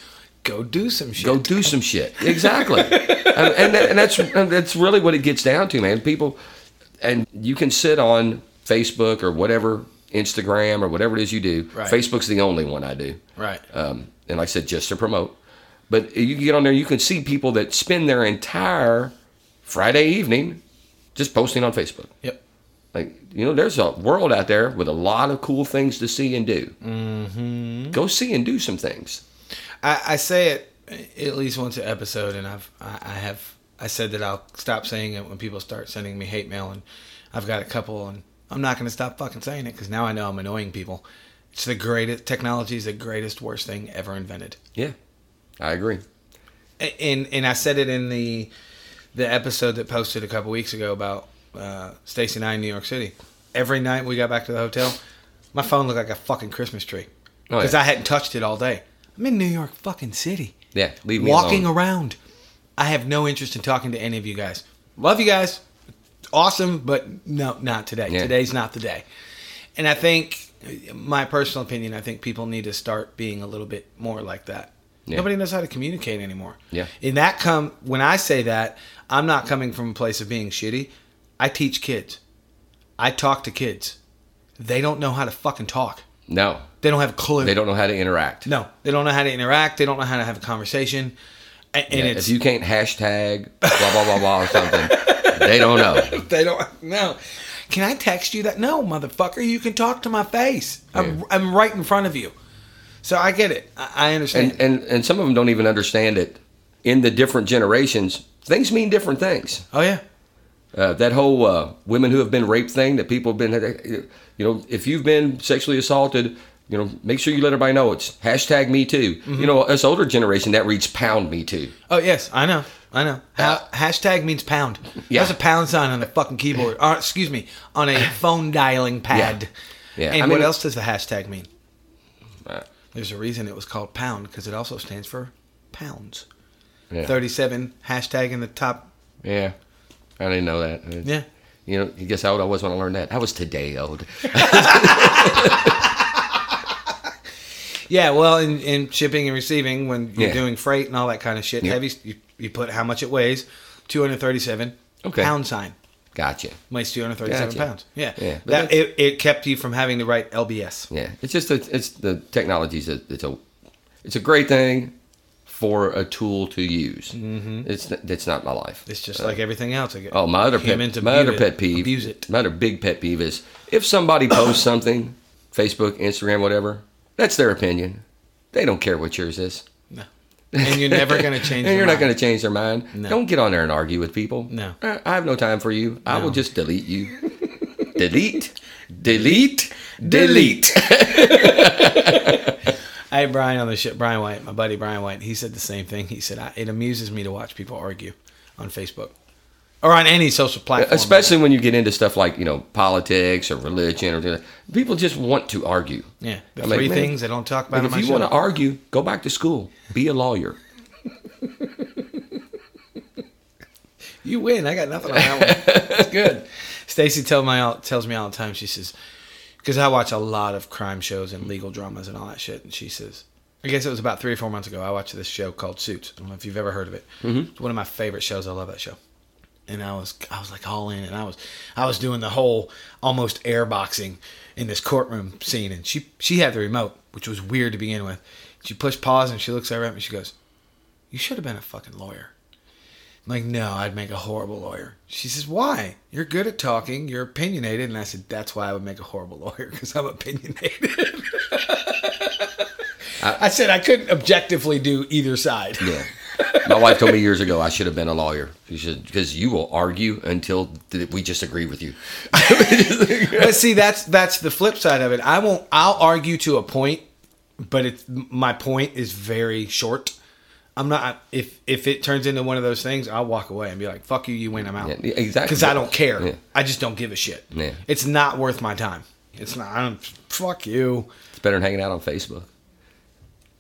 [SPEAKER 2] go do some shit.
[SPEAKER 3] Go do some shit. Exactly. and, and, that, and that's and that's really what it gets down to, man. People, and you can sit on Facebook or whatever, Instagram or whatever it is you do.
[SPEAKER 2] Right.
[SPEAKER 3] Facebook's the only one I do.
[SPEAKER 2] right.
[SPEAKER 3] Um, and like I said, just to promote. But you can get on there, you can see people that spend their entire Friday evening just posting on Facebook.
[SPEAKER 2] yep.
[SPEAKER 3] Like, you know, there's a world out there with a lot of cool things to see and do. Mm-hmm. Go see and do some things.
[SPEAKER 2] I, I say it at least once an episode, and I've I, I have I said that I'll stop saying it when people start sending me hate mail, and I've got a couple, and I'm not going to stop fucking saying it because now I know I'm annoying people. It's the greatest technology is the greatest worst thing ever invented,
[SPEAKER 3] Yeah, I agree.
[SPEAKER 2] A- and and I said it in the the episode that posted a couple weeks ago about uh, Stacy and I in New York City. Every night we got back to the hotel, my phone looked like a fucking Christmas tree
[SPEAKER 3] Oh,
[SPEAKER 2] because
[SPEAKER 3] yeah.
[SPEAKER 2] I hadn't touched it all day. I'm in New York fucking city
[SPEAKER 3] Yeah, leave me
[SPEAKER 2] walking
[SPEAKER 3] alone.
[SPEAKER 2] around. I have no interest in talking to any of you guys. Love you guys. Awesome, but no, not today.
[SPEAKER 3] Yeah.
[SPEAKER 2] Today's not the day. And I think, my personal opinion, I think people need to start being a little bit more like that.
[SPEAKER 3] Yeah.
[SPEAKER 2] Nobody knows how to communicate anymore.
[SPEAKER 3] Yeah.
[SPEAKER 2] And that come when I say that, I'm not coming from a place of being shitty. I teach kids. I talk to kids. They don't know how to fucking talk.
[SPEAKER 3] No,
[SPEAKER 2] They don't have a clue.
[SPEAKER 3] they don't know how to interact.
[SPEAKER 2] No, they don't know how to interact. They don't know how to have a conversation. A- And
[SPEAKER 3] Yeah,
[SPEAKER 2] it's
[SPEAKER 3] if you can't hashtag blah blah blah blah or something, they don't know.
[SPEAKER 2] they don't no. Can I text you that? No, motherfucker. You can talk to my face. I'm
[SPEAKER 3] Yeah.
[SPEAKER 2] I'm right in front of you. So I get it. I, I understand.
[SPEAKER 3] And and and some of them don't even understand it. In the different generations, things mean different things.
[SPEAKER 2] oh yeah,
[SPEAKER 3] Uh, that whole uh, women who have been raped thing that people have been, uh, you know, if you've been sexually assaulted, you know, make sure you let everybody know it's hashtag me too.
[SPEAKER 2] Mm-hmm.
[SPEAKER 3] You know, us older generation that reads pound me too.
[SPEAKER 2] oh yes, I know, I know. Ha- hashtag means pound.
[SPEAKER 3] Yeah.
[SPEAKER 2] That's a pound sign on the fucking keyboard. Or excuse me, on a phone dialing pad.
[SPEAKER 3] Yeah.
[SPEAKER 2] And
[SPEAKER 3] I mean-
[SPEAKER 2] what else does the hashtag mean? There's a reason it was called pound because it also stands for pounds.
[SPEAKER 3] Yeah.
[SPEAKER 2] 37 hashtag in the top.
[SPEAKER 3] Yeah, I didn't know that.
[SPEAKER 2] Yeah.
[SPEAKER 3] You know, you guess how old I was when I learned that. I was today old.
[SPEAKER 2] Yeah, well, in, in shipping and receiving, when you're
[SPEAKER 3] Yeah.
[SPEAKER 2] doing freight and all that kind of shit,
[SPEAKER 3] Yeah.
[SPEAKER 2] heavy, you, you put how much it weighs, 237
[SPEAKER 3] Okay.
[SPEAKER 2] pound sign.
[SPEAKER 3] Gotcha.
[SPEAKER 2] Weighs 237
[SPEAKER 3] Gotcha.
[SPEAKER 2] pounds. Yeah.
[SPEAKER 3] Yeah, but
[SPEAKER 2] That,
[SPEAKER 3] that's-
[SPEAKER 2] it, it kept you from having to write LBS.
[SPEAKER 3] Yeah, it's just a, it's the technology's a, it's a it's a great thing for a tool to use. Mm-hmm. It's it's not my life.
[SPEAKER 2] It's just like everything else. I guess.
[SPEAKER 3] Uh, Oh, my other pet,
[SPEAKER 2] Humans
[SPEAKER 3] my
[SPEAKER 2] abuse
[SPEAKER 3] other
[SPEAKER 2] it,
[SPEAKER 3] pet peeve,
[SPEAKER 2] Abuse it.
[SPEAKER 3] my other big pet peeve is if somebody posts something, Facebook, Instagram, whatever, that's their opinion. They don't care what yours is,
[SPEAKER 2] No. And you're never going to change
[SPEAKER 3] and
[SPEAKER 2] your
[SPEAKER 3] you're not
[SPEAKER 2] mind.
[SPEAKER 3] going to change their mind. Don't get on there and argue with people.
[SPEAKER 2] No.
[SPEAKER 3] I I have no time for you. I will just delete you. delete, delete, delete.
[SPEAKER 2] I had Brian on the ship, Brian White, my buddy Brian White. He said the same thing. He said, I, It amuses me to watch people argue on Facebook or on any social platform.
[SPEAKER 3] Especially when you get into stuff like you know politics or religion or anything. people just want to argue.
[SPEAKER 2] Yeah. The
[SPEAKER 3] I'm like,
[SPEAKER 2] three
[SPEAKER 3] man,
[SPEAKER 2] things I don't talk about on
[SPEAKER 3] Like if
[SPEAKER 2] my
[SPEAKER 3] you
[SPEAKER 2] show.
[SPEAKER 3] want to argue, go back to school. Be a lawyer.
[SPEAKER 2] You win. I got nothing on that one. It's good. Stacy tell my all, tells me all the time. She says, because I watch a lot of crime shows and legal dramas and all that shit. And she says, I guess it was about three or four months ago. I watched this show called Suits. I don't know if you've ever heard of it. It's one of my favorite shows. I love that show. And I was I was like all in, and I was I was doing the whole almost airboxing in this courtroom scene. And she she had the remote, which was weird to begin with. She pushed pause and she looks over at me. She goes, "You should have been a fucking lawyer." I'm like, "No, I'd make a horrible lawyer." She says, "Why? You're good at talking. You're opinionated." And I said, "That's why I would make a horrible lawyer because I'm opinionated." I said I couldn't objectively do either side.
[SPEAKER 3] Yeah. My wife told me years ago I should have been a lawyer. She said because you will argue until th- we just agree with you.
[SPEAKER 2] but see, that's that's the flip side of it. I won't. I'll argue to a point, but it's my point is very short. I'm not. If if it turns into one of those things, I'll walk away and be like, "Fuck you, you win, I'm out."
[SPEAKER 3] Yeah, exactly.
[SPEAKER 2] Because I don't care.
[SPEAKER 3] Yeah.
[SPEAKER 2] I just don't give a shit.
[SPEAKER 3] Yeah.
[SPEAKER 2] It's not worth my time. It's not. I don't. Fuck you.
[SPEAKER 3] It's better than hanging out on Facebook.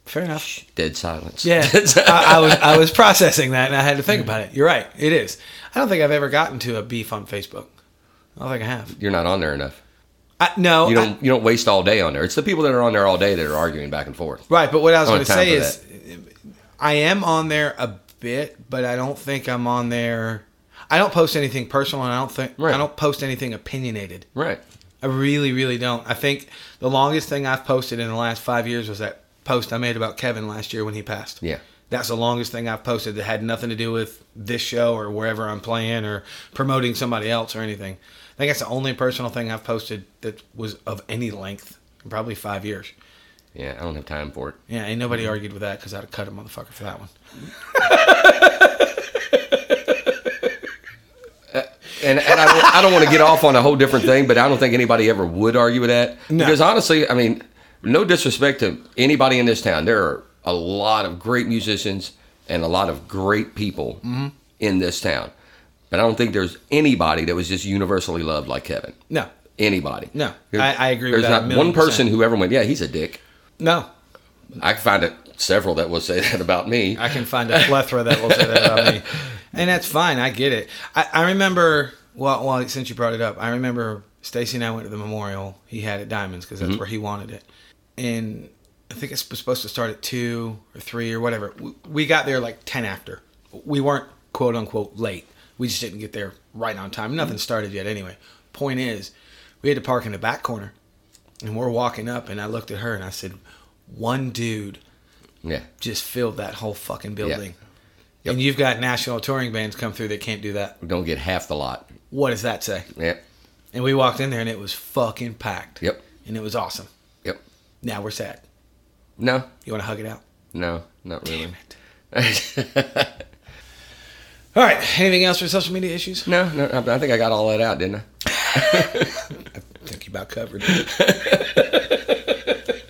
[SPEAKER 2] Fair enough.
[SPEAKER 3] Dead silence.
[SPEAKER 2] Yeah, I, I was I was processing that and I had to think about it. You're right. It is. I don't think I've ever gotten to a beef on Facebook. I don't think I have.
[SPEAKER 3] You're not on there enough.
[SPEAKER 2] I, no,
[SPEAKER 3] You
[SPEAKER 2] I-
[SPEAKER 3] don't. you don't waste all day on there. It's the people that are on there all day that are arguing back and forth.
[SPEAKER 2] Right, but what I was
[SPEAKER 3] I
[SPEAKER 2] going
[SPEAKER 3] don't
[SPEAKER 2] to
[SPEAKER 3] have
[SPEAKER 2] say
[SPEAKER 3] time
[SPEAKER 2] is, I am on there a bit, but I don't think I'm on there. I don't post anything personal, and I don't think
[SPEAKER 3] Right.
[SPEAKER 2] I don't post anything opinionated.
[SPEAKER 3] Right.
[SPEAKER 2] I really, really don't. I think the longest thing I've posted in the last five years was that post I made about Kevin last year when he passed.
[SPEAKER 3] Yeah.
[SPEAKER 2] That's the longest thing I've posted that had nothing to do with this show or wherever I'm playing or promoting somebody else or anything. I think that's the only personal thing I've posted that was of any length in probably five years.
[SPEAKER 3] Yeah. I don't have time for it.
[SPEAKER 2] Yeah, ain't nobody argued with that because I'd have cut a motherfucker for that one.
[SPEAKER 3] and, and I, I don't want to get off on a whole different thing, but I don't think anybody ever would argue with that.
[SPEAKER 2] No.
[SPEAKER 3] Because honestly, I mean, no disrespect to anybody in this town. There are a lot of great musicians and a lot of great people
[SPEAKER 2] Mm-hmm.
[SPEAKER 3] in this town. But I don't think there's anybody that was just universally loved like Kevin.
[SPEAKER 2] No,
[SPEAKER 3] Anybody.
[SPEAKER 2] No.
[SPEAKER 3] There-
[SPEAKER 2] I- I agree with
[SPEAKER 3] There's
[SPEAKER 2] that a
[SPEAKER 3] not
[SPEAKER 2] million
[SPEAKER 3] one person
[SPEAKER 2] percent.
[SPEAKER 3] who ever went, yeah, he's a dick.
[SPEAKER 2] no,
[SPEAKER 3] I can find it several that will say that about me.
[SPEAKER 2] I can find a plethora that will say that about me, and that's fine. I get it. I, I remember. Well, well, since you brought it up, I remember Stacy and I went to the memorial he had at Diamonds because that's where he wanted it, and I think it was supposed to start at two or three or whatever. We, we got there like ten after. We weren't quote unquote late. We just didn't get there right on time. Nothing started yet anyway. Point is, we had to park in the back corner, and we're walking up, and I looked at her and I said, "One dude."
[SPEAKER 3] yeah.
[SPEAKER 2] just filled that whole fucking building.
[SPEAKER 3] Yep.
[SPEAKER 2] And you've got national touring bands come through that can't do that.
[SPEAKER 3] Don't get half the lot.
[SPEAKER 2] What does that say?
[SPEAKER 3] Yep.
[SPEAKER 2] And we walked in there and it was fucking packed.
[SPEAKER 3] Yep.
[SPEAKER 2] And it was awesome.
[SPEAKER 3] Yep.
[SPEAKER 2] Now we're sad.
[SPEAKER 3] No.
[SPEAKER 2] You want to hug it out?
[SPEAKER 3] No, not really.
[SPEAKER 2] All right. Anything else for social media issues?
[SPEAKER 3] No, no, I I think I got all that out, didn't I?
[SPEAKER 2] I think you about covered. it.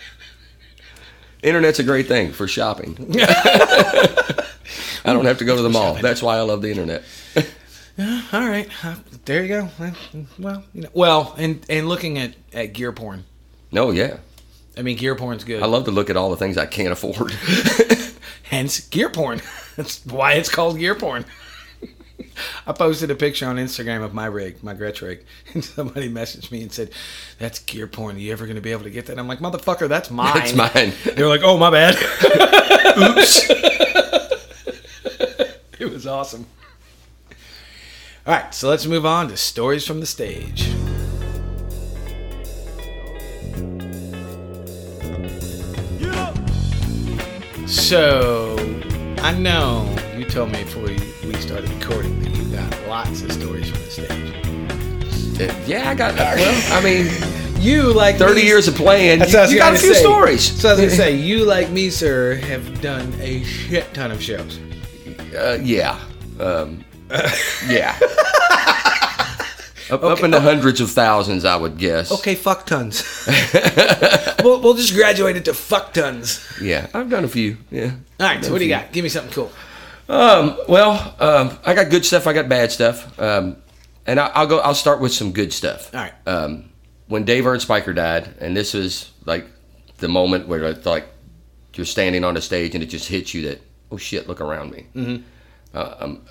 [SPEAKER 3] Internet's a great thing for shopping. I don't have to go to the mall. That's why I love the internet.
[SPEAKER 2] All right. Uh, There you go. Well, Well, you know, well, and and looking at at gear porn.
[SPEAKER 3] No, yeah.
[SPEAKER 2] I mean, gear porn's good.
[SPEAKER 3] I love to look at all the things I can't afford.
[SPEAKER 2] Hence, gear porn. That's why it's called gear porn. I posted a picture on Instagram of my rig, my Gretsch rig, and somebody messaged me and said, "That's gear porn. Are you ever going to be able to get that?" I'm like, "Motherfucker, that's mine."
[SPEAKER 3] That's mine.
[SPEAKER 2] They were like, "Oh, my bad." Oops. it was awesome. All right, so let's move on to stories from the stage. So, I know you told me before we started recording that you got lots of stories from the stage.
[SPEAKER 3] yeah, I got. Well, I mean,
[SPEAKER 2] You like
[SPEAKER 3] thirty
[SPEAKER 2] me-
[SPEAKER 3] years of playing,
[SPEAKER 2] That's
[SPEAKER 3] you,
[SPEAKER 2] what I was
[SPEAKER 3] you got a
[SPEAKER 2] gonna
[SPEAKER 3] few
[SPEAKER 2] say.
[SPEAKER 3] stories.
[SPEAKER 2] So I was gonna say, you like me, sir, have done a shit ton of shows.
[SPEAKER 3] Uh, yeah, um, yeah. up, up in the hundreds of thousands, I would guess.
[SPEAKER 2] Okay, fuck tons. we'll, we'll just graduate it to fuck tons.
[SPEAKER 3] Yeah, I've done a few. Yeah.
[SPEAKER 2] All right, so what do you got? Give me something cool.
[SPEAKER 3] Um, well, um, I got good stuff. I got bad stuff. Um, and I, I'll go. I'll start with some good stuff.
[SPEAKER 2] All right.
[SPEAKER 3] Um, when Dave Spiker died, and this was like the moment where it's like you're standing on a stage and it just hits you that oh shit, look around me. Mm-hmm. Uh, um,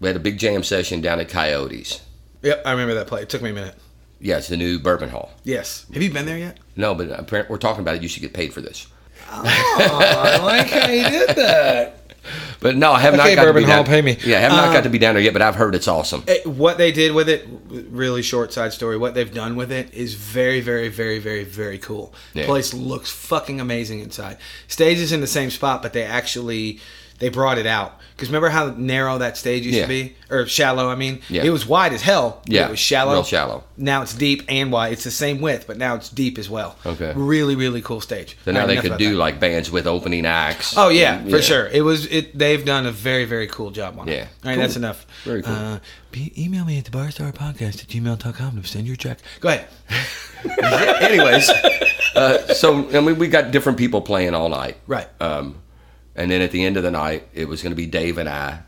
[SPEAKER 3] we had a big jam session down at Coyotes.
[SPEAKER 2] Yep, I remember that play. It took me a minute.
[SPEAKER 3] Yeah, it's the new Bourbon Hall.
[SPEAKER 2] Yes. Have you been there yet?
[SPEAKER 3] No, but apparent- we're talking about it. You should get paid for this.
[SPEAKER 2] I like how you did that.
[SPEAKER 3] But But no, I have not
[SPEAKER 2] Okay,
[SPEAKER 3] got
[SPEAKER 2] Bourbon
[SPEAKER 3] to be
[SPEAKER 2] Hall,
[SPEAKER 3] down.
[SPEAKER 2] pay me.
[SPEAKER 3] Yeah, I have not
[SPEAKER 2] Um,
[SPEAKER 3] got to be down there yet, but I've heard it's awesome.
[SPEAKER 2] It- what they did with it, really short side story. What they've done with it is very, very, very, very, very cool. The
[SPEAKER 3] Yeah.
[SPEAKER 2] Place looks fucking amazing inside. Stage is in the same spot, but they actually they brought it out. Because remember how narrow that stage used
[SPEAKER 3] Yeah.
[SPEAKER 2] to be, or shallow? I mean,
[SPEAKER 3] Yeah.
[SPEAKER 2] it was wide as hell. but
[SPEAKER 3] Yeah,
[SPEAKER 2] it was shallow.
[SPEAKER 3] real shallow.
[SPEAKER 2] Now it's deep and wide. It's the same width, but now it's deep as well.
[SPEAKER 3] Okay.
[SPEAKER 2] Really, really cool stage.
[SPEAKER 3] So now
[SPEAKER 2] Alright,
[SPEAKER 3] they
[SPEAKER 2] enough
[SPEAKER 3] could
[SPEAKER 2] about
[SPEAKER 3] do
[SPEAKER 2] that.
[SPEAKER 3] like bands with opening acts.
[SPEAKER 2] Oh yeah,
[SPEAKER 3] And-
[SPEAKER 2] for sure. It was it. They've done a very very cool job on it.
[SPEAKER 3] Yeah.
[SPEAKER 2] All right,
[SPEAKER 3] Cool.
[SPEAKER 2] that's enough.
[SPEAKER 3] Very cool.
[SPEAKER 2] Uh, be, email me at the barstarpodcast at gmail.com to send your check. Go ahead.
[SPEAKER 3] Anyways, uh, so I mean, we got different people playing all night.
[SPEAKER 2] Right.
[SPEAKER 3] Um, and then at the end of the night, it was going to be Dave and I,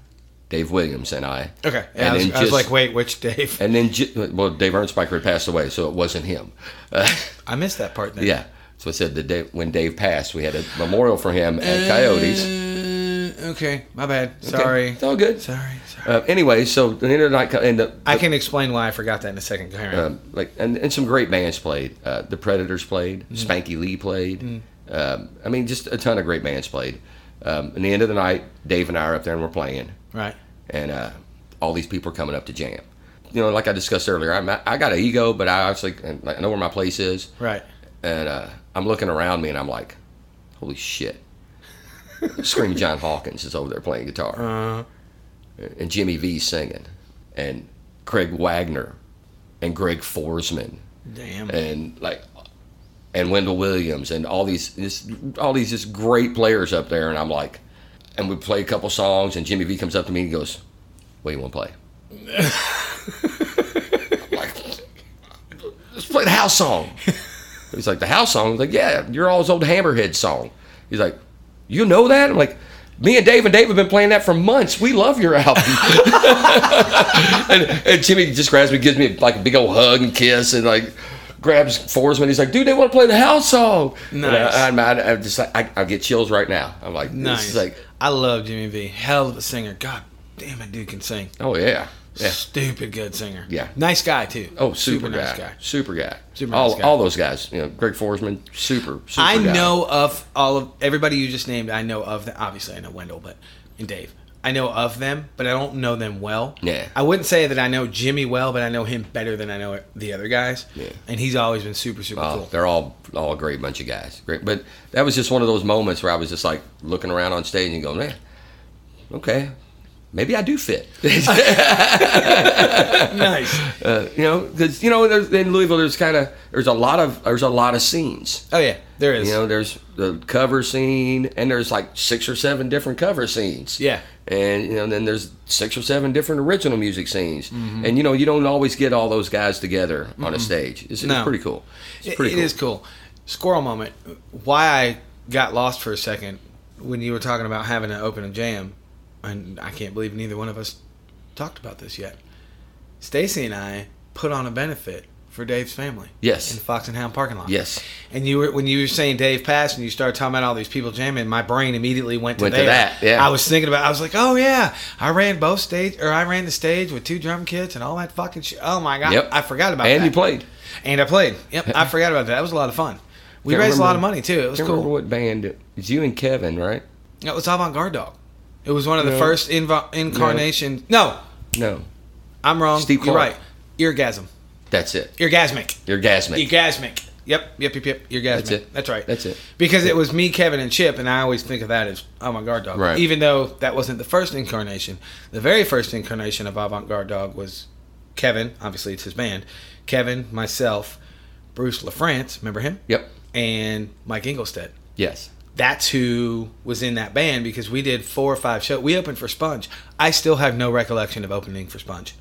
[SPEAKER 3] Dave Williams and I.
[SPEAKER 2] Okay.
[SPEAKER 3] And
[SPEAKER 2] Yeah, I, was,
[SPEAKER 3] then
[SPEAKER 2] I was
[SPEAKER 3] just-
[SPEAKER 2] like, wait, which Dave?
[SPEAKER 3] And then, ju- well, Dave Ernstbiker had passed away, so it wasn't him. Uh,
[SPEAKER 2] I missed that part. Then.
[SPEAKER 3] yeah. So I said that Dave, when Dave passed, we had a memorial for him at Coyotes.
[SPEAKER 2] Uh, okay, my bad. Sorry.
[SPEAKER 3] It's all good.
[SPEAKER 2] Sorry. Sorry.
[SPEAKER 3] Uh, anyway, so the end of the night, co- and the,
[SPEAKER 2] I can explain why I forgot that in a second. Go ahead.
[SPEAKER 3] um, like and, and some great bands played. Uh, the Predators played. Spanky Lee played. Um, I mean, just a ton of great bands played. Um, and the end of the night, Dave and I are up there and we're playing,
[SPEAKER 2] right.
[SPEAKER 3] and uh, all these people are coming up to jam. You know, like I discussed earlier, I'm, I got an ego, but I actually and, like, I know where my place is,
[SPEAKER 2] Right.
[SPEAKER 3] and uh, I'm looking around me, and I'm like, "Holy shit!" Screaming John Hawkins is over there playing guitar
[SPEAKER 2] Uh,
[SPEAKER 3] and Jimmy V singing, and Craig Wagner, and Greg Forsman,
[SPEAKER 2] damn.
[SPEAKER 3] and like, and Wendell Williams, and all these, just, all these just great players up there, and I'm like, and we play a couple songs, and Jimmy V comes up to me and he goes, "What do you want to play?" I'm like, let's play the house song. He's like, the house song? I was like, yeah, your all's old hammerhead song. He's like, you know that? I'm like, me and Dave and Dave have been playing that for months. We love your album. and, and Jimmy just grabs me, gives me like a big old hug and kiss, and like grabs Forsman. He's like, dude, they want to play the house song. And
[SPEAKER 2] Nice.
[SPEAKER 3] I, I'm, I, am just like, I, I get chills right now. I'm like, nice.
[SPEAKER 2] nice.
[SPEAKER 3] this is like,
[SPEAKER 2] I love Jimmy V. Hell of a singer. God damn it, dude can sing.
[SPEAKER 3] oh yeah, yeah.
[SPEAKER 2] Stupid good singer.
[SPEAKER 3] Yeah.
[SPEAKER 2] Nice guy too.
[SPEAKER 3] Oh, super, guy.
[SPEAKER 2] nice guy.
[SPEAKER 3] Super guy.
[SPEAKER 2] Super
[SPEAKER 3] all,
[SPEAKER 2] nice guy.
[SPEAKER 3] all those guys. You know, Greg Forsman, super, super
[SPEAKER 2] I
[SPEAKER 3] guy.
[SPEAKER 2] know of all of everybody you just named. I know of them. Obviously, I know Wendell, but and Dave. I know of them, but I don't know them well.
[SPEAKER 3] Yeah.
[SPEAKER 2] I wouldn't say that I know Jimmy well, but I know him better than I know the other guys.
[SPEAKER 3] Yeah.
[SPEAKER 2] And he's always been super, super
[SPEAKER 3] Oh,
[SPEAKER 2] cool.
[SPEAKER 3] They're all all a great bunch of guys. Great, but that was just one of those moments where I was just like looking around on stage and going, man, okay, maybe I do fit.
[SPEAKER 2] nice.
[SPEAKER 3] Uh, you know, because you know, there's, in Louisville, there's kind of there's a lot of there's a lot of scenes.
[SPEAKER 2] Oh yeah, there is.
[SPEAKER 3] You know, there's the cover scene, and there's like six or seven different cover scenes.
[SPEAKER 2] Yeah.
[SPEAKER 3] and you know, then there's six or seven different original music scenes,
[SPEAKER 2] Mm-hmm.
[SPEAKER 3] and you know, you don't always get all those guys together on a stage. It's, it's
[SPEAKER 2] No.
[SPEAKER 3] pretty cool. It's
[SPEAKER 2] It-
[SPEAKER 3] pretty
[SPEAKER 2] it is cool. Squirrel moment. Why I got lost for a second when you were talking about having to open a jam, and I can't believe neither one of us talked about this yet. Stacy and I put on a benefit for Dave's family.
[SPEAKER 3] Yes.
[SPEAKER 2] In the Fox and Hound parking lot.
[SPEAKER 3] Yes.
[SPEAKER 2] And you were when you were saying Dave passed and you started talking about all these people jamming, my brain immediately went to,
[SPEAKER 3] Went to
[SPEAKER 2] there.
[SPEAKER 3] that, yeah.
[SPEAKER 2] I was thinking about I was like, Oh yeah. I ran both stage or I ran the stage with two drum kits and all that fucking shit. Oh my god.
[SPEAKER 3] Yep.
[SPEAKER 2] I forgot about
[SPEAKER 3] and
[SPEAKER 2] that.
[SPEAKER 3] you played.
[SPEAKER 2] And I played. Yep, I forgot about that. That was a lot of fun. We
[SPEAKER 3] Can't
[SPEAKER 2] raised a lot of
[SPEAKER 3] remember-
[SPEAKER 2] money too. It was
[SPEAKER 3] can't remember
[SPEAKER 2] cool.
[SPEAKER 3] what band it was you and Kevin, right?
[SPEAKER 2] It was avant garde dog. It was one of the
[SPEAKER 3] No.
[SPEAKER 2] first invo- incarnation. No,
[SPEAKER 3] No,
[SPEAKER 2] I'm wrong.
[SPEAKER 3] Steve
[SPEAKER 2] You're
[SPEAKER 3] Clark.
[SPEAKER 2] right. Eargasm.
[SPEAKER 3] that's it.
[SPEAKER 2] Eargasmic.
[SPEAKER 3] Your gasmic.
[SPEAKER 2] Eargasmic. Yep, yep, yep, yep. Eargasmic. That's,
[SPEAKER 3] it.
[SPEAKER 2] right.
[SPEAKER 3] That's it.
[SPEAKER 2] Because it was me, Kevin, and Chip, and I always think of that as avant garde dog.
[SPEAKER 3] Right.
[SPEAKER 2] Even though that wasn't the first incarnation, the very first incarnation of avant garde dog was Kevin. Obviously, it's his band. Kevin, myself, Bruce LaFrance. Remember him?
[SPEAKER 3] Yep.
[SPEAKER 2] And Mike Ingolstead.
[SPEAKER 3] Yes.
[SPEAKER 2] that's who was in that band because we did four or five shows. We opened for Sponge. I still have no recollection of opening for Sponge.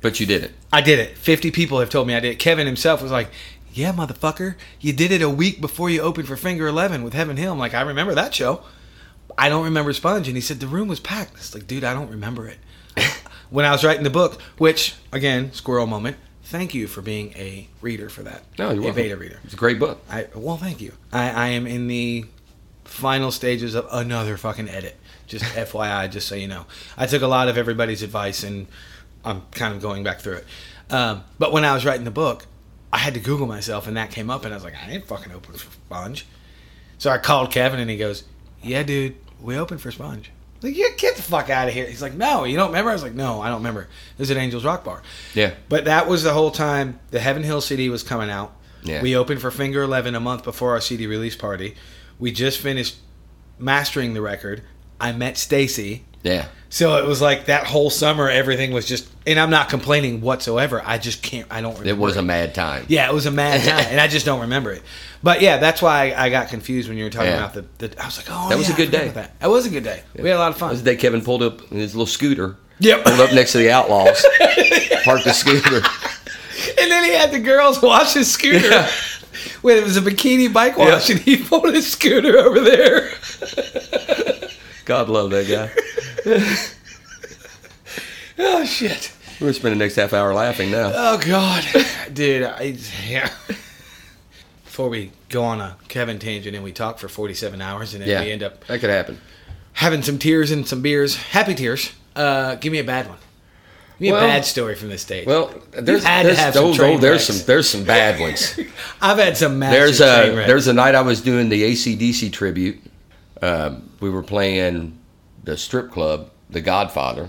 [SPEAKER 3] But you did it.
[SPEAKER 2] I did it. 50 people have told me I did it. Kevin himself was like, Yeah, motherfucker, you did it a week before you opened for Finger 11 with Heaven Hill. I'm like, I remember that show. I don't remember Sponge. And he said, The room was packed. It's like, dude, I don't remember it. when I was writing the book, which, again, squirrel moment, thank you for being a reader for that.
[SPEAKER 3] No, you're
[SPEAKER 2] A
[SPEAKER 3] welcome.
[SPEAKER 2] beta reader.
[SPEAKER 3] It's a great book.
[SPEAKER 2] I well, thank you. I, I am in the final stages of another fucking edit. Just FYI, just so you know, I took a lot of everybody's advice and I'm kind of going back through it. Um, but when I was writing the book, I had to Google myself, and that came up, and I was like, I ain't fucking open for Sponge. So I called Kevin, and he goes, Yeah, dude, we opened for Sponge. Like, yeah, get the fuck out of here. He's like, no, you don't remember? I was like, no, I don't remember. It was at Angels Rock Bar.
[SPEAKER 3] Yeah.
[SPEAKER 2] But that was the whole time the Heaven Hill CD was coming out.
[SPEAKER 3] Yeah.
[SPEAKER 2] We opened for Finger Eleven a month before our CD release party. We just finished mastering the record. I met Stacy.
[SPEAKER 3] Yeah.
[SPEAKER 2] So it was like that whole summer, everything was just, and I'm not complaining whatsoever. I just can't, I don't remember.
[SPEAKER 3] It was a mad time.
[SPEAKER 2] Yeah, it was a mad time, and I just don't remember it. But yeah, that's why I, I got confused when you were talking
[SPEAKER 3] Yeah.
[SPEAKER 2] about the, the. I was like, oh,
[SPEAKER 3] That was
[SPEAKER 2] yeah,
[SPEAKER 3] a good
[SPEAKER 2] I forgot
[SPEAKER 3] day.
[SPEAKER 2] about That. that was a good day. We had a lot of
[SPEAKER 3] That was
[SPEAKER 2] fun.
[SPEAKER 3] the day Kevin pulled up in his little scooter.
[SPEAKER 2] Yep.
[SPEAKER 3] Pulled up next to the Outlaws. parked the scooter.
[SPEAKER 2] And then he had the girls wash his scooter.
[SPEAKER 3] Yeah.
[SPEAKER 2] Wait, it was a bikini bike wash,
[SPEAKER 3] Yeah.
[SPEAKER 2] and he pulled his scooter over there.
[SPEAKER 3] God love that guy.
[SPEAKER 2] Oh shit!
[SPEAKER 3] We're gonna spend the next half hour laughing now.
[SPEAKER 2] Oh god, dude, I yeah. Before we go on a Kevin tangent and we talk for 47 hours and then
[SPEAKER 3] Yeah.
[SPEAKER 2] we end up
[SPEAKER 3] That could happen.
[SPEAKER 2] having some tears and some beers, happy tears. Uh, give me a bad one. Give me
[SPEAKER 3] Well-
[SPEAKER 2] a bad story from this stage.
[SPEAKER 3] Well, there's
[SPEAKER 2] had to
[SPEAKER 3] there's,
[SPEAKER 2] have some
[SPEAKER 3] those,
[SPEAKER 2] train
[SPEAKER 3] oh, there's
[SPEAKER 2] wrecks.
[SPEAKER 3] some there's some bad ones.
[SPEAKER 2] I've had some massive
[SPEAKER 3] there's
[SPEAKER 2] train
[SPEAKER 3] a
[SPEAKER 2] wrecks.
[SPEAKER 3] there's a night I was doing the ACDC tribute. Um, we were playing the strip club, The Godfather.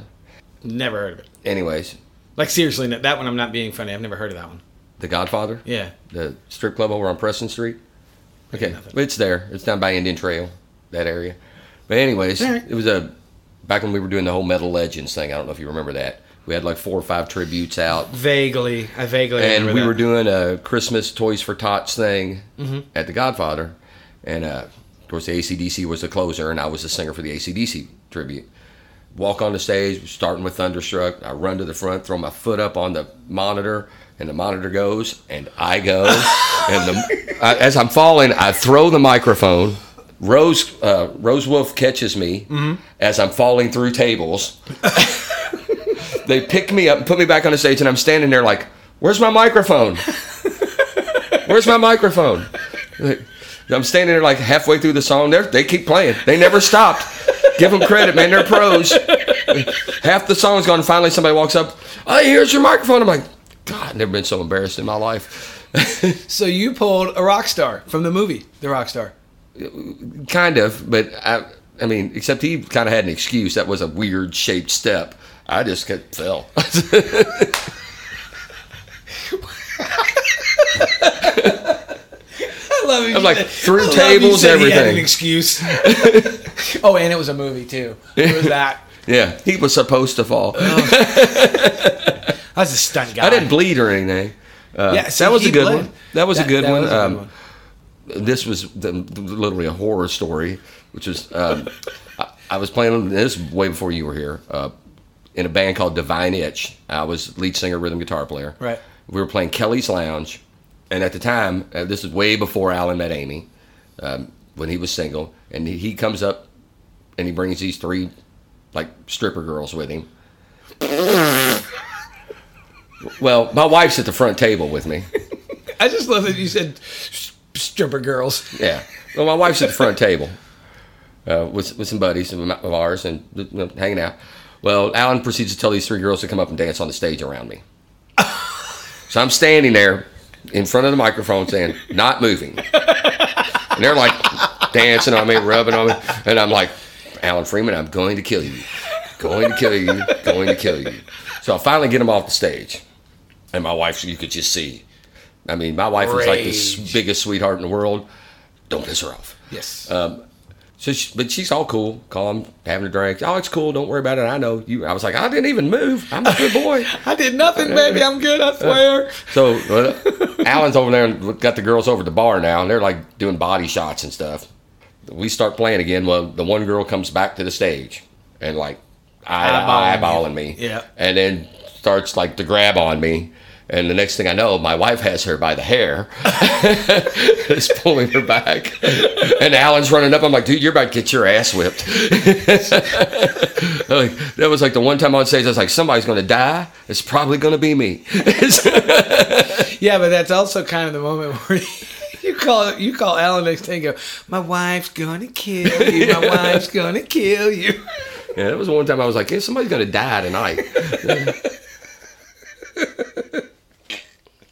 [SPEAKER 2] never heard of it.
[SPEAKER 3] Anyways,
[SPEAKER 2] Like seriously, no- that one I'm not being funny. I've never heard of that one.
[SPEAKER 3] The Godfather.
[SPEAKER 2] Yeah,
[SPEAKER 3] The strip club over on Preston Street. Okay,
[SPEAKER 2] nothing.
[SPEAKER 3] it's there. It's down by Indian Trail, that area. But anyways,
[SPEAKER 2] All right.
[SPEAKER 3] it was a back when we were doing the whole Metal Legends thing. I don't know if you remember that. We had like four or five tributes out.
[SPEAKER 2] vaguely. I vaguely.
[SPEAKER 3] and
[SPEAKER 2] remember
[SPEAKER 3] we
[SPEAKER 2] that. Mm-hmm.
[SPEAKER 3] were doing a Christmas Toys for Tots thing at the Godfather, and uh, of course the ACDC was the closer, and I was the singer for the ACDC tribute. Walk on the stage, starting with Thunderstruck. I run to the front, throw my foot up on the monitor, and the monitor goes, and I go, and the, I, as I'm falling, I throw the microphone. Rose uh, Rose Wolf catches me
[SPEAKER 2] Mm-hmm.
[SPEAKER 3] as I'm falling through tables they pick me up and put me back on the stage, and I'm standing there like, "Where's my microphone? Where's my microphone?" Like, I'm standing there like halfway through the song. They they keep playing. They never stopped. Give them credit, man. They're pros. Half the song's gone. Finally, somebody walks up. Hey, here's your microphone. I'm like, God, I've never been so embarrassed in my life.
[SPEAKER 2] So you pulled a rock star from the movie, The Rock Star.
[SPEAKER 3] kind of, but I, I mean, except he kind of had an excuse. That was a weird shaped step. I just kept, fell.
[SPEAKER 2] I love you.
[SPEAKER 3] I'm like,
[SPEAKER 2] said-
[SPEAKER 3] through
[SPEAKER 2] I love you
[SPEAKER 3] tables,
[SPEAKER 2] said he had an
[SPEAKER 3] everything.
[SPEAKER 2] excuse. oh, and it was a movie too. It was that.
[SPEAKER 3] yeah, he was supposed to fall.
[SPEAKER 2] I was a stunt guy.
[SPEAKER 3] I didn't bleed or anything. Uh,
[SPEAKER 2] Yeah, see,
[SPEAKER 3] that was
[SPEAKER 2] he
[SPEAKER 3] a good
[SPEAKER 2] bled.
[SPEAKER 3] one. That was a good
[SPEAKER 2] that
[SPEAKER 3] one.
[SPEAKER 2] was a
[SPEAKER 3] um, This was the, literally a horror story, which was um, I, I was playing this way before you were here uh, in a band called Divine Itch. I was lead singer, rhythm guitar player.
[SPEAKER 2] Right.
[SPEAKER 3] We were playing Kelly's Lounge, and at the time, uh, this is way before Alan met Amy, um, when he was single, and he, he comes up and he brings these three like stripper girls with him. Well, my wife's at the front table with me.
[SPEAKER 2] I just love that you said s- stripper girls.
[SPEAKER 3] Yeah. Well, my wife's at the front table uh, with, with some buddies of mi- of ours and you know, hanging out. Well, Alan proceeds to tell these three girls to come up and dance on the stage around me. so I'm standing there in front of the microphone saying, not moving. And they're like dancing on me, rubbing on me. And I'm like, Alan Freeman, I'm going to kill you. Going to kill you. Going to kill you. So I finally get them off the stage. And my wife, you could just see. I mean, my wife was like the s-
[SPEAKER 2] Rage.
[SPEAKER 3] biggest sweetheart in the world. Don't piss her off.
[SPEAKER 2] Yes.
[SPEAKER 3] So, she, but she's all cool, calm, having a drink. Oh, it's cool. Don't worry about it. I know you. I was like, I didn't even move. I'm a good boy.
[SPEAKER 2] I did nothing, baby. I'm good. I swear.
[SPEAKER 3] So uh, Alan's over there and got the girls over at the bar now, and they're like doing body shots and stuff. We start playing again. Well, the one girl comes back to the stage and like eye to
[SPEAKER 2] Eyeballing
[SPEAKER 3] eyeballing me,
[SPEAKER 2] Yeah.
[SPEAKER 3] and then starts like to grab on me. And the next thing I know, my wife has her by the hair, is pulling her back, and Alan's running up. I'm like, dude, you're about to get your ass whipped. like, that was like the one time on stage, I was like, somebody's gonna die. It's probably gonna be me.
[SPEAKER 2] Yeah, but that's also kind of the moment where you call you call Alan next day and go, "My wife's gonna kill you. My wife's gonna kill you."
[SPEAKER 3] Yeah, that was one time I was like, hey, somebody's gonna die tonight.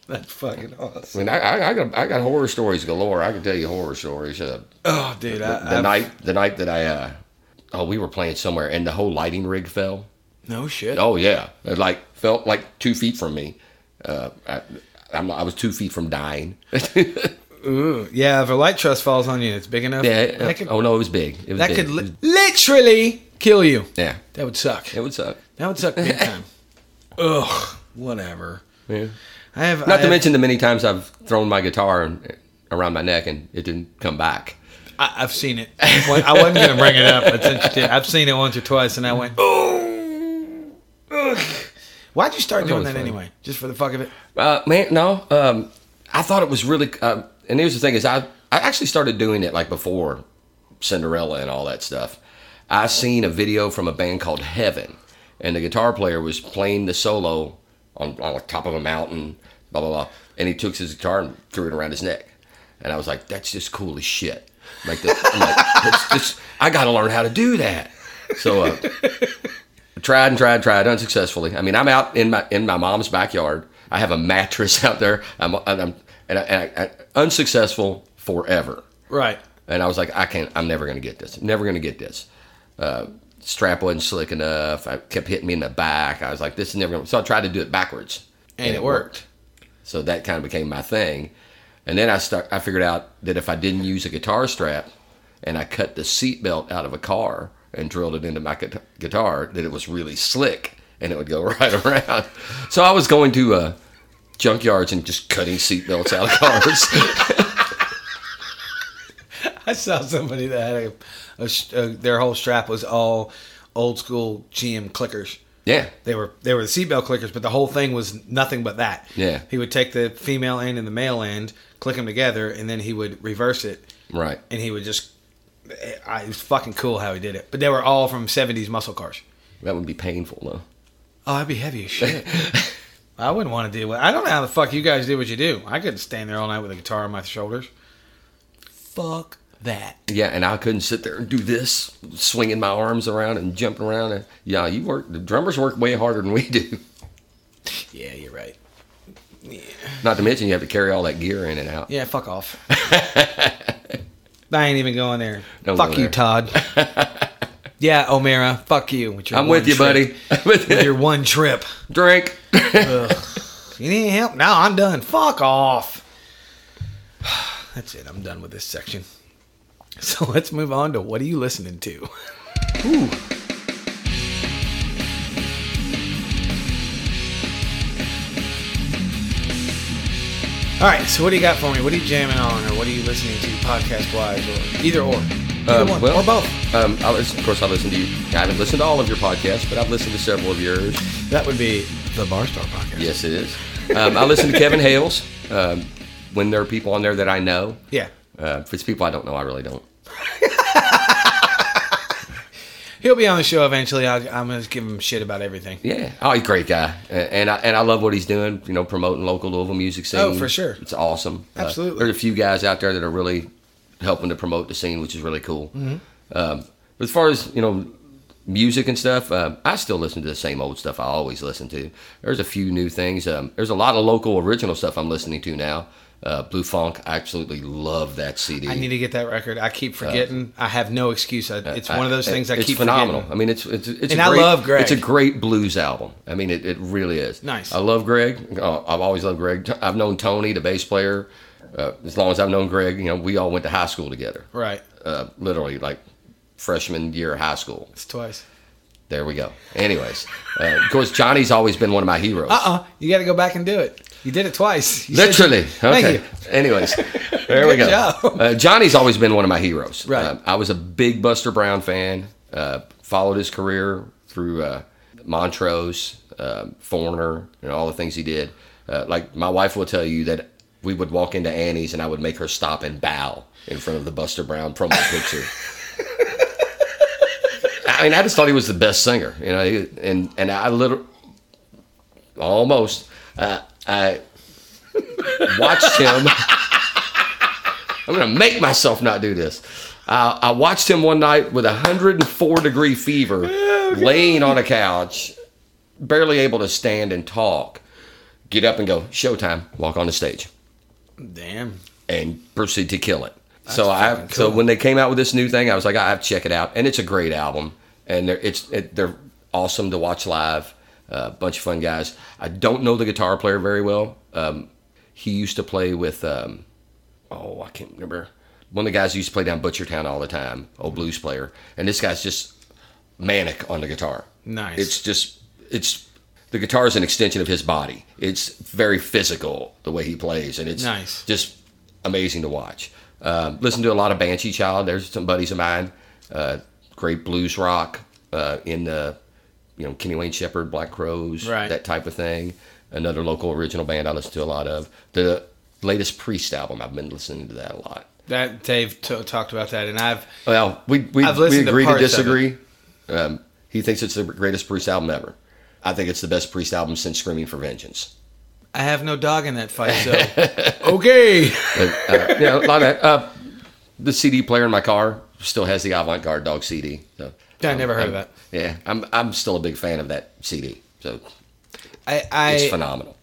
[SPEAKER 2] That's fucking
[SPEAKER 3] I
[SPEAKER 2] awesome.
[SPEAKER 3] mean, I, I, I got I got horror stories galore. I can tell you horror stories. Uh,
[SPEAKER 2] Oh, dude, I,
[SPEAKER 3] the
[SPEAKER 2] I've-
[SPEAKER 3] night the night that I uh, oh, we were playing somewhere and the whole lighting rig fell.
[SPEAKER 2] No shit.
[SPEAKER 3] Oh yeah, it like felt like two feet from me. Uh, I, I'm, I was two feet from dying.
[SPEAKER 2] Ooh, yeah, if a light truss falls on you, it's big enough.
[SPEAKER 3] Yeah.
[SPEAKER 2] that could,
[SPEAKER 3] oh no, it was big. It was
[SPEAKER 2] that
[SPEAKER 3] big.
[SPEAKER 2] could li- literally kill you.
[SPEAKER 3] yeah,
[SPEAKER 2] That would suck.
[SPEAKER 3] it would suck.
[SPEAKER 2] That would suck big time. Ugh, whatever.
[SPEAKER 3] Yeah.
[SPEAKER 2] I have I
[SPEAKER 3] Not to
[SPEAKER 2] have-
[SPEAKER 3] mention the many times I've thrown my guitar and, around my neck and it didn't come back.
[SPEAKER 2] I, I've seen it. Well, I wasn't gonna bring it up, but since you did, I've seen it once or twice, and I went, oh. Ugh." Why'd you start doing
[SPEAKER 3] always
[SPEAKER 2] that
[SPEAKER 3] funny.
[SPEAKER 2] anyway? Just for the fuck of it?
[SPEAKER 3] Uh, man, no. Um, I thought it was really. Uh, and here's the thing: is I I actually started doing it like before Cinderella and all that stuff. I seen a video from a band called Heaven, and the guitar player was playing the solo on on the top of a mountain, blah blah blah, and he took his guitar and threw it around his neck, and I was like, that's just cool as shit. Like, the, I'm like that's just, I got to learn how to do that. So. Uh, tried and tried, tried unsuccessfully. I mean, I'm out in my in my mom's backyard. I have a mattress out there. I'm and I'm and I, and I, I- unsuccessful forever.
[SPEAKER 2] Right.
[SPEAKER 3] And I was like, I can't. I'm never gonna get this. Never gonna get this. Uh, strap wasn't slick enough. I kept hitting me in the back. I was like, this is never gonna. So I tried to do it backwards,
[SPEAKER 2] And it worked.
[SPEAKER 3] So that kind of became my thing. And then I stuck. I figured out that if I didn't use a guitar strap, and I cut the seatbelt out of a car and drilled it into my guit- guitar, that it was really slick and it would go right around. So I was going to uh, junkyards and just cutting seatbelts out of cars.
[SPEAKER 2] I saw somebody that had a, a, sh- uh their whole strap was all old school GM clickers.
[SPEAKER 3] yeah.
[SPEAKER 2] They were they were the seatbelt clickers, but the whole thing was nothing but that.
[SPEAKER 3] Yeah.
[SPEAKER 2] He would take the female end and the male end, click them together, and then he would reverse it,
[SPEAKER 3] Right.
[SPEAKER 2] and he would just. eh, I, it was fucking cool how he did it, but they were all from '70s muscle cars.
[SPEAKER 3] That would be painful though.
[SPEAKER 2] Oh, I'd be heavy as shit. I wouldn't want to do what I don't know how the fuck you guys do what you do. I couldn't stand there all night with a guitar on my shoulders. Fuck that.
[SPEAKER 3] Yeah, and I couldn't sit there and do this, swinging my arms around and jumping around. And yeah, you work. The drummers work way harder than we do.
[SPEAKER 2] Yeah, you're right.
[SPEAKER 3] Not to mention you have to carry all that gear in and out.
[SPEAKER 2] Yeah, fuck off. I ain't even going there.
[SPEAKER 3] Don't
[SPEAKER 2] fuck
[SPEAKER 3] go
[SPEAKER 2] you,
[SPEAKER 3] there.
[SPEAKER 2] Todd. yeah, Omera, fuck you. with your
[SPEAKER 3] I'm
[SPEAKER 2] one
[SPEAKER 3] with you,
[SPEAKER 2] trip.
[SPEAKER 3] buddy. I'm with
[SPEAKER 2] With
[SPEAKER 3] you.
[SPEAKER 2] your one trip.
[SPEAKER 3] Drink.
[SPEAKER 2] You need any help? No, I'm done. Fuck off. That's it. I'm done with this section. So let's move on to what are you listening to? All right, so what do you got for me? What are you jamming on, or what are you listening to podcast wise, or either or? Either
[SPEAKER 3] Um,
[SPEAKER 2] one,
[SPEAKER 3] well,
[SPEAKER 2] or both.
[SPEAKER 3] Um, I listen, of course, I listen to you. I haven't listened to all of your podcasts, but I've listened to several of yours.
[SPEAKER 2] That would be the Barstar podcast.
[SPEAKER 3] Yes, it is. Um, I listen to Kevin Hales um, when there are people on there that I know.
[SPEAKER 2] Yeah.
[SPEAKER 3] Uh, if it's people I don't know, I really don't.
[SPEAKER 2] He'll be on the show eventually. i I'm going to give him shit about everything.
[SPEAKER 3] Yeah. Oh, he's a great guy, A- and I, and I love what he's doing. You know, promoting local Louisville music scene.
[SPEAKER 2] Oh, for sure.
[SPEAKER 3] It's awesome. Uh,
[SPEAKER 2] Absolutely.
[SPEAKER 3] there's a few guys out there that are really helping to promote the scene, which is really cool.
[SPEAKER 2] Mm-hmm.
[SPEAKER 3] Um, but as far as you know, music and stuff, um, I still listen to the same old stuff I always listen to. There's a few new things. Um, there's a lot of local original stuff I'm listening to now. Uh, Blue Funk, I absolutely love that CD.
[SPEAKER 2] I need to get that record. I keep forgetting. I have no excuse. I, it's one of those
[SPEAKER 3] Uh, I-
[SPEAKER 2] things I
[SPEAKER 3] it's
[SPEAKER 2] keep
[SPEAKER 3] phenomenal.
[SPEAKER 2] forgetting.
[SPEAKER 3] I mean, it's it's it's
[SPEAKER 2] And
[SPEAKER 3] a
[SPEAKER 2] I
[SPEAKER 3] great,
[SPEAKER 2] love Greg.
[SPEAKER 3] It's a great blues album. I mean, it, it really is.
[SPEAKER 2] Nice.
[SPEAKER 3] I love Greg. Oh, I've always loved Greg. T- I've known Tony, the bass player, uh, as long as I've known Greg. You know, we all went to high school together.
[SPEAKER 2] Right.
[SPEAKER 3] Uh, literally, like freshman year of high school.
[SPEAKER 2] It's twice.
[SPEAKER 3] There we go. Anyways, uh, of course, Johnny's always been one of my heroes.
[SPEAKER 2] Uh uh You got to go back and do it. You did it twice. You said
[SPEAKER 3] Uh-uh. Literally.
[SPEAKER 2] you- Thank
[SPEAKER 3] Okay.
[SPEAKER 2] you.
[SPEAKER 3] Anyways, there we
[SPEAKER 2] Good
[SPEAKER 3] go.
[SPEAKER 2] job.
[SPEAKER 3] Uh, Johnny's always been one of my heroes.
[SPEAKER 2] Right.
[SPEAKER 3] Uh, I was a big Buster Brown fan. Uh, followed his career through uh, Montrose, uh, Foreigner, and all the things he did. Uh, like my wife will tell you that we would walk into Annie's and I would make her stop and bow in front of the Buster Brown promo picture. I mean, I just thought he was the best singer, you know, he- and and I literally almost uh, I watched him. I'm gonna make myself not do this. Uh, I watched him one night with a 104 degree fever, laying on a couch, barely able to stand and talk. Get up and go. Showtime. Walk on the stage
[SPEAKER 2] Damn.
[SPEAKER 3] and proceed to kill it. so I
[SPEAKER 2] fucking
[SPEAKER 3] so
[SPEAKER 2] cool.
[SPEAKER 3] when they came out with this new thing, I was like, I have to check it out, and it's a great album, and they're it's it, they're awesome to watch live. A bunch of fun guys. I don't know the guitar player very well. Um, he used to play with um, oh I can't remember one of the guys who used to play down Butchertown all the time, old blues player, and this guy's just manic on the guitar.
[SPEAKER 2] Nice.
[SPEAKER 3] It's just it's the guitar is an extension of his body. It's very physical the way he plays, and it's
[SPEAKER 2] Nice.
[SPEAKER 3] just amazing to watch. Um, listen to a lot of Banshee Child. There's some buddies of mine, uh, great blues rock uh, in the, you know, Kenny Wayne Shepherd, Black Crows,
[SPEAKER 2] Right.
[SPEAKER 3] that type of thing. Another local original band I listen to a lot of. The latest Priest album, I've been listening to that a lot.
[SPEAKER 2] That Dave t- talked about that, and I've
[SPEAKER 3] Well, we we,
[SPEAKER 2] I've
[SPEAKER 3] we
[SPEAKER 2] listened to
[SPEAKER 3] agree to,
[SPEAKER 2] parts of
[SPEAKER 3] disagree. Um, he thinks it's the greatest Priest album ever. I think it's the best Priest album since Screaming for Vengeance.
[SPEAKER 2] I have no dog in that fight, so okay.
[SPEAKER 3] uh, yeah, a lot of that. Uh, the CD player in my car still has the Avant Garde Dog CD. So
[SPEAKER 2] I never heard of
[SPEAKER 3] I'm-
[SPEAKER 2] that.
[SPEAKER 3] Yeah, I'm I'm still a big fan of that CD. So
[SPEAKER 2] I
[SPEAKER 3] it's
[SPEAKER 2] I,
[SPEAKER 3] phenomenal.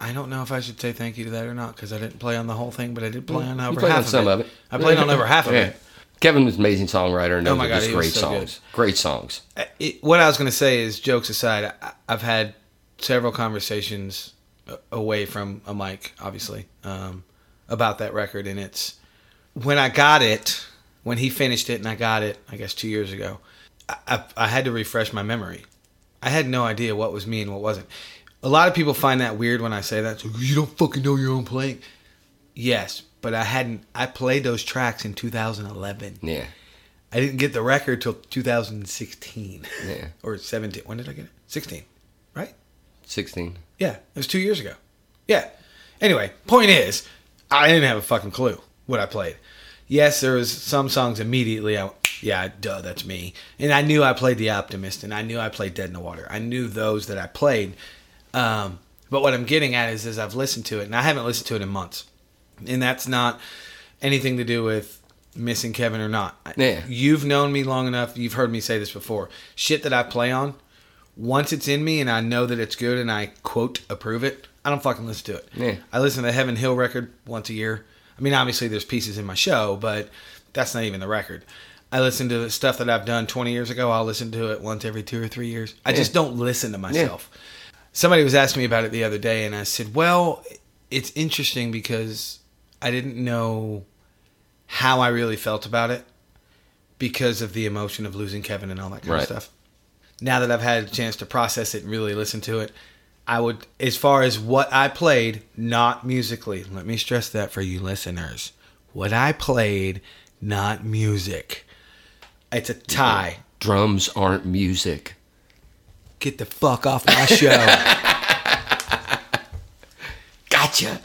[SPEAKER 2] I don't know if I should say thank you to that or not because I didn't play on the whole thing, but I did play on
[SPEAKER 3] Mm, You
[SPEAKER 2] over
[SPEAKER 3] played
[SPEAKER 2] half
[SPEAKER 3] on some of it.
[SPEAKER 2] I played on over half of
[SPEAKER 3] Yeah.
[SPEAKER 2] it.
[SPEAKER 3] Kevin was an amazing songwriter, and those
[SPEAKER 2] Oh my
[SPEAKER 3] are
[SPEAKER 2] God,
[SPEAKER 3] just
[SPEAKER 2] he was
[SPEAKER 3] great
[SPEAKER 2] so good.
[SPEAKER 3] songs. Great songs.
[SPEAKER 2] it, what I was going to say is, jokes aside, I, I've had several conversations a- away from a mic, obviously, um, about that record. And it's when I got it, when he finished it, and I got it, I guess two years ago, I, I, I had to refresh my memory. I had no idea what was me and what wasn't. A lot of people find that weird when I say that. It's like, you don't fucking know your own playing. Yes, but I hadn't. I played those tracks in 2011.
[SPEAKER 3] Yeah,
[SPEAKER 2] I didn't get the record till 2016.
[SPEAKER 3] Yeah.
[SPEAKER 2] or 17. When did I get it? 16. Right?
[SPEAKER 3] sixteen.
[SPEAKER 2] Yeah. It was two years ago. Yeah. Anyway, point is, I didn't have a fucking clue what I played. Yes, there was some songs immediately. I went, yeah, duh, that's me. And I knew I played The Optimist, and I knew I played Dead in the Water. I knew those that I played. Um, but what I'm getting at is, is I've listened to it, and I haven't listened to it in months. And that's not anything to do with missing Kevin or not.
[SPEAKER 3] Yeah.
[SPEAKER 2] You've known me long enough. You've heard me say this before. Shit that I play on, once it's in me and I know that it's good and I quote approve it, I don't fucking listen to it.
[SPEAKER 3] Yeah.
[SPEAKER 2] I listen to the Heaven Hill record once a year. I mean, obviously there's pieces in my show, but that's not even the record. I listen to the stuff that I've done 20 years ago. I'll listen to it once every two or three years. I just don't listen to myself. Somebody was asking me about it the other day, and I said, "Well, it's interesting because I didn't know how I really felt about it because of the emotion of losing Kevin and all that kind
[SPEAKER 3] Right.
[SPEAKER 2] of stuff." now that I've had a chance to process it and really listen to it, I would, as far as what I played, not musically. Let me stress that for you listeners. What I played, not music. It's a tie.
[SPEAKER 3] Drums aren't music.
[SPEAKER 2] Get the fuck off my show.
[SPEAKER 3] Gotcha.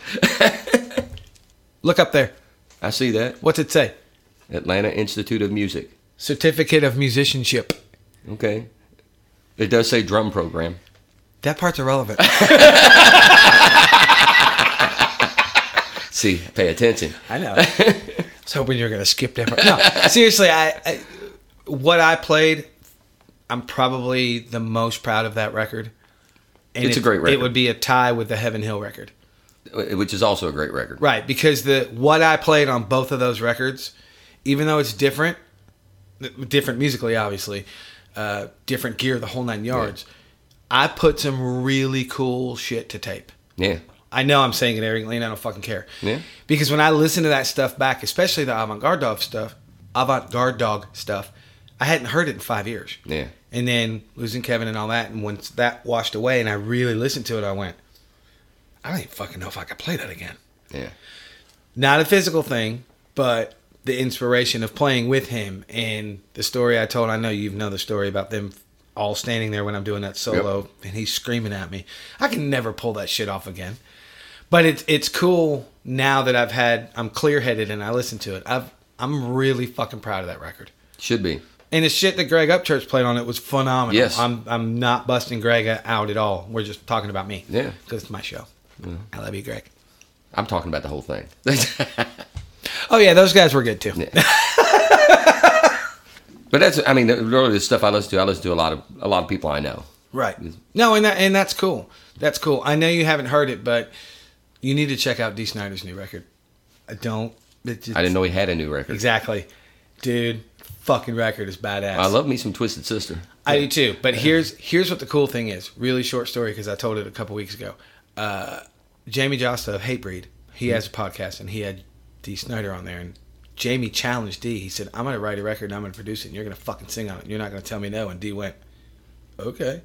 [SPEAKER 2] Look up there.
[SPEAKER 3] I see that
[SPEAKER 2] What's it say?
[SPEAKER 3] Atlanta Institute of Music.
[SPEAKER 2] Certificate of musicianship.
[SPEAKER 3] Okay, it does say drum program.
[SPEAKER 2] That part's irrelevant.
[SPEAKER 3] See, pay attention.
[SPEAKER 2] I know. I was hoping you were gonna skip that part. No, seriously, I, I what I played, I'm probably the most proud of that record. And
[SPEAKER 3] It's a
[SPEAKER 2] it-
[SPEAKER 3] great record.
[SPEAKER 2] It would be a tie with the Heaven Hill record,
[SPEAKER 3] which is also a great record.
[SPEAKER 2] right? Because the what I played on both of those records, even though it's different, different musically, obviously, uh, different gear, the whole nine yards. I put some really cool shit to tape.
[SPEAKER 3] Yeah.
[SPEAKER 2] I know I'm saying it arrogantly and I don't fucking care.
[SPEAKER 3] Yeah.
[SPEAKER 2] Because when I listen to that stuff back, especially the avant garde dog stuff, avant garde dog stuff, I hadn't heard it in five years.
[SPEAKER 3] Yeah.
[SPEAKER 2] And then losing Kevin and all that, and once that washed away and I really listened to it, I went, I don't even fucking know if I could play that again.
[SPEAKER 3] Yeah.
[SPEAKER 2] Not a physical thing, but the inspiration of playing with him and the story I told. I know you know the story about them all standing there when I'm doing that solo and he's screaming at me. I can never pull that shit off again but it's it's cool now that I've had I'm clear headed and I listen to it. I've I'm really fucking proud of that record.
[SPEAKER 3] Should be.
[SPEAKER 2] And the shit that Greg Upchurch played on it was phenomenal.
[SPEAKER 3] Yes.
[SPEAKER 2] I'm I'm not busting Greg out at all. We're just talking about me.
[SPEAKER 3] Yeah.
[SPEAKER 2] because it's my show. I love you, Greg.
[SPEAKER 3] I'm talking about the whole thing.
[SPEAKER 2] Oh yeah, those guys were good too.
[SPEAKER 3] but that's I mean really the stuff I listen to. I listen to a lot of a lot of people I know.
[SPEAKER 2] Right. No, and that and that's cool. That's cool. I know you haven't heard it, but you need to check out D. Snyder's new record. I don't It just-
[SPEAKER 3] I didn't know he had a new record.
[SPEAKER 2] exactly, dude. Fucking record is badass.
[SPEAKER 3] I love me some Twisted Sister.
[SPEAKER 2] I do too. But here's here's what the cool thing is. Really short story because I told it a couple weeks ago. Uh, Jamie Josta of Hatebreed, he has a podcast and he had D. Snyder on there and Jamie challenged D. He said, "I'm going to write a record and I'm going to produce it and you're going to fucking sing on it. and You're not going to tell me no." And D went, "Okay."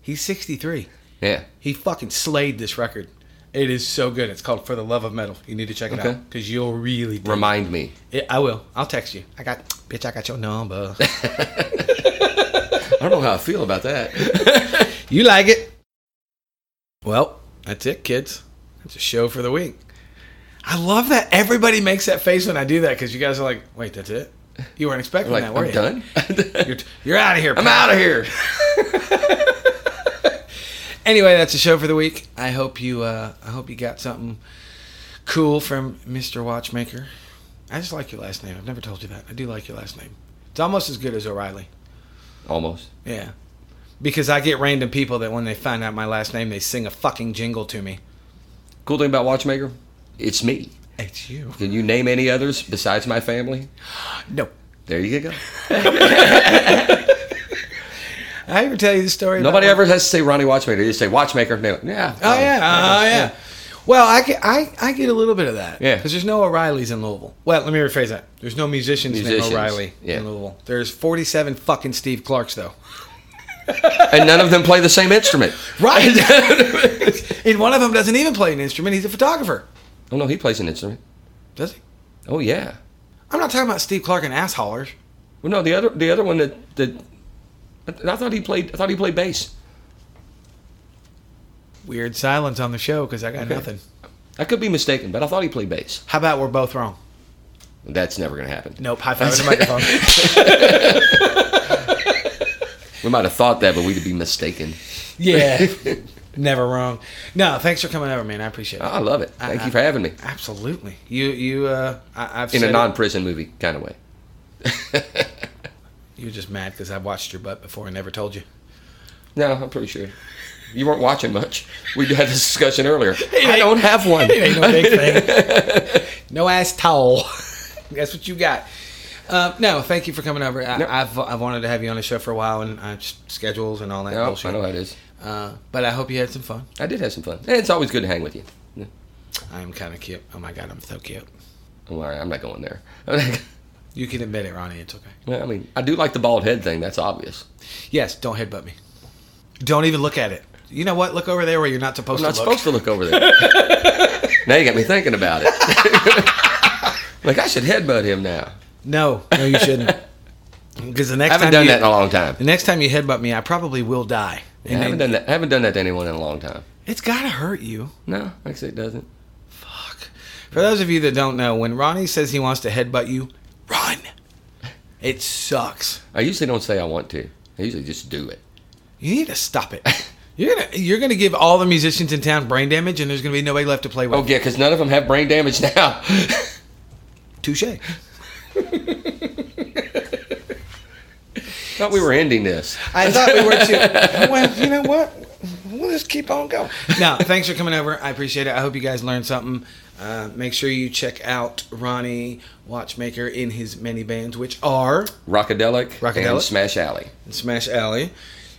[SPEAKER 2] He's 63.
[SPEAKER 3] Yeah.
[SPEAKER 2] He fucking slayed this record. It is so good. It's called For the Love of Metal. You need to check it
[SPEAKER 3] Okay.
[SPEAKER 2] out because you'll really dig
[SPEAKER 3] Remind me.
[SPEAKER 2] it. I will. I'll text you. I got bitch. I got your number.
[SPEAKER 3] I don't know how I feel about that.
[SPEAKER 2] You like it. Well, that's it, kids. That's a show for the week. I love that everybody makes that face when I do that because you guys are like, wait, that's it? You weren't expecting
[SPEAKER 3] Like,
[SPEAKER 2] that, were
[SPEAKER 3] I'm
[SPEAKER 2] you?
[SPEAKER 3] done.
[SPEAKER 2] You're, you're out of here.
[SPEAKER 3] I'm out of here.
[SPEAKER 2] Anyway, that's the show for the week. I hope you uh, I hope you got something cool from Mr. Watchmaker. I just like your last name. I've never told you that. I do like your last name. It's almost as good as O'Reilly.
[SPEAKER 3] Almost.
[SPEAKER 2] Yeah. Because I get random people that when they find out my last name, they sing a fucking jingle to me.
[SPEAKER 3] Cool thing about Watchmaker, it's me.
[SPEAKER 2] It's you.
[SPEAKER 3] Can you name any others besides my family?
[SPEAKER 2] No.
[SPEAKER 3] There you go.
[SPEAKER 2] I ever tell you the story? about
[SPEAKER 3] Nobody
[SPEAKER 2] when-
[SPEAKER 3] ever has to say Ronnie Watchmaker. They just say Watchmaker. They go, Yeah.
[SPEAKER 2] Oh yeah, oh yeah. Well, I get, I, I get a little bit of that.
[SPEAKER 3] Yeah.
[SPEAKER 2] Because there's no O'Reillys in Louisville. Well, let me rephrase that. There's no musicians,
[SPEAKER 3] Musicians,
[SPEAKER 2] named O'Reilly
[SPEAKER 3] yeah.
[SPEAKER 2] in Louisville. There's 47 fucking Steve Clarks though. uh-huh.
[SPEAKER 3] And none of them play the same instrument.
[SPEAKER 2] Right. and one of them doesn't even play an instrument. He's a photographer.
[SPEAKER 3] Oh no, he plays an instrument.
[SPEAKER 2] Does he?
[SPEAKER 3] Oh yeah.
[SPEAKER 2] I'm not talking about Steve Clark and ass haulers.
[SPEAKER 3] Well, no, the other the other one that that I I thought he played I thought he played bass.
[SPEAKER 2] Weird silence on the show because I got nothing.
[SPEAKER 3] I could be mistaken, but I thought he played bass.
[SPEAKER 2] How about we're both wrong?
[SPEAKER 3] That's never gonna happen.
[SPEAKER 2] Nope. High five in the microphone.
[SPEAKER 3] We might have thought that, but we'd be mistaken.
[SPEAKER 2] Yeah. Never wrong. No, thanks for coming over, man. I appreciate it.
[SPEAKER 3] I love it. Thank you for having me.
[SPEAKER 2] Absolutely. You you uh I, I've
[SPEAKER 3] In
[SPEAKER 2] said
[SPEAKER 3] a
[SPEAKER 2] it.
[SPEAKER 3] non-prison movie kind of way.
[SPEAKER 2] You're just mad because I've watched your butt before and never told you.
[SPEAKER 3] No, I'm pretty sure. You weren't watching much. We had this discussion earlier. I don't have one.
[SPEAKER 2] Ain't no big thing. no ass towel. That's what you got. Uh, no, thank you for coming over. I,
[SPEAKER 3] No.
[SPEAKER 2] I've I've wanted to have you on the show for a while, and I just schedules and all that
[SPEAKER 3] No,
[SPEAKER 2] bullshit.
[SPEAKER 3] I know how it is.
[SPEAKER 2] Uh, but I hope you had some fun.
[SPEAKER 3] I did have some fun. And it's always good to hang with you. Yeah.
[SPEAKER 2] I'm kind of cute. Oh my god, I'm so cute.
[SPEAKER 3] I'm all right. I'm not going there.
[SPEAKER 2] You can admit it, Ronnie. It's okay.
[SPEAKER 3] Well, I mean, I do like the bald head thing. That's obvious.
[SPEAKER 2] Yes, don't headbutt me. Don't even look at it. You know what? Look over there where you're not supposed
[SPEAKER 3] I'm not
[SPEAKER 2] to look.
[SPEAKER 3] supposed to look over there. now you got me thinking about it. like I should headbutt him now.
[SPEAKER 2] No, no, you shouldn't. Because the next
[SPEAKER 3] I haven't
[SPEAKER 2] time
[SPEAKER 3] done
[SPEAKER 2] you,
[SPEAKER 3] that in a long time.
[SPEAKER 2] the next time you headbutt me, I probably will die.
[SPEAKER 3] I
[SPEAKER 2] And
[SPEAKER 3] haven't
[SPEAKER 2] then-
[SPEAKER 3] done that. I haven't done that to anyone in a long time.
[SPEAKER 2] it's gotta hurt you.
[SPEAKER 3] No, actually, it doesn't.
[SPEAKER 2] Fuck. For those of you that don't know, when Ronnie says he wants to headbutt you, run. It sucks.
[SPEAKER 3] I usually don't say I want to. I usually just do it.
[SPEAKER 2] You need to stop it. You're gonna you're gonna give all the musicians in town brain damage, and there's gonna be nobody left to play with.
[SPEAKER 3] Oh yeah, because none of them have brain damage now.
[SPEAKER 2] touche.
[SPEAKER 3] Thought we were ending this.
[SPEAKER 2] I thought we were too. Well, you know what? We'll just keep on going. No, thanks for coming over. I appreciate it. I hope you guys learned something. Uh, make sure you check out Ronnie Watchmaker in his many bands, which are
[SPEAKER 3] Rockadelic,
[SPEAKER 2] Rockadelic?
[SPEAKER 3] and Smash Alley.
[SPEAKER 2] Smash Alley.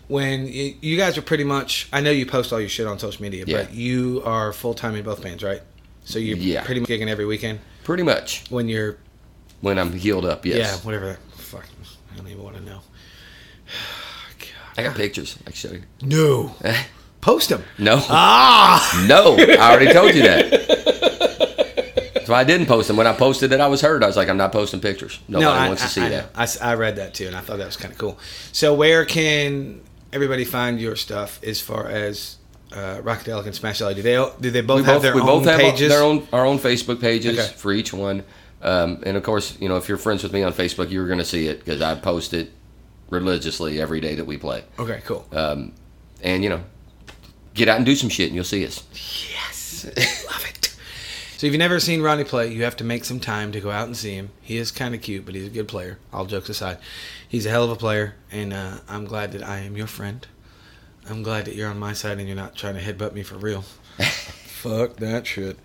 [SPEAKER 2] When you, you guys are pretty much, I know you post all your shit on social media,
[SPEAKER 3] Yeah.
[SPEAKER 2] but you are full time in both bands, right? So you're
[SPEAKER 3] Yeah.
[SPEAKER 2] pretty much gigging every weekend
[SPEAKER 3] Pretty much
[SPEAKER 2] when you're,
[SPEAKER 3] when I'm healed up. Yes.
[SPEAKER 2] yeah, whatever. that- Fuck, I don't even want to know. God.
[SPEAKER 3] I got pictures. I can show you.
[SPEAKER 2] No, post them.
[SPEAKER 3] No.
[SPEAKER 2] Ah,
[SPEAKER 3] No, I already told you that. So I didn't post them. When I posted it, I was hurt. I was like, I'm not posting pictures. Nobody wants to see
[SPEAKER 2] I,
[SPEAKER 3] that.
[SPEAKER 2] I s- I read that too, and I thought that was kind of cool. So where can everybody find your stuff as far as uh, Rockadelic and Smash Alley? Do they do they both
[SPEAKER 3] we
[SPEAKER 2] have
[SPEAKER 3] both,
[SPEAKER 2] their
[SPEAKER 3] we
[SPEAKER 2] own
[SPEAKER 3] both have
[SPEAKER 2] pages?
[SPEAKER 3] our own our own Facebook pages
[SPEAKER 2] Okay.
[SPEAKER 3] for each one. Um, and of course, you know, if you're friends with me on Facebook, you're going to see it because I post it religiously every day that we play.
[SPEAKER 2] okay, cool.
[SPEAKER 3] Um, and you know, get out and do some shit, and you'll see us.
[SPEAKER 2] Love it. So if you've never seen Ronnie play, you have to make some time to go out and see him. He is kind of cute, but he's a good player. All jokes aside, he's a hell of a player, and uh, I'm glad that I am your friend. I'm glad that you're on my side and you're not trying to headbutt me for real. Fuck that shit.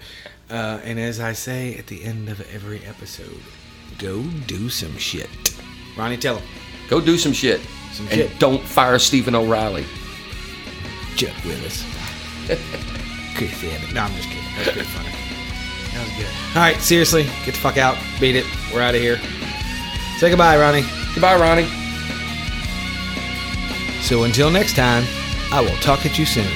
[SPEAKER 2] Uh, and as I say at the end of every episode, go do some shit. Ronnie, tell him.
[SPEAKER 3] Go do some shit.
[SPEAKER 2] Some
[SPEAKER 3] and
[SPEAKER 2] shit.
[SPEAKER 3] don't fire Stephen O'Reilly.
[SPEAKER 2] Chuck Willis. Chris Evans. No, I'm just kidding. That's pretty funny. That was good. All right, seriously, get the fuck out. Beat it. We're out of here. Say goodbye, Ronnie.
[SPEAKER 3] Goodbye, Ronnie.
[SPEAKER 2] So until next time, I will talk at you soon.